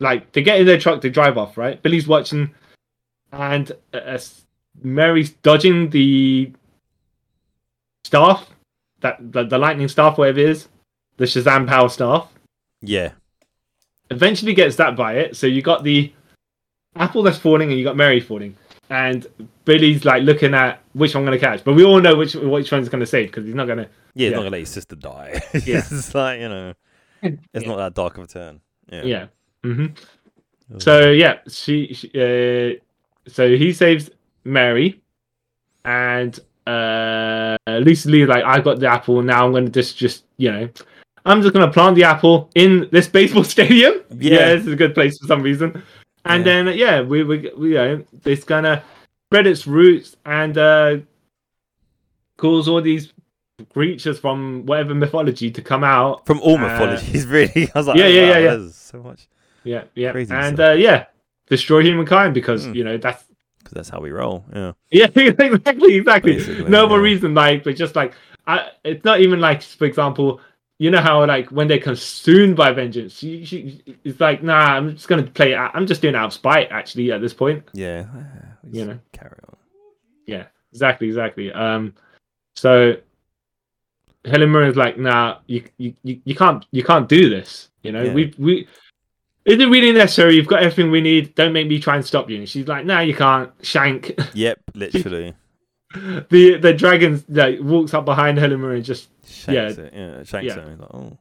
Speaker 2: like they get in their truck to drive off right billy's watching and uh, uh, mary's dodging the staff that the, the lightning staff whatever it is the shazam power staff
Speaker 1: Yeah.
Speaker 2: eventually gets that by it so you got the apple that's falling and you got mary falling and billy's like looking at which one i'm going to catch but we all know which which one's going to save because he's not going to
Speaker 1: Yeah. He's
Speaker 2: Yeah.
Speaker 1: not gonna let his sister die. [laughs] it's like you
Speaker 2: [laughs]
Speaker 1: know, it's not that dark of a turn. Yeah.
Speaker 2: yeah hmm
Speaker 1: Oh.
Speaker 2: So yeah, she, she uh, so he saves Mary, and uh, Lucy Lee like I got the apple now. I'm gonna just just you know, I'm just gonna plant the apple in this [laughs] baseball stadium.
Speaker 1: Yeah.
Speaker 2: this is a good place for some reason. And
Speaker 1: Yeah.
Speaker 2: then uh, yeah, we we we you know it's gonna spread its roots and uh, cause all these creatures from whatever mythology to come out.
Speaker 1: From all
Speaker 2: Uh,
Speaker 1: mythologies, [laughs] really. I was like,
Speaker 2: yeah,
Speaker 1: oh,
Speaker 2: yeah,
Speaker 1: wow,
Speaker 2: yeah, yeah.
Speaker 1: There's so much
Speaker 2: Yeah, yeah,
Speaker 1: Crazy
Speaker 2: and
Speaker 1: stuff.
Speaker 2: uh, yeah, destroy humankind because
Speaker 1: Hmm.
Speaker 2: you know that's
Speaker 1: because that's how we roll. Yeah.
Speaker 2: Yeah, [laughs] exactly, exactly.
Speaker 1: Basically,
Speaker 2: no more
Speaker 1: yeah.
Speaker 2: reason, like, but just like, I, it's not even like, for example, you know how like when they're consumed by vengeance, you, you- it's like, nah, I'm just gonna play it. out- I'm just doing it out of spite, actually, at this point.
Speaker 1: Yeah.
Speaker 2: You
Speaker 1: Ah, Just
Speaker 2: know.
Speaker 1: Carry on.
Speaker 2: Exactly, exactly. Um, so Helen Mirren's like, nah, you, you, you you can't, you can't do this. You know,
Speaker 1: Yeah.
Speaker 2: we, we. Is it really necessary? You've got [laughs] everything we need. Don't make me try and stop you. And she's like, "No, you can't." Shank.
Speaker 1: Yep. Literally.
Speaker 2: the the dragon like walks up behind Helimer and just
Speaker 1: Shanks it. Yeah, shanks
Speaker 2: Yeah.
Speaker 1: it. He's like, oh.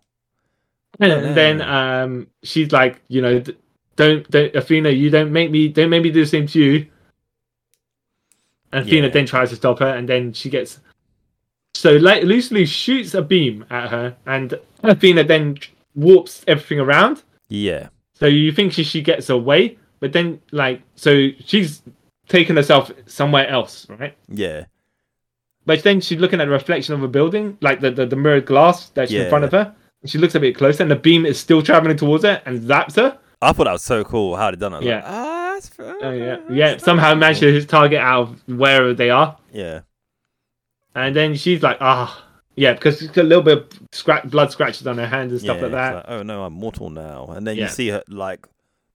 Speaker 2: and
Speaker 1: Yeah.
Speaker 2: then um she's like you know d- don't don't Athena you don't make me don't make me do the same to you. And Athena
Speaker 1: Yeah.
Speaker 2: then tries to stop her and then she gets so like loosely shoots a beam at her and Athena then warps everything around.
Speaker 1: Yeah.
Speaker 2: So you think she, she gets away, but then like so she's taken herself somewhere else, right?
Speaker 1: Yeah.
Speaker 2: But then she's looking at a reflection of a building, like the, the, the mirrored glass that's in
Speaker 1: Yeah.
Speaker 2: front of her. And she looks a bit closer, and the beam is still traveling towards her and zaps her.
Speaker 1: I thought that was so cool how they done it. I was
Speaker 2: Yeah.
Speaker 1: Like, ah, that's fair.
Speaker 2: Oh, yeah, yeah. Somehow managed to hit his target out of wherever they are,
Speaker 1: Yeah.
Speaker 2: and then she's like, ah, yeah, because she's got a little bit of scratch, blood scratches on her hand and stuff
Speaker 1: yeah,
Speaker 2: like
Speaker 1: it's
Speaker 2: that.
Speaker 1: like, oh no, I'm mortal now. And then
Speaker 2: Yeah.
Speaker 1: you see her like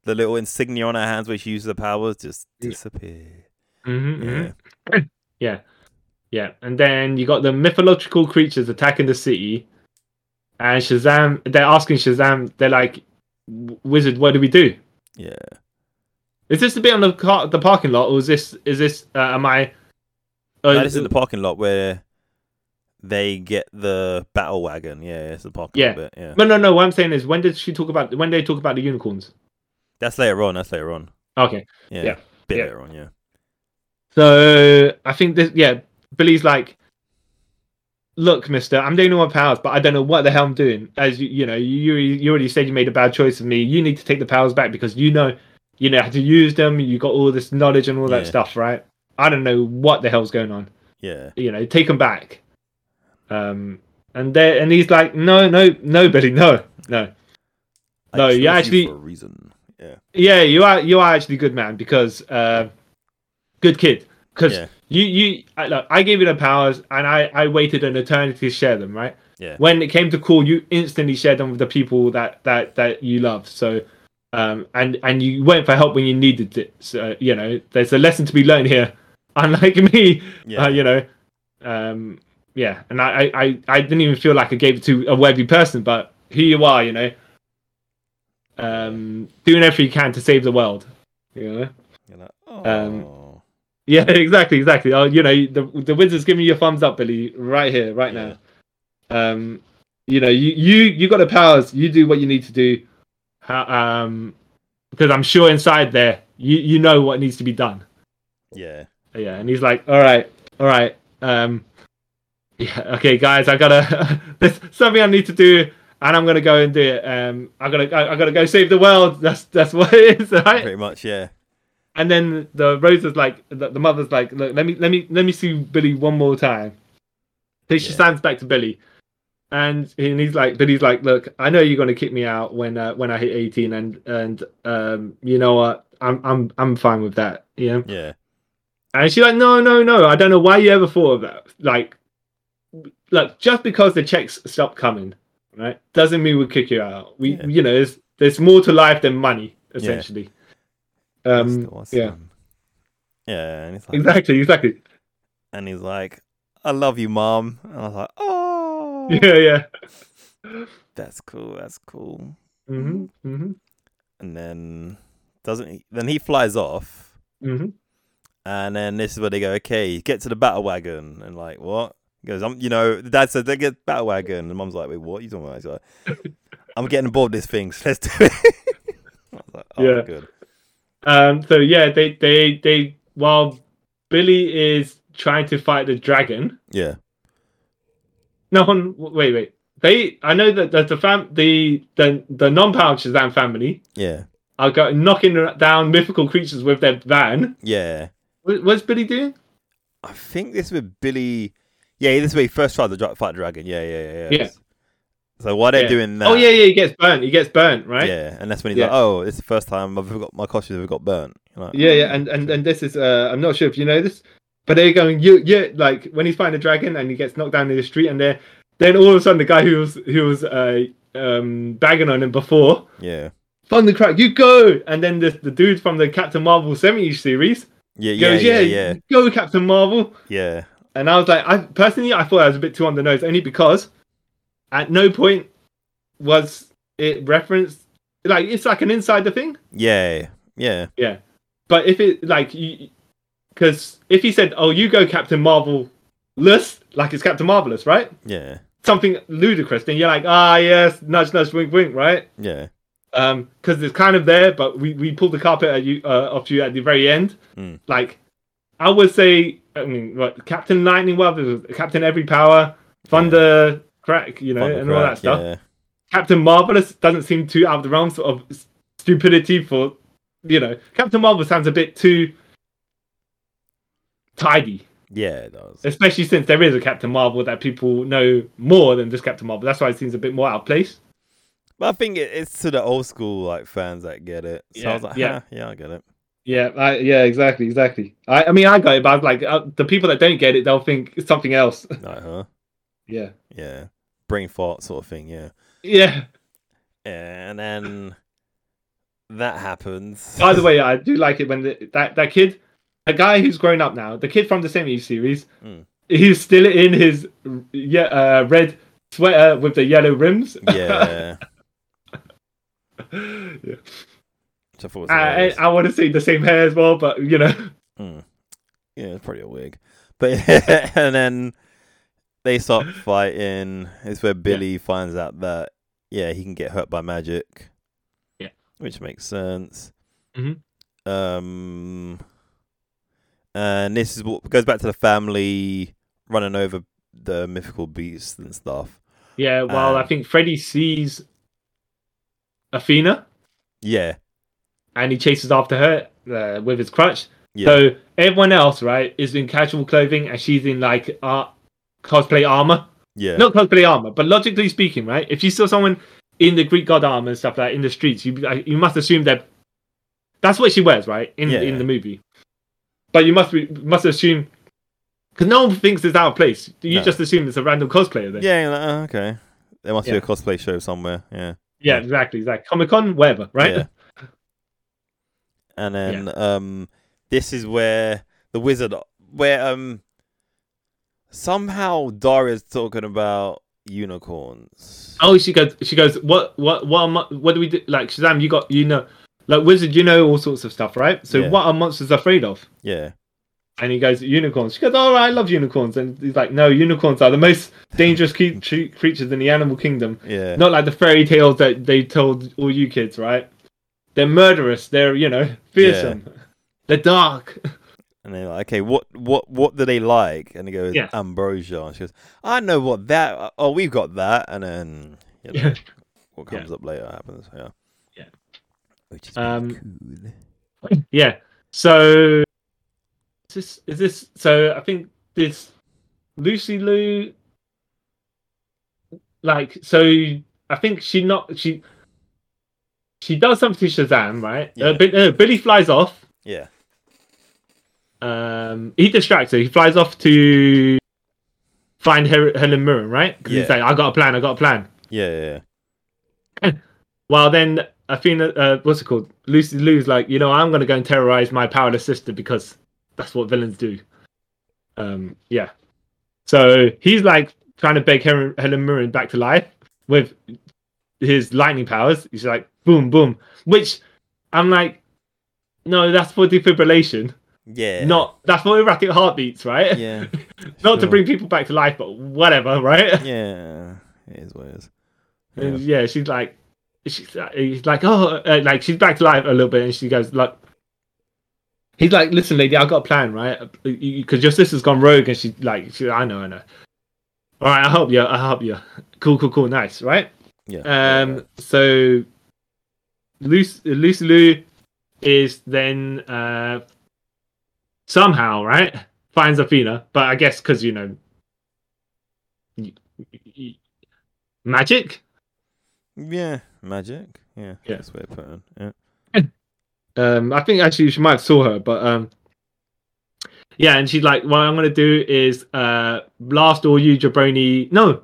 Speaker 1: the little insignia on her hands where she uses her powers just disappear.
Speaker 2: hmm
Speaker 1: Yeah.
Speaker 2: Yeah. Yeah. And then you got the mythological creatures attacking the city. And Shazam, they're asking Shazam, they're like, "W- Wizard, what do we do?
Speaker 1: Yeah.
Speaker 2: Is this the bit on the car, the parking lot, or is this, is this, uh, am I. Uh,
Speaker 1: No, this is the parking lot where they get the battle wagon. Yeah, it's the parking
Speaker 2: Yeah.
Speaker 1: lot bit. Yeah.
Speaker 2: no, no, no. What I'm saying is, when did she talk about, when they talk about the unicorns?
Speaker 1: That's later on. That's later on.
Speaker 2: Okay.
Speaker 1: Yeah.
Speaker 2: Yeah.
Speaker 1: Bit
Speaker 2: Yeah.
Speaker 1: later on. Yeah.
Speaker 2: So I think this, yeah, Billy's like, look, mister, I'm doing all my powers, but I don't know what the hell I'm doing. As you, you know, you, you already said you made a bad choice of me. You need to take the powers back because you know, you know how to use them. You got all this knowledge and all that
Speaker 1: Yeah.
Speaker 2: stuff, right? I don't know what the hell's going on.
Speaker 1: Yeah.
Speaker 2: You know, take them back. Um, and there, and he's like, no, no, no, Billy, no, no.
Speaker 1: I
Speaker 2: No,
Speaker 1: chose
Speaker 2: you
Speaker 1: you
Speaker 2: actually- Uh,
Speaker 1: for a reason. Yeah.
Speaker 2: Yeah, you are, you are actually good man because, uh, good kid because.
Speaker 1: Yeah.
Speaker 2: You, you, I, look, I gave you the powers, and I, I waited an eternity to share them. Right.
Speaker 1: Yeah.
Speaker 2: When it came to call, you instantly shared them with the people that that that you love. So, um, and and you went for help when you needed it. So you know, there's a lesson to be learned here. [laughs] Unlike me,
Speaker 1: Yeah.
Speaker 2: uh, you know, um, yeah. And I, I, I, I didn't even feel like I gave it to a worthy person, but here you are, you know, um, doing everything you can to save the world. You know. [laughs]
Speaker 1: You're like,
Speaker 2: um,
Speaker 1: "Oh."
Speaker 2: Yeah, exactly, exactly. Oh, you know, the the wizard's giving you a thumbs up, Billy, right here, right
Speaker 1: Yeah.
Speaker 2: now. Um, you know, you you you got the powers. You do what you need to do. How, um, because I'm sure inside there, you you know what needs to be done.
Speaker 1: yeah.
Speaker 2: Yeah, and he's like, all right, all right. Um, yeah, okay, guys, I gotta. [laughs] there's something I need to do, and I'm gonna go and do it. Um, I gotta I, I gotta go save the world. [laughs] That's that's what it is, [laughs] right?
Speaker 1: Pretty much. Yeah.
Speaker 2: and then the Rosa's like the, the mother's like look let me let me let me see Billy one more time. So she
Speaker 1: Yeah.
Speaker 2: stands back to Billy, and and he's like Billy's like look I know you're gonna kick me out when uh, when I hit 18 and and um you know what I'm I'm I'm fine with that yeah
Speaker 1: Yeah.
Speaker 2: and she's like no no no I don't know why you ever thought of that like look just because the checks stop coming right doesn't mean we'll kick you out we
Speaker 1: Yeah.
Speaker 2: you know there's there's more to life than money essentially.
Speaker 1: That's
Speaker 2: Um,
Speaker 1: the one
Speaker 2: yeah,
Speaker 1: son. Yeah, and he's like,
Speaker 2: exactly, exactly. [laughs]
Speaker 1: and he's like, I love you, mom. And I was like, oh,
Speaker 2: yeah, yeah.
Speaker 1: that's cool, that's cool.
Speaker 2: hmm hmm
Speaker 1: And then doesn't he, then he flies off,
Speaker 2: hmm
Speaker 1: and then this is where they go, okay, get to the battle wagon, and like what? He goes, I'm, you know, the dad said they get the battle wagon, and mom's like, wait, what are you talking about? He's like, I'm getting bored of this thing, so let's do it. [laughs] I was like, oh,
Speaker 2: Yeah.
Speaker 1: good.
Speaker 2: Um, so yeah, they they they while Billy is trying to fight the dragon.
Speaker 1: Yeah,
Speaker 2: No, hon- wait, wait. They I know that the the fam the the, the non-power Shazam family
Speaker 1: yeah,
Speaker 2: are go- knocking down mythical creatures with their van.
Speaker 1: yeah.
Speaker 2: Wh- What's Billy doing?
Speaker 1: I think this was Billy. Yeah, this is where he first tried to dra- fight Dragon. Yeah, yeah, yeah.
Speaker 2: Yeah.
Speaker 1: So why they're
Speaker 2: Yeah.
Speaker 1: doing that?
Speaker 2: Oh yeah, yeah. He gets burnt. He gets burnt, right?
Speaker 1: Yeah, and that's when he's
Speaker 2: Yeah.
Speaker 1: like, "Oh, it's the first time I've got my costumes have got burnt." You're like,
Speaker 2: yeah, yeah,
Speaker 1: "Oh,
Speaker 2: and and and this is uh, I'm not sure if you know this, but they're going you you like when he's fighting a dragon and he gets knocked down in the street and then then all of a sudden the guy who was who was uh, um bagging on him before
Speaker 1: yeah,
Speaker 2: from the crack you go and then the the dude from the Captain Marvel 70s series
Speaker 1: yeah, yeah,
Speaker 2: goes
Speaker 1: yeah,
Speaker 2: yeah,
Speaker 1: yeah,
Speaker 2: go Captain Marvel
Speaker 1: yeah,
Speaker 2: and I was like I personally I thought I was a bit too on the nose only because at no point was it referenced like it's like an insider thing
Speaker 1: yeah, yeah,
Speaker 2: but if it like you, Because if he said, "Oh, you go Captain Marvel," less like it's Captain Marvelous, right?
Speaker 1: Yeah.
Speaker 2: Something ludicrous. Then you're like, "Ah, yes, nudge, nudge, wink, wink," right?
Speaker 1: Yeah.
Speaker 2: Because Um, it's kind of there, but we, we pulled the carpet at you uh, off you at the very end.
Speaker 1: Mm.
Speaker 2: Like, I would say, I mean, what Captain Lightning, what was it? Captain Every Power, Thunder Crack, you know,
Speaker 1: Fucking
Speaker 2: and all that
Speaker 1: crack,
Speaker 2: stuff.
Speaker 1: Yeah.
Speaker 2: Captain Marvelous doesn't seem too out of the realms of s- stupidity for, you know, Captain Marvel sounds a bit too tidy,
Speaker 1: Yeah, it does.
Speaker 2: especially since there is a Captain Marvel that people know more than just Captain Marvel. That's why it seems a bit more out of place.
Speaker 1: But I think it, it's to the old school like fans that get it. So I
Speaker 2: Yeah,
Speaker 1: was like,
Speaker 2: yeah.
Speaker 1: huh, yeah, I get it.
Speaker 2: Yeah, I, yeah, exactly, exactly. I, I mean, I got it, but I was like, uh, the people that don't get it, they'll think it's something else. [laughs]
Speaker 1: Like, huh?
Speaker 2: yeah,
Speaker 1: Yeah. Brain fart sort of thing, yeah.
Speaker 2: yeah.
Speaker 1: And then that happens.
Speaker 2: By the way, I do like it when the, that that kid, a guy who's grown up now, the kid from the same eve series,
Speaker 1: Mm.
Speaker 2: he's still in his ye- uh, red sweater with the yellow rims. [laughs]
Speaker 1: Yeah.
Speaker 2: yeah.
Speaker 1: Which I
Speaker 2: [laughs]
Speaker 1: thought was
Speaker 2: I,
Speaker 1: hilarious.
Speaker 2: I want to see the same hair as well, but you know,
Speaker 1: Mm. Yeah, it's probably a wig. [laughs] But and then they start fighting. It's where Billy finds out that yeah, he can get hurt by magic.
Speaker 2: Yeah.
Speaker 1: Which makes sense.
Speaker 2: Mhm.
Speaker 1: Um and this is what goes back to the family running over the mythical beasts and stuff.
Speaker 2: yeah. Well,
Speaker 1: Um,
Speaker 2: I think Freddy sees Athena
Speaker 1: Yeah.
Speaker 2: and he chases after her uh, with his crutch.
Speaker 1: Yeah.
Speaker 2: So everyone else, right, is in casual clothing and she's in like uh, cosplay armor.
Speaker 1: Yeah.
Speaker 2: Not cosplay armor, but logically speaking, right? If you saw someone in the Greek god armor and stuff like that in the streets, you like, you must assume that that's what she wears, right? In
Speaker 1: Yeah.
Speaker 2: in the movie, but you must be, must assume because no one thinks it's out of place. You
Speaker 1: No.
Speaker 2: just assume it's a random cosplayer. Then.
Speaker 1: Yeah, you're like, oh, okay. There must
Speaker 2: Yeah.
Speaker 1: be a cosplay show somewhere. Yeah.
Speaker 2: yeah, exactly, exactly. Comic Con, whatever, right?
Speaker 1: Yeah. And then um this is where the wizard where um somehow Dara's talking about unicorns.
Speaker 2: Oh, she goes. She goes. What? What? What? Are mon- what do we do? Like Shazam, you got. You know, like wizard, you know all sorts of stuff, right? So
Speaker 1: Yeah.
Speaker 2: what are monsters afraid of?
Speaker 1: Yeah.
Speaker 2: And he goes unicorns. She goes, "Oh, I love unicorns." And he's like, "No, unicorns are the most dangerous
Speaker 1: [laughs]
Speaker 2: cre- tre- creatures in the animal kingdom.
Speaker 1: Yeah.
Speaker 2: Not like the fairy tales that they told all you kids, right? They're murderous. They're you know fearsome. They're dark.
Speaker 1: And they're like, okay, what what what do they like? And he goes,
Speaker 2: Yes.
Speaker 1: Ambrosia. And she goes, I know what that oh we've got that and then you know,
Speaker 2: Yeah.
Speaker 1: what
Speaker 2: Yeah.
Speaker 1: comes up later happens, yeah.
Speaker 2: Yeah.
Speaker 1: Which is
Speaker 2: Um,
Speaker 1: pretty cool.
Speaker 2: yeah. So is this is this? So I think this Lucy Lou. Like so, I think she not she. She does something to Shazam, right?
Speaker 1: Yeah.
Speaker 2: Uh, Bi- uh, Billy flies off.
Speaker 1: Yeah.
Speaker 2: um he distracts her he flies off to find her- helen mirren right 'Cause he's
Speaker 1: Yeah.
Speaker 2: like i got a plan i got a plan
Speaker 1: Yeah, yeah, yeah.
Speaker 2: well then athena uh, what's it called lucy lou's like you know i'm gonna go and terrorize my powerless sister because that's what villains do um yeah so he's like trying to beg Her- helen mirren back to life with his lightning powers he's like boom boom which i'm like no that's for defibrillation
Speaker 1: Yeah.
Speaker 2: not that's for erratic heartbeats right
Speaker 1: yeah.
Speaker 2: [laughs] not to
Speaker 1: Sure.
Speaker 2: bring people back to life, but whatever, right?
Speaker 1: Yeah. It is what it is.
Speaker 2: And yeah, she's like, she's like, he's like, oh, uh, like she's back to life a little bit, and she goes like, he's like, listen, lady, I've got a plan, right? Uh, Because your sister's gone rogue, and she like, she, I know, I know. All right, I help you. I help you. Cool, cool, cool. Nice, right?
Speaker 1: Yeah.
Speaker 2: Um, so Lucy, Lucy Lou is then uh, somehow right finds Athena, but I guess because you know y- y- y- magic.
Speaker 1: Yeah, magic. Yeah,
Speaker 2: Yeah.
Speaker 1: that's where put it. Yeah.
Speaker 2: Um, I think actually she might have saw her, but um, yeah, and she's like, "What I'm gonna do is uh, blast all you jabroni." No,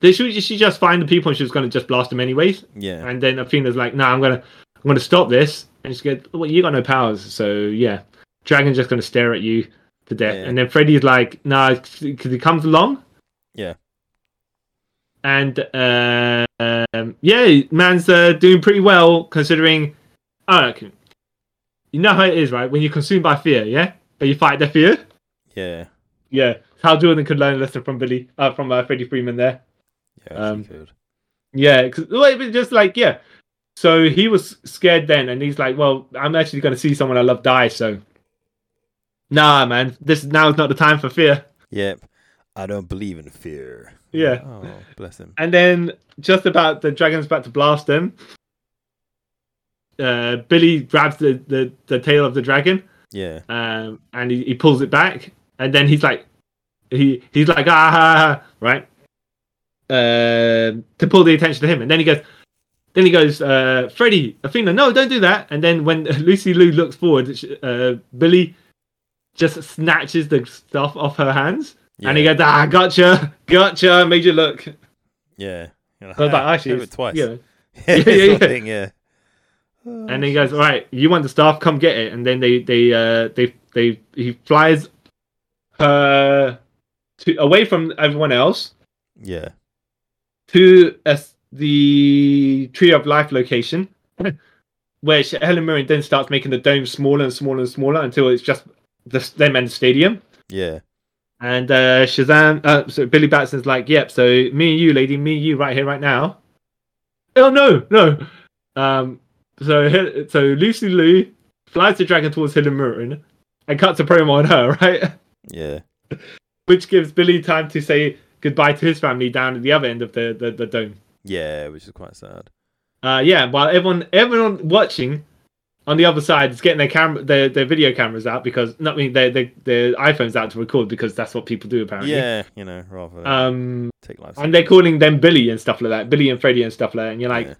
Speaker 2: did she she just find the people and she was gonna just blast them anyways?
Speaker 1: Yeah,
Speaker 2: And then Athena's like, "No, I'm gonna, I'm gonna stop this." And she goes, "Well, you got no powers, so yeah." Dragon's just gonna stare at you to death.
Speaker 1: Yeah.
Speaker 2: And then Freddy's like, "Nah," because he comes along.
Speaker 1: Yeah.
Speaker 2: And uh, um, yeah, man's uh, doing pretty well considering. I reckon. You know how it is, right? When you're consumed by fear, yeah. where you fight the fear.
Speaker 1: Yeah.
Speaker 2: Yeah, how Jordan could learn a lesson from Billy, uh, from uh, Freddie Freeman there.
Speaker 1: Yeah,
Speaker 2: Um,
Speaker 1: she could.
Speaker 2: Yeah, 'cause- well, it was just like yeah. So he was scared then, and he's like, "Well, I'm actually going to see someone I love die." So, nah, man, this now is not the time for fear.
Speaker 1: Yep. I don't believe in fear.
Speaker 2: Yeah.
Speaker 1: Oh, bless him.
Speaker 2: And then just about the dragon's about to blast them, uh, Billy grabs the, the the tail of the dragon,
Speaker 1: Yeah.
Speaker 2: um, and he, he pulls it back, and then he's like, he he's like ah, ah, ah," right, Um to pull the attention to him, and then he goes, then he goes, uh, Freddy, Athena, no, don't do that, and then when [laughs] Lucy Lou looks forward, sh- uh, Billy just snatches the stuff off her hands,
Speaker 1: yeah.
Speaker 2: and he goes, ah, gotcha, gotcha, made you look.
Speaker 1: Yeah. You're like,
Speaker 2: So I was like,
Speaker 1: "Ah, [laughs]
Speaker 2: actually,
Speaker 1: do it
Speaker 2: it's-
Speaker 1: twice.
Speaker 2: yeah.
Speaker 1: yeah,
Speaker 2: [laughs] Yeah, yeah,
Speaker 1: sort of
Speaker 2: yeah.
Speaker 1: thing, yeah. Oh,
Speaker 2: And he goes, "All right, you want the staff? Come get it." And then they they uh, they they he flies her to away from everyone else
Speaker 1: [sighs] Yeah.
Speaker 2: to uh, the Tree of Life location, [laughs] where she, Helen Mirren then starts making the dome smaller and smaller and smaller until it's just the, them and the stadium.
Speaker 1: Yeah.
Speaker 2: And uh, Shazam, uh, so Billy Batson's like, "Yep, so me and you, lady, me and you, right here, right now." Oh no, no. Um, so Hil- so [laughs] Lucy Liu flies the dragon towards Hidden Mirren and cuts a promo on her, [laughs] right?
Speaker 1: Yeah.
Speaker 2: Which gives Billy time to say goodbye to his family down at the other end of the the, the dome.
Speaker 1: Yeah, which is quite sad.
Speaker 2: Uh, yeah, while everyone everyone watching on the other side is getting their camera their, their video cameras out because not I mean their, their their iPhones out to record because that's what people do apparently.
Speaker 1: Yeah, you know, rather than
Speaker 2: Um,
Speaker 1: take life.
Speaker 2: and they're calling them Billy and stuff like that, Billy and Freddy and stuff like that. And you're like,
Speaker 1: yeah.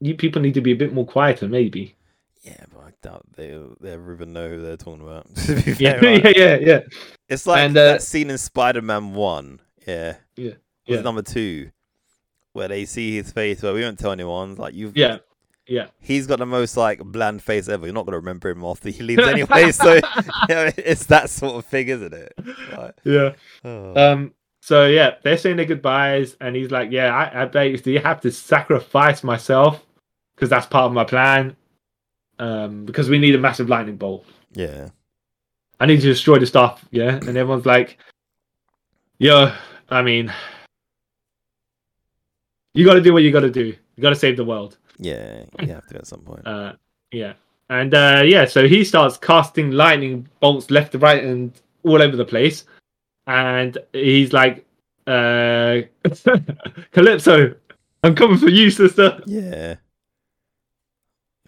Speaker 2: you people need to be a bit more quieter, maybe.
Speaker 1: Yeah, but I doubt they they ever even know who they're talking about. [laughs] to be
Speaker 2: [laughs] Yeah,
Speaker 1: fair, right?
Speaker 2: [laughs] yeah, yeah, yeah.
Speaker 1: It's like
Speaker 2: And, uh,
Speaker 1: that scene in Spider Man One. Yeah.
Speaker 2: Yeah,
Speaker 1: Was
Speaker 2: yeah.
Speaker 1: it number two, where they see his face. Where we won't tell anyone. Like you've.
Speaker 2: Yeah, yeah.
Speaker 1: He's got the most like bland face ever. You're not gonna remember him after he
Speaker 2: [laughs]
Speaker 1: leaves anyway. so [laughs] you know, it's that sort of thing, isn't it? Like,
Speaker 2: Yeah.
Speaker 1: oh,
Speaker 2: Um. So yeah, they're saying their goodbyes, and he's like, "Yeah, I, I basically have to sacrifice myself because that's part of my plan. Um, because we need a massive lightning bolt.
Speaker 1: yeah.
Speaker 2: I need to destroy the stuff. Yeah." And everyone's like, "Yo, I mean, you got to do what you got to do. You got to save the world."
Speaker 1: Yeah. You have to at some point.
Speaker 2: Uh, yeah. And uh, yeah, so he starts casting lightning bolts left to right and all over the place. And he's like, uh, [laughs] Calypso, I'm coming for you, sister.
Speaker 1: yeah.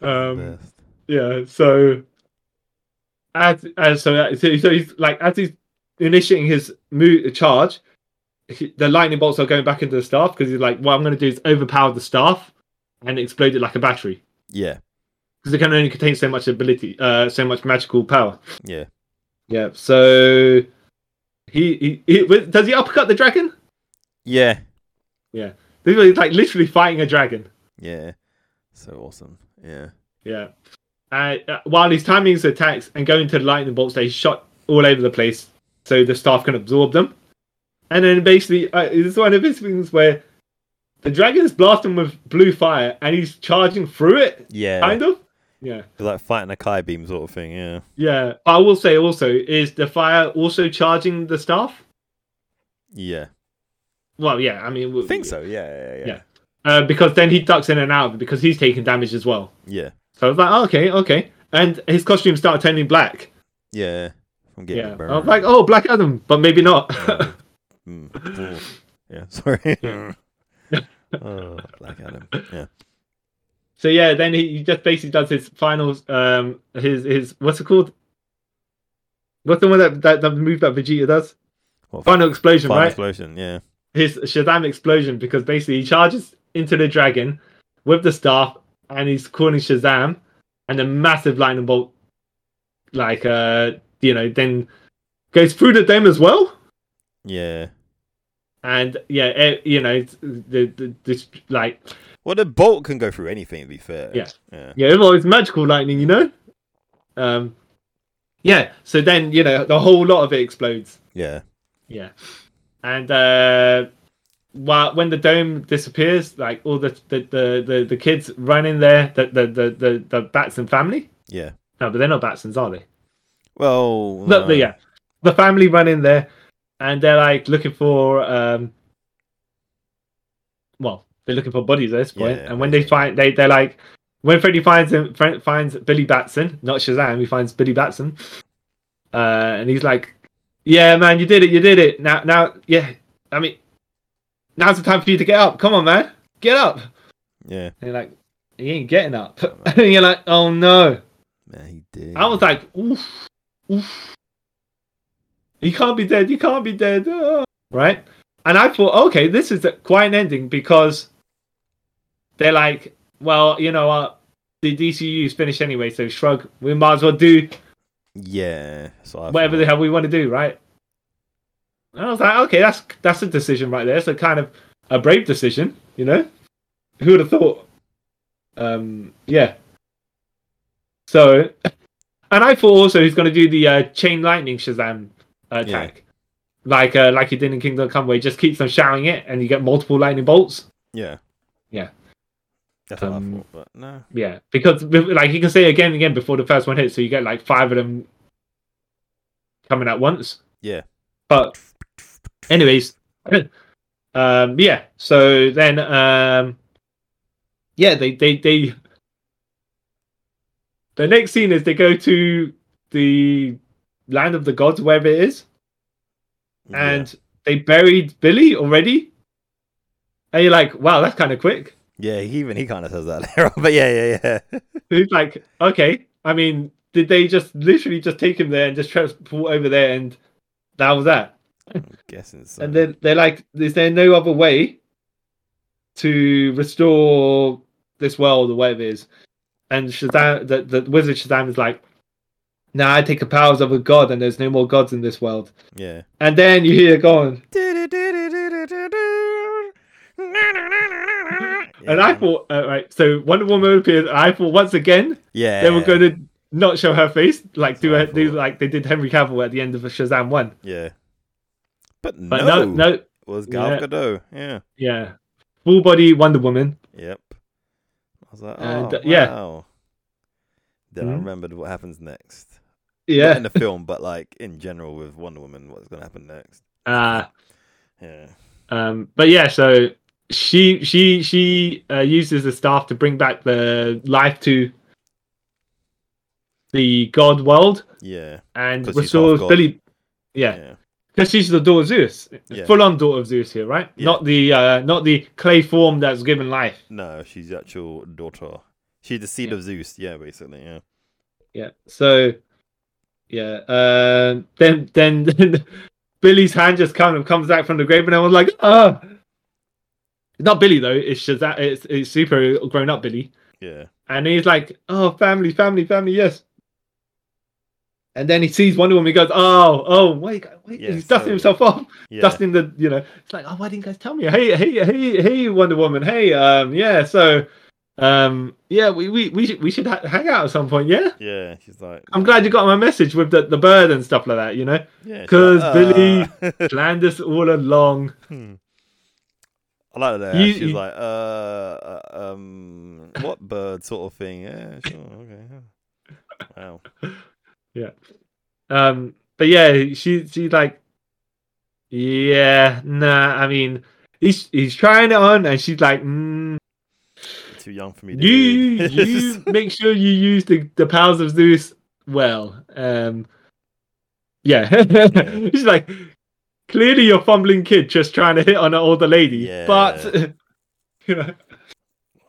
Speaker 2: Um,
Speaker 1: Best.
Speaker 2: yeah, so. As, as so, uh, so, so he's like, as he's initiating his move, charge, he, the lightning bolts are going back into the staff because he's like, what I'm going to do is overpower the staff and explode it like a battery.
Speaker 1: Yeah.
Speaker 2: because it can only contain so much ability, uh, so much magical power.
Speaker 1: Yeah.
Speaker 2: Yeah. So he, he, he with- does he uppercut the dragon?
Speaker 1: Yeah.
Speaker 2: This is like literally fighting a dragon.
Speaker 1: Yeah. So awesome. Yeah.
Speaker 2: Yeah. Uh, uh, while he's timing his attacks and going to the lightning bolts, they shot all over the place so the staff can absorb them. And then basically, uh, it's one of his things where the dragon is blasting with blue fire and he's charging through it,
Speaker 1: Yeah.
Speaker 2: kind of. Yeah.
Speaker 1: It's like fighting a Kai beam sort of thing. Yeah.
Speaker 2: Yeah. I will say also, is the fire also charging the staff?
Speaker 1: Yeah.
Speaker 2: Well, yeah, I mean,
Speaker 1: I think so. Yeah. Yeah. Yeah.
Speaker 2: Yeah. Uh, because then he ducks in and out of it because he's taking damage as well.
Speaker 1: Yeah.
Speaker 2: So I was like, oh, okay, okay. And his costume started turning black.
Speaker 1: Yeah. I'm getting
Speaker 2: Yeah,
Speaker 1: burned.
Speaker 2: I was like, oh, Black Adam, but maybe not.
Speaker 1: Mm. Oof. Yeah, [laughs] sorry. [laughs] oh, Black Adam.
Speaker 2: [laughs]
Speaker 1: Yeah.
Speaker 2: [laughs] so yeah, then he he just basically does his final, um, his his what's it called? What's the one that that, that move that Vegeta does?
Speaker 1: What,
Speaker 2: Final explosion,
Speaker 1: Final
Speaker 2: right?
Speaker 1: explosion. Yeah.
Speaker 2: his Shazam explosion because basically he charges into the dragon with the staff and he's calling Shazam and a massive lightning bolt like uh you know then goes through the dome as well
Speaker 1: Yeah.
Speaker 2: and yeah eh, you know it's- the, the this like
Speaker 1: Well, the bolt can go through anything. To be fair.
Speaker 2: Yeah.
Speaker 1: Yeah.
Speaker 2: yeah well it's magical lightning you know um yeah so then you know the whole lot of it explodes
Speaker 1: Yeah.
Speaker 2: Yeah. And uh while when the dome disappears, like all the the the, the, the kids run in there, the the, the the the Batson family.
Speaker 1: Yeah.
Speaker 2: No, but they're not Batsons, are they?
Speaker 1: Well, uh,
Speaker 2: the,
Speaker 1: no.
Speaker 2: the yeah, the family run in there, and they're like looking for um, well, they're looking for bodies at this point,
Speaker 1: Yeah,
Speaker 2: and when they find they they're like, when Freddy finds him Fred finds Billy Batson, not Shazam, he finds Billy Batson, uh, and he's like, yeah, man, you did it, you did it. Now, now, yeah, I mean, now's the time for you to get up. Come on, man, get up.
Speaker 1: yeah,
Speaker 2: And you're like, he ain't getting up. [laughs] and you're like, oh no.
Speaker 1: man, he did.
Speaker 2: I was like, oof, oof. You can't be dead. You can't be dead. ah, Right? And I thought, okay, this is the, quite an ending because they're like, well, you know what? The DCU's finished anyway, so shrug. We might as well do
Speaker 1: yeah, so I
Speaker 2: whatever the
Speaker 1: thought.
Speaker 2: hell we want to do, right? And I was like, okay, that's that's a decision right there. It's a kind of a brave decision, you know. Who would have thought? Um, yeah. So, and I thought also he's going to do the uh, chain lightning Shazam attack, like uh, like he did in Kingdom Come, where he just keeps on shouting it, and you get multiple lightning bolts.
Speaker 1: yeah,
Speaker 2: Yeah.
Speaker 1: That's what
Speaker 2: Um,
Speaker 1: I thought, but no,
Speaker 2: Yeah, because like he can say it again and again before the first one hits, so you get like five of them coming at once.
Speaker 1: Yeah.
Speaker 2: But anyways, [clears throat] um, yeah. So then, um, yeah, they they they. The next scene is they go to the land of the gods, wherever it is, and they buried Billy already. And you're like, wow, that's kind of quick.
Speaker 1: yeah, yeah, he, even he kind of says that [laughs] later, on, but yeah, yeah, yeah. [laughs]
Speaker 2: It's like, okay, I mean, did they just literally just take him there and just transport over there and that was that?
Speaker 1: Guessing so.
Speaker 2: And then they're like, is there no other way to restore this world or whatever it is? And Shazam, the, the wizard Shazam is like, nah, I take the powers of a god and there's no more gods in this world.
Speaker 1: yeah.
Speaker 2: And then you hear it going. And I thought, uh, right, so Wonder Woman appears. And I thought, once again,
Speaker 1: yeah,
Speaker 2: they were going to not show her face, like do,
Speaker 1: what I
Speaker 2: her, do
Speaker 1: thought.
Speaker 2: like they did Henry Cavill at the end of Shazam one.
Speaker 1: yeah, but,
Speaker 2: But
Speaker 1: no,
Speaker 2: no, no,
Speaker 1: it was Gal
Speaker 2: yeah.
Speaker 1: Gadot, yeah,
Speaker 2: yeah, full body Wonder Woman.
Speaker 1: yep. I was like, oh,
Speaker 2: And, uh, yeah.
Speaker 1: wow. Then I
Speaker 2: Mhm.
Speaker 1: remembered what happens next. not
Speaker 2: Yeah,
Speaker 1: in the film, but like in general with Wonder Woman, what's going to happen next?
Speaker 2: uh,
Speaker 1: Yeah,
Speaker 2: um, but yeah, so she she she uh, uses the staff to bring back the life to the God world
Speaker 1: yeah,
Speaker 2: and
Speaker 1: 'Cause she's
Speaker 2: restores
Speaker 1: half-god.
Speaker 2: Billy. Yeah,
Speaker 1: yeah,
Speaker 2: because she's the daughter of Zeus,
Speaker 1: Yeah.
Speaker 2: full on daughter of Zeus here, right?
Speaker 1: Yeah.
Speaker 2: Not the uh, not the clay form that's given life.
Speaker 1: No, she's the actual daughter. She's the seed
Speaker 2: Yeah.
Speaker 1: of Zeus. Yeah, basically. Yeah,
Speaker 2: Yeah. So, yeah. Um. Then, then, then [laughs] Billy's hand just kind of comes out from the grave, and I was like, "Oh." Not Billy though. It's Shazam. It's, it's super grown up Billy,
Speaker 1: yeah,
Speaker 2: and he's like, "Oh, family, family, family, yes." And then he sees Wonder Woman. He goes, "Oh, oh, wait, wait!"
Speaker 1: Yeah,
Speaker 2: he's dusting
Speaker 1: so-
Speaker 2: himself off,
Speaker 1: yeah.
Speaker 2: dusting the, you know. It's like, "Oh, why didn't you guys tell me?" Hey, hey, hey, hey, Wonder Woman. Hey, um, yeah. So, um, yeah, we we we should we should ha- hang out at some point. Yeah.
Speaker 1: yeah, she's like.
Speaker 2: I'm glad you got my message with the, the bird and stuff like that, you know?
Speaker 1: yeah, she's
Speaker 2: 'cause
Speaker 1: like, uh,
Speaker 2: Planned this all along.
Speaker 1: hmm. I like that.
Speaker 2: You-
Speaker 1: she's
Speaker 2: you-
Speaker 1: like, uh, uh, um, what bird sort of thing? Yeah, sure, okay. yeah. Wow.
Speaker 2: Um but yeah, she she like Yeah, nah, I mean he's he's trying it on and she's like mm,
Speaker 1: Too young for me. To
Speaker 2: you
Speaker 1: do [laughs]
Speaker 2: you
Speaker 1: this."
Speaker 2: make sure you use the, the powers of Zeus well. Um Yeah. [laughs]
Speaker 1: Yeah.
Speaker 2: she's like clearly you're fumbling kid just trying to hit on an older lady.
Speaker 1: Yeah.
Speaker 2: But [laughs] you know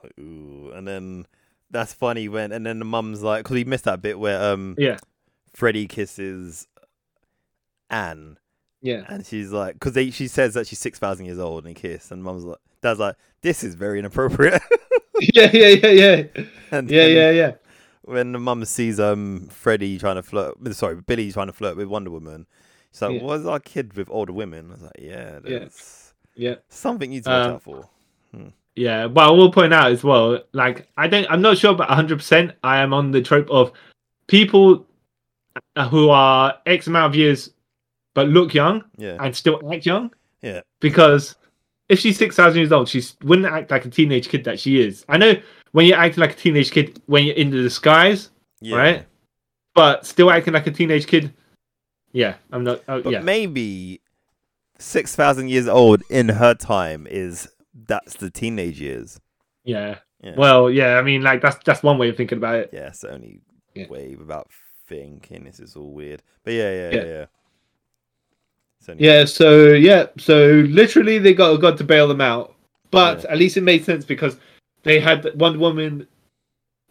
Speaker 1: Like, Ooh, and then that's funny when and then the mum's like, because we missed that bit where um
Speaker 2: Yeah.
Speaker 1: Freddie kisses Anne,
Speaker 2: Yeah. [laughs]
Speaker 1: and she's like, because they she says that she's six thousand years old and kissed, and mum's like, dad's like, this is very inappropriate. [laughs]
Speaker 2: yeah, yeah, yeah, yeah.
Speaker 1: and
Speaker 2: Yeah,
Speaker 1: then
Speaker 2: yeah, yeah.
Speaker 1: When the mum sees um Freddie trying to flirt, sorry, Billy trying to flirt with Wonder Woman, she's like,
Speaker 2: Yeah.
Speaker 1: "What's our kid with older women?" I was like, "Yeah, that's
Speaker 2: Yeah.
Speaker 1: something you need to watch
Speaker 2: Um,
Speaker 1: out for."
Speaker 2: Yeah, but I will point out as well, like I don't, I'm not sure about 100. percent I am on the trope of people who are X amount of years but look young
Speaker 1: Yeah,
Speaker 2: and still act young.
Speaker 1: Yeah.
Speaker 2: Because if she's six thousand years old, she s- wouldn't act like a teenage kid that she is. I know when you're acting like a teenage kid when you're in the disguise,
Speaker 1: yeah,
Speaker 2: right? but still acting like a teenage kid. Yeah, I'm not. Oh,
Speaker 1: But
Speaker 2: yeah,
Speaker 1: maybe six thousand years old in her time is that's the teenage years.
Speaker 2: yeah,
Speaker 1: Yeah.
Speaker 2: Well, yeah. I mean, like that's that's one way of thinking about it.
Speaker 1: Yeah, it's the only
Speaker 2: Yeah.
Speaker 1: way without thinking. This is all weird. But yeah, yeah, yeah,
Speaker 2: Yeah.
Speaker 1: yeah. It's only-
Speaker 2: Yeah. So yeah. So literally, they got got to bail them out, but at least it made sense because they had one woman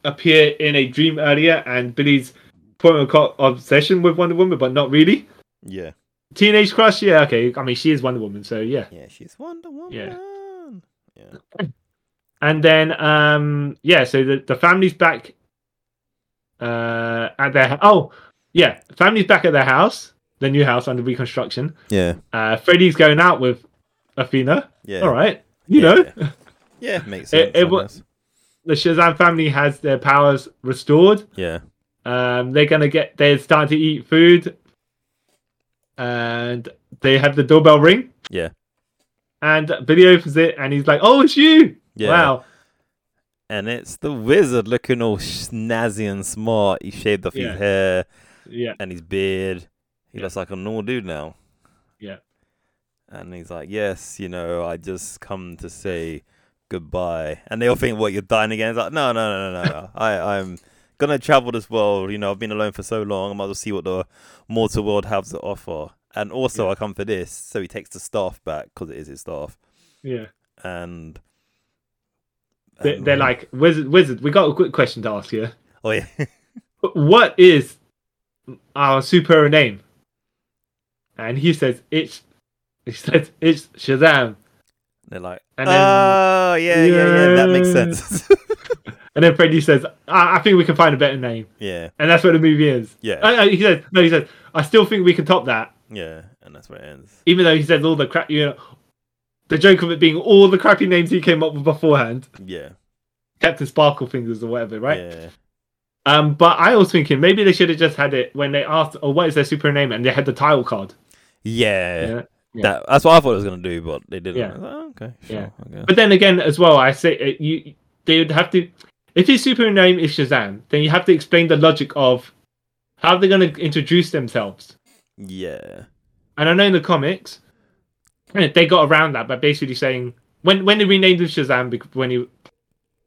Speaker 2: appear in a dream earlier, and Billy's quote unquote obsession with Wonder Woman, but not really.
Speaker 1: yeah,
Speaker 2: Teenage crush, yeah, okay. I mean, she is Wonder Woman, so yeah.
Speaker 1: yeah. She's Wonder Woman. Yeah.
Speaker 2: And then, um, yeah, so the, the family's back uh, at their oh, yeah, family's back at their house, their new house under reconstruction.
Speaker 1: Yeah.
Speaker 2: Uh, Freddy's going out with Athena.
Speaker 1: Yeah.
Speaker 2: All right, you
Speaker 1: Yeah.
Speaker 2: know, [laughs]
Speaker 1: Yeah, makes sense.
Speaker 2: It- it
Speaker 1: I
Speaker 2: wa-
Speaker 1: guess.
Speaker 2: the Shazam family has their powers restored.
Speaker 1: yeah.
Speaker 2: Um, they're gonna get they're starting to eat food, and they have the doorbell ring.
Speaker 1: Yeah.
Speaker 2: And Billy opens it, and he's like, "Oh, it's you!
Speaker 1: Yeah.
Speaker 2: Wow,
Speaker 1: And it's the wizard looking all snazzy and smart. He shaved off
Speaker 2: Yeah.
Speaker 1: his hair
Speaker 2: yeah."
Speaker 1: and his beard. He
Speaker 2: Yeah.
Speaker 1: looks like a normal dude now.
Speaker 2: Yeah.
Speaker 1: And he's like, Yes, you know, I just come to say goodbye. And they all think, What, you're dying again? It's like, No, no, no, no,
Speaker 2: [laughs]
Speaker 1: no. no. I, I'm gonna travel this world, you know, I've been alone for so long, I might as well see what the mortal world has to offer. And also
Speaker 2: Yeah.
Speaker 1: I come for this, so he takes the staff back because it is his staff.
Speaker 2: Yeah,
Speaker 1: And
Speaker 2: they,
Speaker 1: and-
Speaker 2: they're like wizard. Wizard, we got a quick question to ask you.
Speaker 1: [laughs] Oh yeah.
Speaker 2: What is our superhero name? And he says it's. He says it's Shazam.
Speaker 1: They're like,
Speaker 2: And then-
Speaker 1: oh yeah, yeah, yeah, that makes
Speaker 2: Yeah.
Speaker 1: sense. [laughs]
Speaker 2: And then Freddy says, I, "I think we can find a better name."
Speaker 1: yeah,
Speaker 2: And that's where the movie is.
Speaker 1: yeah,
Speaker 2: Uh, uh, he says, "No, he says I still think we can top that."
Speaker 1: yeah, and that's where it ends.
Speaker 2: Even though he says all the crap, you know, the joke of it being all the crappy names he came up with beforehand,
Speaker 1: Yeah,
Speaker 2: Captain Sparkle Fingers or whatever, right?
Speaker 1: Yeah,
Speaker 2: Um, but I was thinking maybe they should have just had it when they asked, "Oh, what is their super name?" and they had the title card.
Speaker 1: yeah.
Speaker 2: Yeah. Yeah.
Speaker 1: That, that's what I thought it was gonna do, but they didn't.
Speaker 2: Yeah.
Speaker 1: I was like, oh, okay, sure,
Speaker 2: Yeah.
Speaker 1: okay.
Speaker 2: But then again, as well, I say uh, you they would have to. If his super name is Shazam, then you have to explain the logic of how they're going to introduce themselves.
Speaker 1: yeah,
Speaker 2: And I know in the comics, eh, they got around that by basically saying when when they renamed him Shazam bec- when he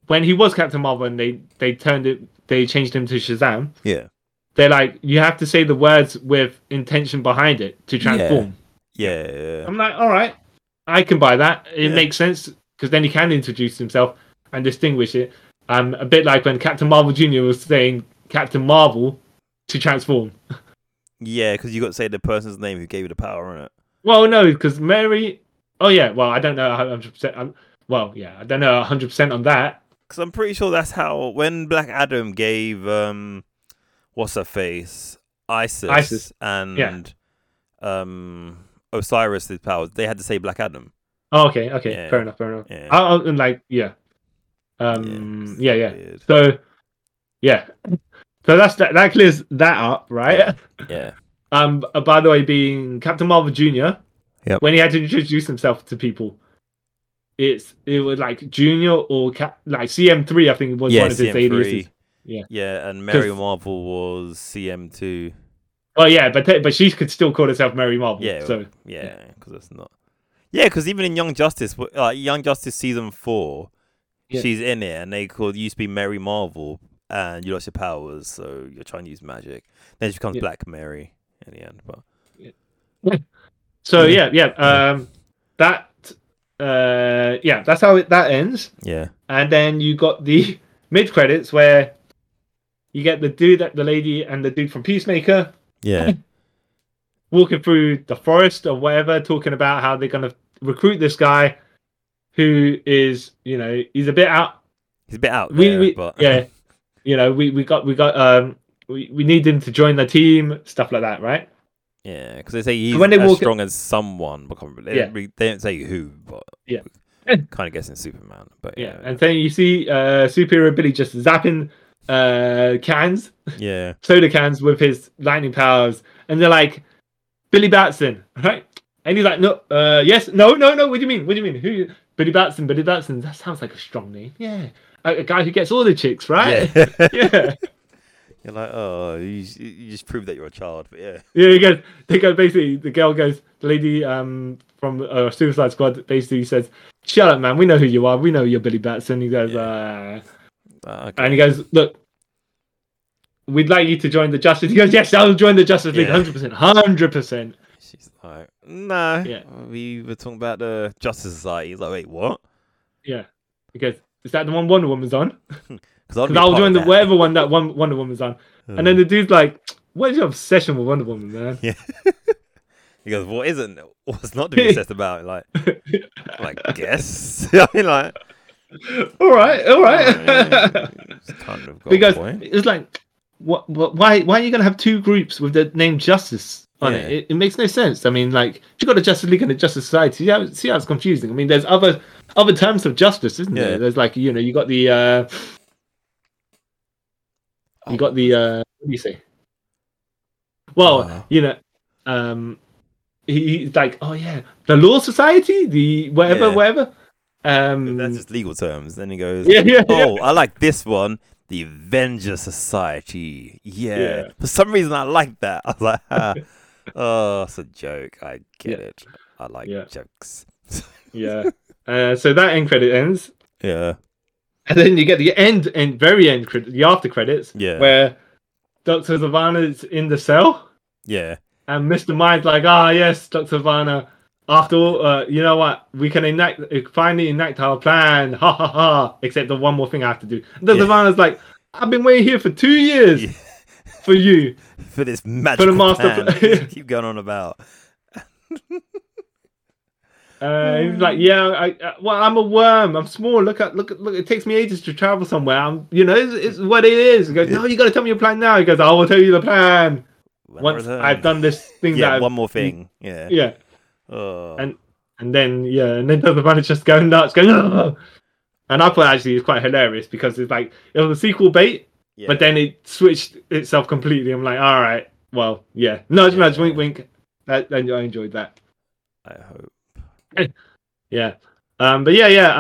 Speaker 2: when he was Captain Marvel and they they turned it they changed him to Shazam.
Speaker 1: yeah,
Speaker 2: They're like you have to say the words with intention behind it to transform.
Speaker 1: yeah, yeah,
Speaker 2: I'm like, all right, I can buy that. It
Speaker 1: Yeah.
Speaker 2: makes sense because then he can introduce himself and distinguish it. Um, a bit like when Captain Marvel Junior was saying Captain Marvel to transform.
Speaker 1: yeah. Because you got to say the person's name who gave you the power in it.
Speaker 2: Well, no, because Mary. Oh yeah, well I don't know 100. percent um, Well, yeah, I don't know 100 percent on that.
Speaker 1: Because I'm pretty sure that's how when Black Adam gave um, what's her face Isis,
Speaker 2: Isis.
Speaker 1: and um Osiris his powers, they had to say Black Adam.
Speaker 2: Oh, okay, okay,
Speaker 1: Yeah.
Speaker 2: fair enough, fair enough.
Speaker 1: Yeah.
Speaker 2: I, I, and like, yeah, um,
Speaker 1: it's
Speaker 2: yeah, yeah.
Speaker 1: weird.
Speaker 2: So, yeah, so that's that. That clears that up, right?
Speaker 1: Yeah. Yeah.
Speaker 2: Um, uh, by the way, being Captain Marvel Junior.
Speaker 1: Yep.
Speaker 2: When he had to introduce himself to people, it's it was like Junior or Cap, like CM3. I think it was
Speaker 1: yeah,
Speaker 2: one of his aliases.
Speaker 1: CM3.
Speaker 2: Yeah.
Speaker 1: Yeah, and Mary
Speaker 2: 'Cause-
Speaker 1: Marvel was CM2.
Speaker 2: Well, yeah, but te- but she could still call herself Mary Marvel.
Speaker 1: Yeah.
Speaker 2: So
Speaker 1: Yeah, because it's not. Yeah, because even in Young Justice, w- like Young Justice season four,
Speaker 2: Yeah.
Speaker 1: she's in it, and they called used to be Mary Marvel, and you lost your powers, so you're trying to use magic. Then she becomes
Speaker 2: Yeah.
Speaker 1: Black Mary in the end. But
Speaker 2: so
Speaker 1: Yeah.
Speaker 2: yeah, yeah. Um, that uh, yeah, that's how it that ends.
Speaker 1: yeah,
Speaker 2: And then you got the [laughs] mid credits where you get the dude, that the lady, and the dude from Peacemaker [laughs]
Speaker 1: yeah,
Speaker 2: walking through the forest or whatever, talking about how they're going to recruit this guy who is, you know, he's a bit out.
Speaker 1: he's a bit out
Speaker 2: We,
Speaker 1: there,
Speaker 2: we
Speaker 1: but
Speaker 2: yeah, you know, we, we got we got um we, we need him to join the team, stuff like that, right?
Speaker 1: yeah, because they say he's
Speaker 2: when they
Speaker 1: as
Speaker 2: walk-
Speaker 1: strong as someone, but can't remember- they,
Speaker 2: Yeah.
Speaker 1: don't re- they don't say who, but
Speaker 2: Yeah.
Speaker 1: kind of guessing Superman, but
Speaker 2: Yeah,
Speaker 1: yeah,
Speaker 2: and then you see uh superhero Billy just zapping uh cans,
Speaker 1: yeah,
Speaker 2: soda cans with his lightning powers, and they're like Billy Batson, right? And he's like, no, uh, yes, no, no, no. What do you mean? What do you mean? Who? you- Billy Batson, Billy Batson. [laughs] That sounds like a strong name. Yeah, a, a guy who gets all the chicks, right?
Speaker 1: yeah.
Speaker 2: yeah.
Speaker 1: You're like, oh, you, you just proved that you're a child, but yeah.
Speaker 2: Yeah, he goes. They go basically. The girl goes. The lady um from uh, Suicide Squad basically says, "Shut up, man. We know who you are. We know you're Billy Batson." He goes, uh,
Speaker 1: Ah, okay.
Speaker 2: and he goes, "Look, we'd like you to join the Justice." He goes, "Yes, I'll join the Justice League.
Speaker 1: Yeah.
Speaker 2: Hundred percent. Hundred percent."
Speaker 1: She's like, no.
Speaker 2: Yeah.
Speaker 1: We were talking about the Justice Society. He's like, wait, what?
Speaker 2: Yeah. He goes, "Is that the one Wonder Woman's on?"
Speaker 1: Because
Speaker 2: Because I'll join the whatever one that Hmm. one Wonder Woman's on. And then the dude's like, "What is your obsession with Wonder Woman, man?"
Speaker 1: Yeah. he goes, what isn't? What's not to be
Speaker 2: [laughs]
Speaker 1: obsessed about? Like, like guess. [laughs] I mean,
Speaker 2: [laughs]
Speaker 1: like,
Speaker 2: all right, all
Speaker 1: Oh, yeah,
Speaker 2: [laughs] right.
Speaker 1: he's kind of got a
Speaker 2: because
Speaker 1: point.
Speaker 2: it's like, what, what, why, why are you gonna have two groups with the name Justice on it?
Speaker 1: Yeah.
Speaker 2: it? It makes no sense. I mean, like, you got a Justice League and a Justice Society. Yeah, see how it's confusing. I mean, there's other other terms of justice, isn't
Speaker 1: Yeah.
Speaker 2: there? There's like, you know, you got the, uh,
Speaker 1: Oh.
Speaker 2: you got the, uh, what do you say? Well,
Speaker 1: Uh.
Speaker 2: you know, um, he, he's like, oh yeah, the Law Society, the whatever,
Speaker 1: Yeah.
Speaker 2: whatever. Um,
Speaker 1: That's just legal terms. Then he goes,
Speaker 2: [laughs] yeah, yeah, yeah.
Speaker 1: oh, I like this one. The Avenger Society. Yeah.
Speaker 2: Yeah.
Speaker 1: For some reason, I like that. I was like, [laughs] ah, oh, it's a joke. I get
Speaker 2: Yeah.
Speaker 1: it. I like
Speaker 2: Yeah.
Speaker 1: jokes.
Speaker 2: yeah. Uh, so that end credit ends,
Speaker 1: Yeah.
Speaker 2: and then you get the end and very end credit, the after credits,
Speaker 1: Yeah.
Speaker 2: where Doctor Zavana's in the cell,
Speaker 1: Yeah.
Speaker 2: and Mister Mind's like, "Ah, yes, Doctor Zavana. After all, uh, you know what? We can enact uh, finally enact our plan. Ha ha ha! Except the one more thing I have to do." Doctor
Speaker 1: Yeah.
Speaker 2: Zavana's like, "I've been waiting here for two years
Speaker 1: Yeah.
Speaker 2: [laughs] for you."
Speaker 1: For this magical
Speaker 2: master
Speaker 1: plan
Speaker 2: pla-
Speaker 1: that you keep going on
Speaker 2: [laughs]
Speaker 1: about.
Speaker 2: Uh, he's like, yeah, I, I, well, I'm a worm. I'm small. Look at, look at, look. It takes me ages to travel somewhere. I'm, you know, it's, it's what it is. He goes, no, you got to tell me your plan now. He goes, I will tell you the plan
Speaker 1: When I
Speaker 2: once
Speaker 1: return.
Speaker 2: I've done this thing
Speaker 1: Yeah,
Speaker 2: that, I've,
Speaker 1: one more thing. Yeah.
Speaker 2: yeah.
Speaker 1: Oh.
Speaker 2: And- And then, yeah, and then [laughs] the other man is just going nuts, going, Ugh! and I thought actually it's quite hilarious because it's like it was a sequel bait,
Speaker 1: yeah.
Speaker 2: but then it switched itself completely. I'm like, all right, well, yeah, nudge,
Speaker 1: Yeah.
Speaker 2: nudge, wink, wink. That, and I enjoyed that.
Speaker 1: I hope.
Speaker 2: Yeah. Um but yeah, yeah.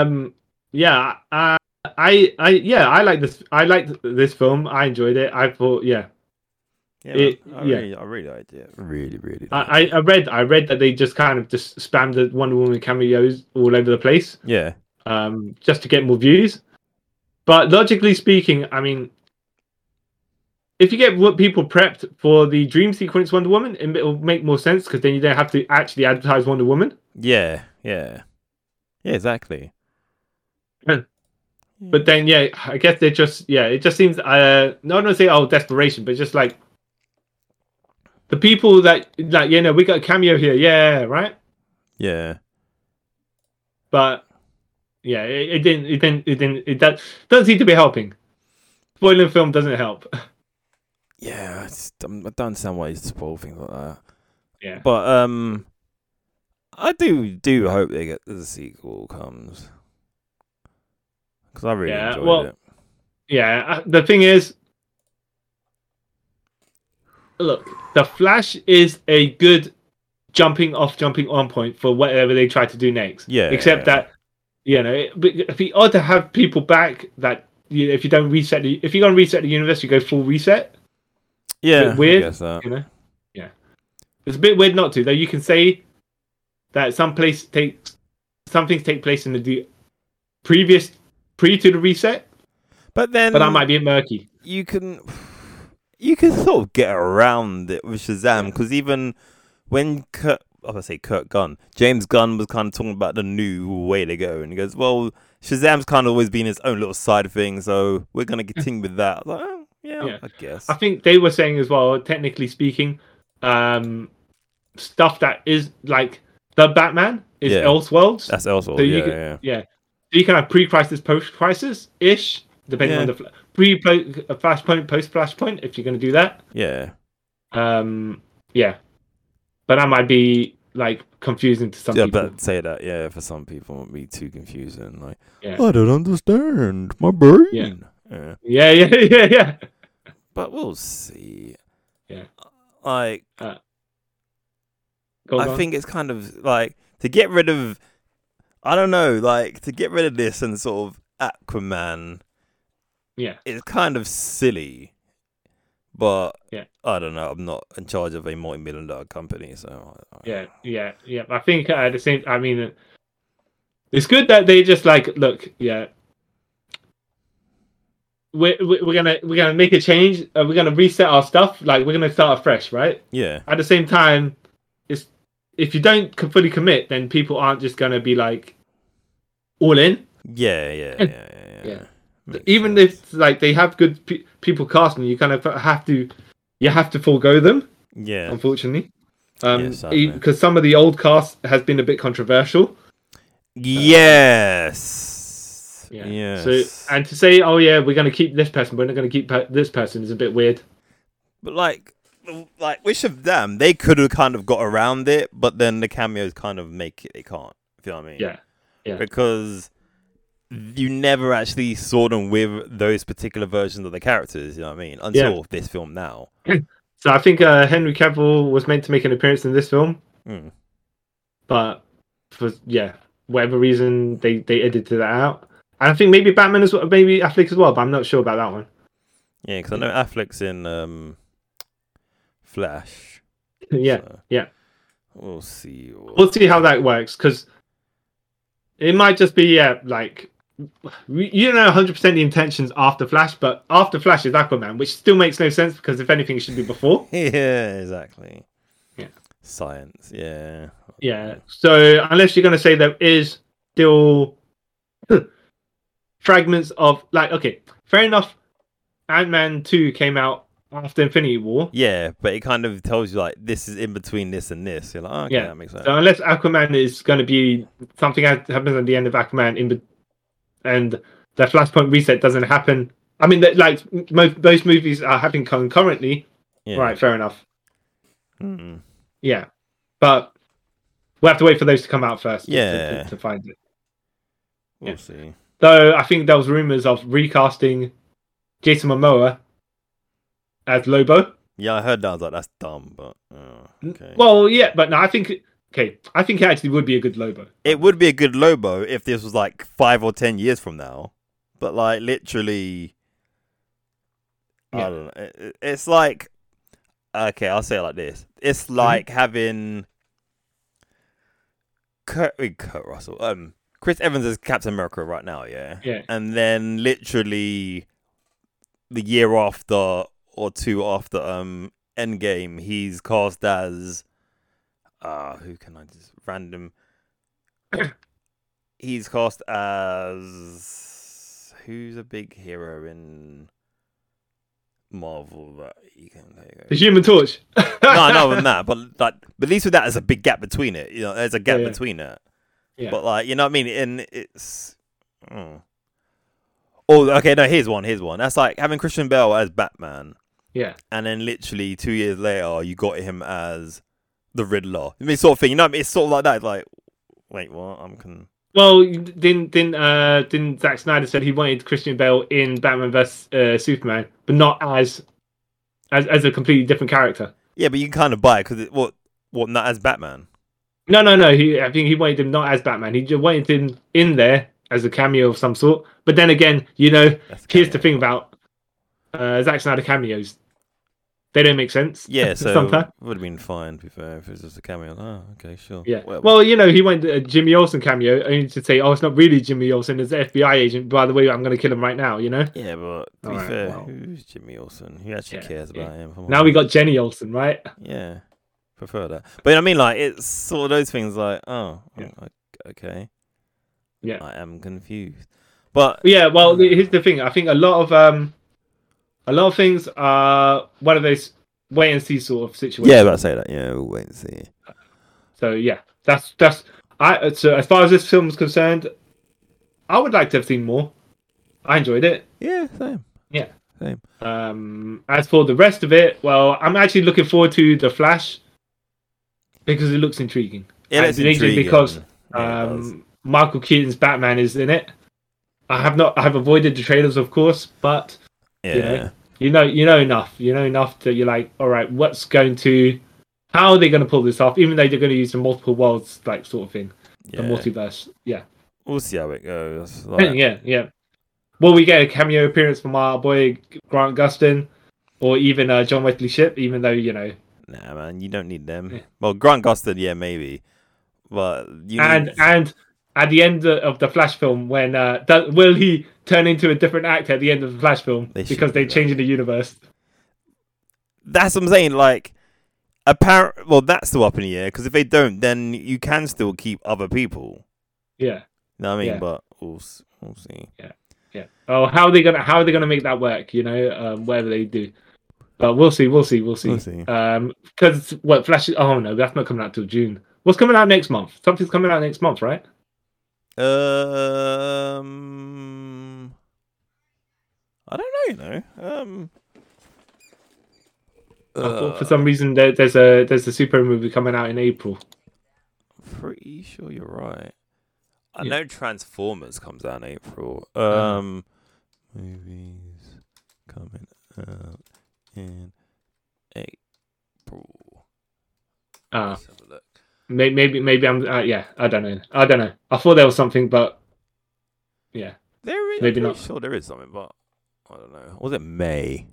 Speaker 2: Um yeah, uh, I I yeah, I like this I liked this film. I enjoyed it. I thought yeah.
Speaker 1: Yeah,
Speaker 2: It-
Speaker 1: I,
Speaker 2: yeah.
Speaker 1: Really, I really liked it. Really, really. liked
Speaker 2: I, I I read I read that they just kind of just spammed the Wonder Woman cameos all over the place
Speaker 1: it. yeah.
Speaker 2: um just to get more views. But logically speaking, I mean if you get what people prepped for the dream sequence Wonder Woman, it- it'll make more sense because then you don't have to actually advertise Wonder Woman.
Speaker 1: Yeah. Yeah. Yeah. Exactly.
Speaker 2: But then, yeah, I guess they just, yeah, it just seems, uh, not to say, oh, desperation, but just like the people that, like, you know, we got a cameo here, yeah, right?
Speaker 1: Yeah.
Speaker 2: But yeah, it, it didn't, it didn't, it didn't, it that, doesn't seem to be helping. Spoiling film doesn't help.
Speaker 1: Yeah. I, just, I'm- I don't understand why he's spoil things like that.
Speaker 2: Yeah.
Speaker 1: But um, I do do hope they get the sequel comes because I really
Speaker 2: Yeah,
Speaker 1: enjoyed
Speaker 2: well,
Speaker 1: it.
Speaker 2: Yeah, uh, the thing is, look, The Flash is a good jumping off, jumping on point for whatever they try to do next.
Speaker 1: Yeah.
Speaker 2: Except that, you know, it, but it'd be odd to have people back that you know, if you don't reset the if you're gonna reset the universe, you go full reset.
Speaker 1: Yeah.
Speaker 2: weird,
Speaker 1: I guess that.
Speaker 2: You know, yeah, it's a bit weird not to though. You can say that some place takes some things take place in the de- previous pre to the reset,
Speaker 1: But then,
Speaker 2: but that might be a bit murky.
Speaker 1: you can you can sort of get around it with Shazam because even when Kurt, I would say Kurt Gunn, James Gunn was kind of talking about the new way to go, and he goes, "Well, Shazam's kind of always been his own little side thing, so we're gonna continue with that." I was like, oh, yeah,
Speaker 2: Yeah.
Speaker 1: I guess.
Speaker 2: I think they were saying as well, technically speaking, um, stuff that is like the Batman is
Speaker 1: Yeah.
Speaker 2: Elseworlds.
Speaker 1: That's also
Speaker 2: So you
Speaker 1: yeah,
Speaker 2: could-
Speaker 1: yeah.
Speaker 2: Yeah. So you can have pre-crisis, post-crisis ish, depending
Speaker 1: Yeah.
Speaker 2: on the fl- pre uh, flashpoint, post flashpoint. If you're going to do that,
Speaker 1: yeah,
Speaker 2: um, yeah. But that might be like confusing to some
Speaker 1: yeah.
Speaker 2: people.
Speaker 1: But say that, yeah, for some people it would be too confusing. Like,
Speaker 2: Yeah.
Speaker 1: I don't understand my brain.
Speaker 2: Yeah.
Speaker 1: yeah.
Speaker 2: Yeah, [laughs] yeah, yeah, yeah.
Speaker 1: But we'll see.
Speaker 2: Yeah.
Speaker 1: Like.
Speaker 2: Go
Speaker 1: I
Speaker 2: on.
Speaker 1: think it's kind of like to get rid of, I don't know, like to get rid of this and sort of Aquaman.
Speaker 2: Yeah.
Speaker 1: It's kind of silly. But
Speaker 2: Yeah.
Speaker 1: I don't know. I'm not in charge of a multi-million dollar company, so I- I-
Speaker 2: Yeah, yeah, yeah. I think uh, the same. I mean, it's good that they just like look. Yeah, we're we're we're gonna we're gonna make a change. Uh, we're gonna reset our stuff. Like we're gonna start afresh, right?
Speaker 1: yeah,
Speaker 2: At the same time, it's if you don't co- fully commit, then people aren't just gonna be like all in.
Speaker 1: yeah, yeah, yeah,
Speaker 2: And-
Speaker 1: yeah.
Speaker 2: yeah.
Speaker 1: Makes
Speaker 2: Even
Speaker 1: sense.
Speaker 2: if like they have good pe- people casting, you kind of have to you have to forego them.
Speaker 1: yeah,
Speaker 2: Unfortunately. Um,
Speaker 1: Yeah, sadly.
Speaker 2: because some of the old cast has been a bit controversial.
Speaker 1: yes,
Speaker 2: Yeah.
Speaker 1: yes.
Speaker 2: So and to say, oh yeah, we're going to keep this person, we're not going to keep pe- this person is a bit weird.
Speaker 1: But like, like which of them they could have kind of got around it, but then the cameos kind of make it. They can't. If you know what I mean?
Speaker 2: Yeah. Yeah.
Speaker 1: Because you never actually saw them with those particular versions of the characters. You know what I mean? Until this film now.
Speaker 2: So I think uh, Henry Cavill was meant to make an appearance in this film,
Speaker 1: Mm.
Speaker 2: but for yeah whatever reason they they edited that out. And I think maybe Batman as well, maybe Affleck as well, but I'm not sure about that one. [laughs]
Speaker 1: Yeah, because I know Affleck's in um, Flash.
Speaker 2: yeah,
Speaker 1: so
Speaker 2: yeah.
Speaker 1: We'll see. what-
Speaker 2: we'll see how that works because it might just be yeah like. we- You don't know 100% the intentions after Flash, but after Flash is Aquaman, which still makes no sense because if anything, it should be before.
Speaker 1: [laughs] yeah, exactly.
Speaker 2: Yeah.
Speaker 1: Science. Yeah.
Speaker 2: Yeah. So unless you're going to say there is still [clears throat] fragments of like, okay, fair enough. Ant Man two came out after Infinity War.
Speaker 1: Yeah, but it kind of tells you like this is in between this and this. You're like, oh, okay,
Speaker 2: Yeah.
Speaker 1: that makes sense.
Speaker 2: So unless Aquaman is going to be something that happens at the end of Aquaman in, be- and the Flashpoint reset doesn't happen. I mean, that- like most most movies are happening concurrently.
Speaker 1: Yeah.
Speaker 2: Right. Fair enough.
Speaker 1: Mm.
Speaker 2: Yeah. But we'll have to wait for those to come out first. to- to-
Speaker 1: Yeah.
Speaker 2: to find it.
Speaker 1: We'll
Speaker 2: Yeah.
Speaker 1: see.
Speaker 2: Though I think there was rumors of recasting Jason Momoa as Lobo.
Speaker 1: Yeah, I heard that. I was like, that's dumb, but oh, okay.
Speaker 2: Well, yeah, but no, I think okay, I think it actually would be a good Lobo.
Speaker 1: it would be a good Lobo if this was like five or ten years from now, but like literally,
Speaker 2: Yeah.
Speaker 1: I don't know. It- it- it's like, okay, I'll say it like this.
Speaker 2: Mm-hmm.
Speaker 1: It's like having Kurt, wait, Kurt Russell, um, Chris Evans is Captain America right now, yeah,
Speaker 2: Yeah.
Speaker 1: and then literally the year after or two after um Endgame, he's cast as uh who can I just
Speaker 2: [coughs]
Speaker 1: random he's cast as who's a big hero in Marvel that you can there
Speaker 2: The [laughs]
Speaker 1: you
Speaker 2: Human Torch.
Speaker 1: go. no, no, other than that, but like, but at least with that, there's a big gap between it. You know, there's a gap
Speaker 2: Yeah, yeah.
Speaker 1: between it.
Speaker 2: Yeah.
Speaker 1: But like, you know what I mean? And it's, mm. oh, okay. No, here's one. Here's one. That's like having Christian Bale as Batman,
Speaker 2: Yeah.
Speaker 1: and then literally two years later, you got him as the Riddler. I mean, sort of thing. You know, what I mean? it's sort of like that. It's like, wait, what? I'm con.
Speaker 2: Well, didn't didn't uh didn't Zack Snyder said he wanted Christian Bale in Batman vs uh, Superman, but not as as as a completely different character.
Speaker 1: Yeah, but you can kind of buy it because what what not as Batman.
Speaker 2: No, no, no. He, I think he wanted him not as Batman. He just wanted him in there as a cameo of some sort. But then again, you know,
Speaker 1: That's
Speaker 2: here's the
Speaker 1: kinda-
Speaker 2: thing about uh, Zack Snyder cameos. They don't make sense. [laughs]
Speaker 1: Yeah, so
Speaker 2: sometimes.
Speaker 1: it would have been fine to be fair if it was just a cameo. Oh, okay, sure.
Speaker 2: Yeah.
Speaker 1: Well,
Speaker 2: Well, you know, he went a Jimmy Olsen cameo only to say, oh, it's not really Jimmy Olsen, it's the FBI agent. By the way, I'm going to kill him right now, you know?
Speaker 1: yeah, but to be
Speaker 2: Alright,
Speaker 1: fair,
Speaker 2: well.
Speaker 1: who's Jimmy Olsen? Who actually
Speaker 2: Yeah,
Speaker 1: cares about him? Come
Speaker 2: Now
Speaker 1: on.
Speaker 2: we got Jenny Olsen, right?
Speaker 1: Yeah, prefer that. But I mean, like, it's sort of those things like, oh,
Speaker 2: Yeah.
Speaker 1: o- okay.
Speaker 2: Yeah.
Speaker 1: I am confused. But
Speaker 2: Yeah, well, the- here's the thing. I think a lot of um, a lot of things are one of those wait and see sort of situations.
Speaker 1: yeah, about to say that. Yeah, we'll wait and see.
Speaker 2: So yeah, that's that's I. So as far as this film's concerned, I would like to have seen more. I enjoyed it.
Speaker 1: Yeah, same.
Speaker 2: Yeah.
Speaker 1: Same.
Speaker 2: Um, as for the rest of it, well, I'm actually looking forward to the Flash because it looks intriguing.
Speaker 1: It
Speaker 2: And
Speaker 1: is
Speaker 2: the reason
Speaker 1: intriguing.
Speaker 2: because,
Speaker 1: Yeah, it does.
Speaker 2: um, Michael Keaton's Batman is in it. I have not. I have avoided the trailers, of course, but
Speaker 1: yeah.
Speaker 2: know, you know, you know enough. You know enough that you're like, all right, what's going to, how are they going to pull this off? Even though they're going to use the multiple worlds, like sort of thing,
Speaker 1: yeah.
Speaker 2: the multiverse. Yeah.
Speaker 1: We'll see how it goes.
Speaker 2: [laughs]
Speaker 1: Like,
Speaker 2: Yeah, yeah. Well, we get a cameo appearance from our boy Grant Gustin. or even uh, John Wesley Ship, even though you know,
Speaker 1: Nah, man, you don't need them.
Speaker 2: Yeah.
Speaker 1: Well, Grant Gustin, yeah, maybe, but you
Speaker 2: and
Speaker 1: need-
Speaker 2: and at the end of the Flash film, when uh, that, will he turn into a different actor at the end of the Flash film
Speaker 1: They should
Speaker 2: because
Speaker 1: do
Speaker 2: they're
Speaker 1: that.
Speaker 2: changing the universe?
Speaker 1: that's what I'm saying. Like, apparent. Well, that's still up in the air because if they don't, then you can still keep other people.
Speaker 2: Yeah,
Speaker 1: You know what I mean?
Speaker 2: Yeah.
Speaker 1: But we'll, s- we'll see.
Speaker 2: yeah. Oh, how are they gonna how are they gonna make that work? You know, um, whatever they do. But we'll see, we'll see, we'll see.
Speaker 1: We'll see.
Speaker 2: Um, because what Flash? Oh no, that's not coming out till June. What's coming out next month? Something's coming out next month, right?
Speaker 1: Um, I don't know. You know. Um,
Speaker 2: I thought for
Speaker 1: uh,
Speaker 2: some reason, there, there's a there's a superhero movie coming out in April.
Speaker 1: pretty sure you're right. I
Speaker 2: Yeah.
Speaker 1: know Transformers comes out in April.
Speaker 2: Uh-huh.
Speaker 1: Um, movies coming out in April.
Speaker 2: Uh,
Speaker 1: Let's have a look.
Speaker 2: may- maybe maybe I'm uh, yeah. I don't know. I don't know. I thought there was something, but yeah.
Speaker 1: There is.
Speaker 2: Maybe
Speaker 1: I'm
Speaker 2: not.
Speaker 1: pretty Sure, there is something, but I don't know. Was it May?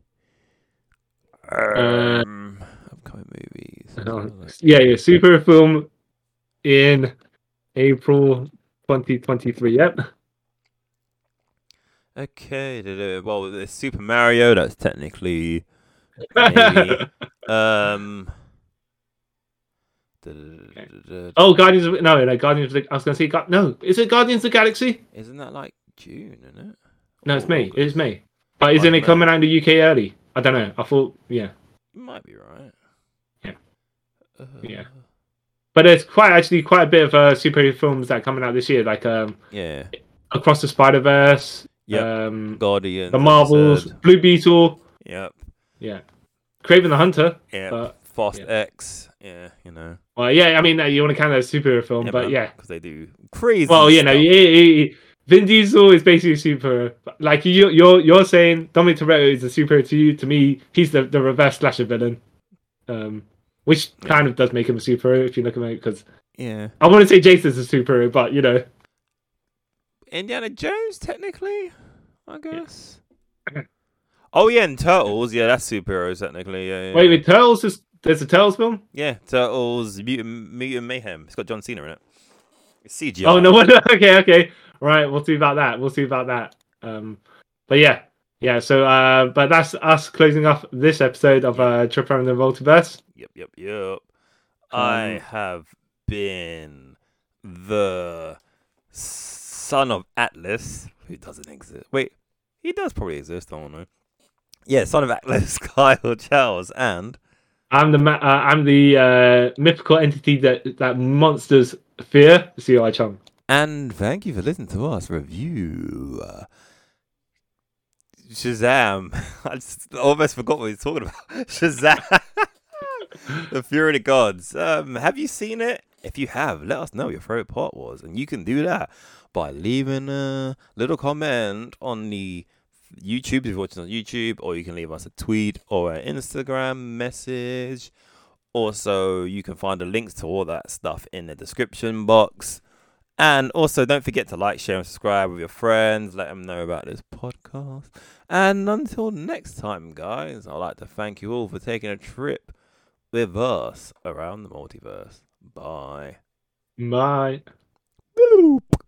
Speaker 2: Uh,
Speaker 1: Um, upcoming movies.
Speaker 2: I
Speaker 1: Let's have a
Speaker 2: don't-
Speaker 1: look.
Speaker 2: yeah, yeah. Superhero film in April 2023. Yep.
Speaker 1: Okay. duh, duh, Well, there's Super Mario. That's technically.
Speaker 2: [laughs]
Speaker 1: Maybe. Um. duh, duh, duh, duh, duh, duh,
Speaker 2: oh, Guardians of no, no, Guardians of the. I was gonna say Gu- no. Is it Guardians of the Galaxy?
Speaker 1: Isn't that like June, isn't it?
Speaker 2: No, it's
Speaker 1: Or
Speaker 2: May. It's
Speaker 1: August?
Speaker 2: May. But isn't
Speaker 1: Like
Speaker 2: it
Speaker 1: May.
Speaker 2: coming out in the UK early? I don't know. I thought yeah.
Speaker 1: You might be right.
Speaker 2: Yeah.
Speaker 1: Uh,
Speaker 2: Yeah. But there's quite actually quite a bit of uh, superhero films that are coming out this year, like um
Speaker 1: Yeah.
Speaker 2: Across the Spider Verse,
Speaker 1: Yep.
Speaker 2: um,
Speaker 1: Guardian.
Speaker 2: the Marvels, Blue Beetle,
Speaker 1: Yep.
Speaker 2: yeah, Craven the Hunter.
Speaker 1: Yeah.
Speaker 2: But
Speaker 1: Fast
Speaker 2: Uh, yeah.
Speaker 1: X. Yeah. You know.
Speaker 2: well, yeah, I mean uh, you want to count that as a superhero film, but yeah.
Speaker 1: Because they do crazy.
Speaker 2: Well, you know,
Speaker 1: stuff.
Speaker 2: yeah, yeah, yeah. Vin Diesel is basically a superhero. Like you, you're you're saying Dominic Toretto is a superhero to you. To me, he's the, the reverse slasher villain, um, which
Speaker 1: Yeah.
Speaker 2: kind of does make him a superhero if you look at it. Because
Speaker 1: Yeah.
Speaker 2: I want to say Jason's a superhero, but you know,
Speaker 1: Indiana Jones, technically, I
Speaker 2: [laughs]
Speaker 1: guess. Oh yeah, and Turtles. Yeah, that's superheroes technically. Yeah. Yeah.
Speaker 2: wait, with Turtles, is, there's a Turtles film.
Speaker 1: yeah Turtles, Mutant, Mutant Mayhem. It's got John Cena in it. It's CGI.
Speaker 2: Oh no! wonder- [laughs] okay, okay. Right, we'll see about that. We'll see about that. Um, but yeah, yeah. So, uh, but that's us closing off this episode of uh, Trip Around the Multiverse.
Speaker 1: Yep, yep, yep. I
Speaker 2: Um,
Speaker 1: have been the son of Atlas, who doesn't exist. Wait, he does probably exist. I don't know. Yeah, son of Atlas, [laughs] Kyle Charles, and
Speaker 2: I'm the ma- uh, I'm the uh, mythical entity that that monsters fear. C.I. Chung.
Speaker 1: and thank you for listening to us review. uh, Shazam! [laughs] I just almost forgot what he was talking about. [laughs] Shazam! the Fury of the Gods. Um, have you seen it? If you have, let us know what your favorite part was, and you can do that by leaving a little comment on the YouTube if you're watching on YouTube, or you can leave us a tweet or an Instagram message. Also, you can find the links to all that stuff in the description box. And also, don't forget to like, share, and subscribe with your friends. Let them know about this podcast. And until next time, guys, I'd like to thank you all for taking a trip with us around the multiverse. Bye.
Speaker 2: My.
Speaker 1: Bloop.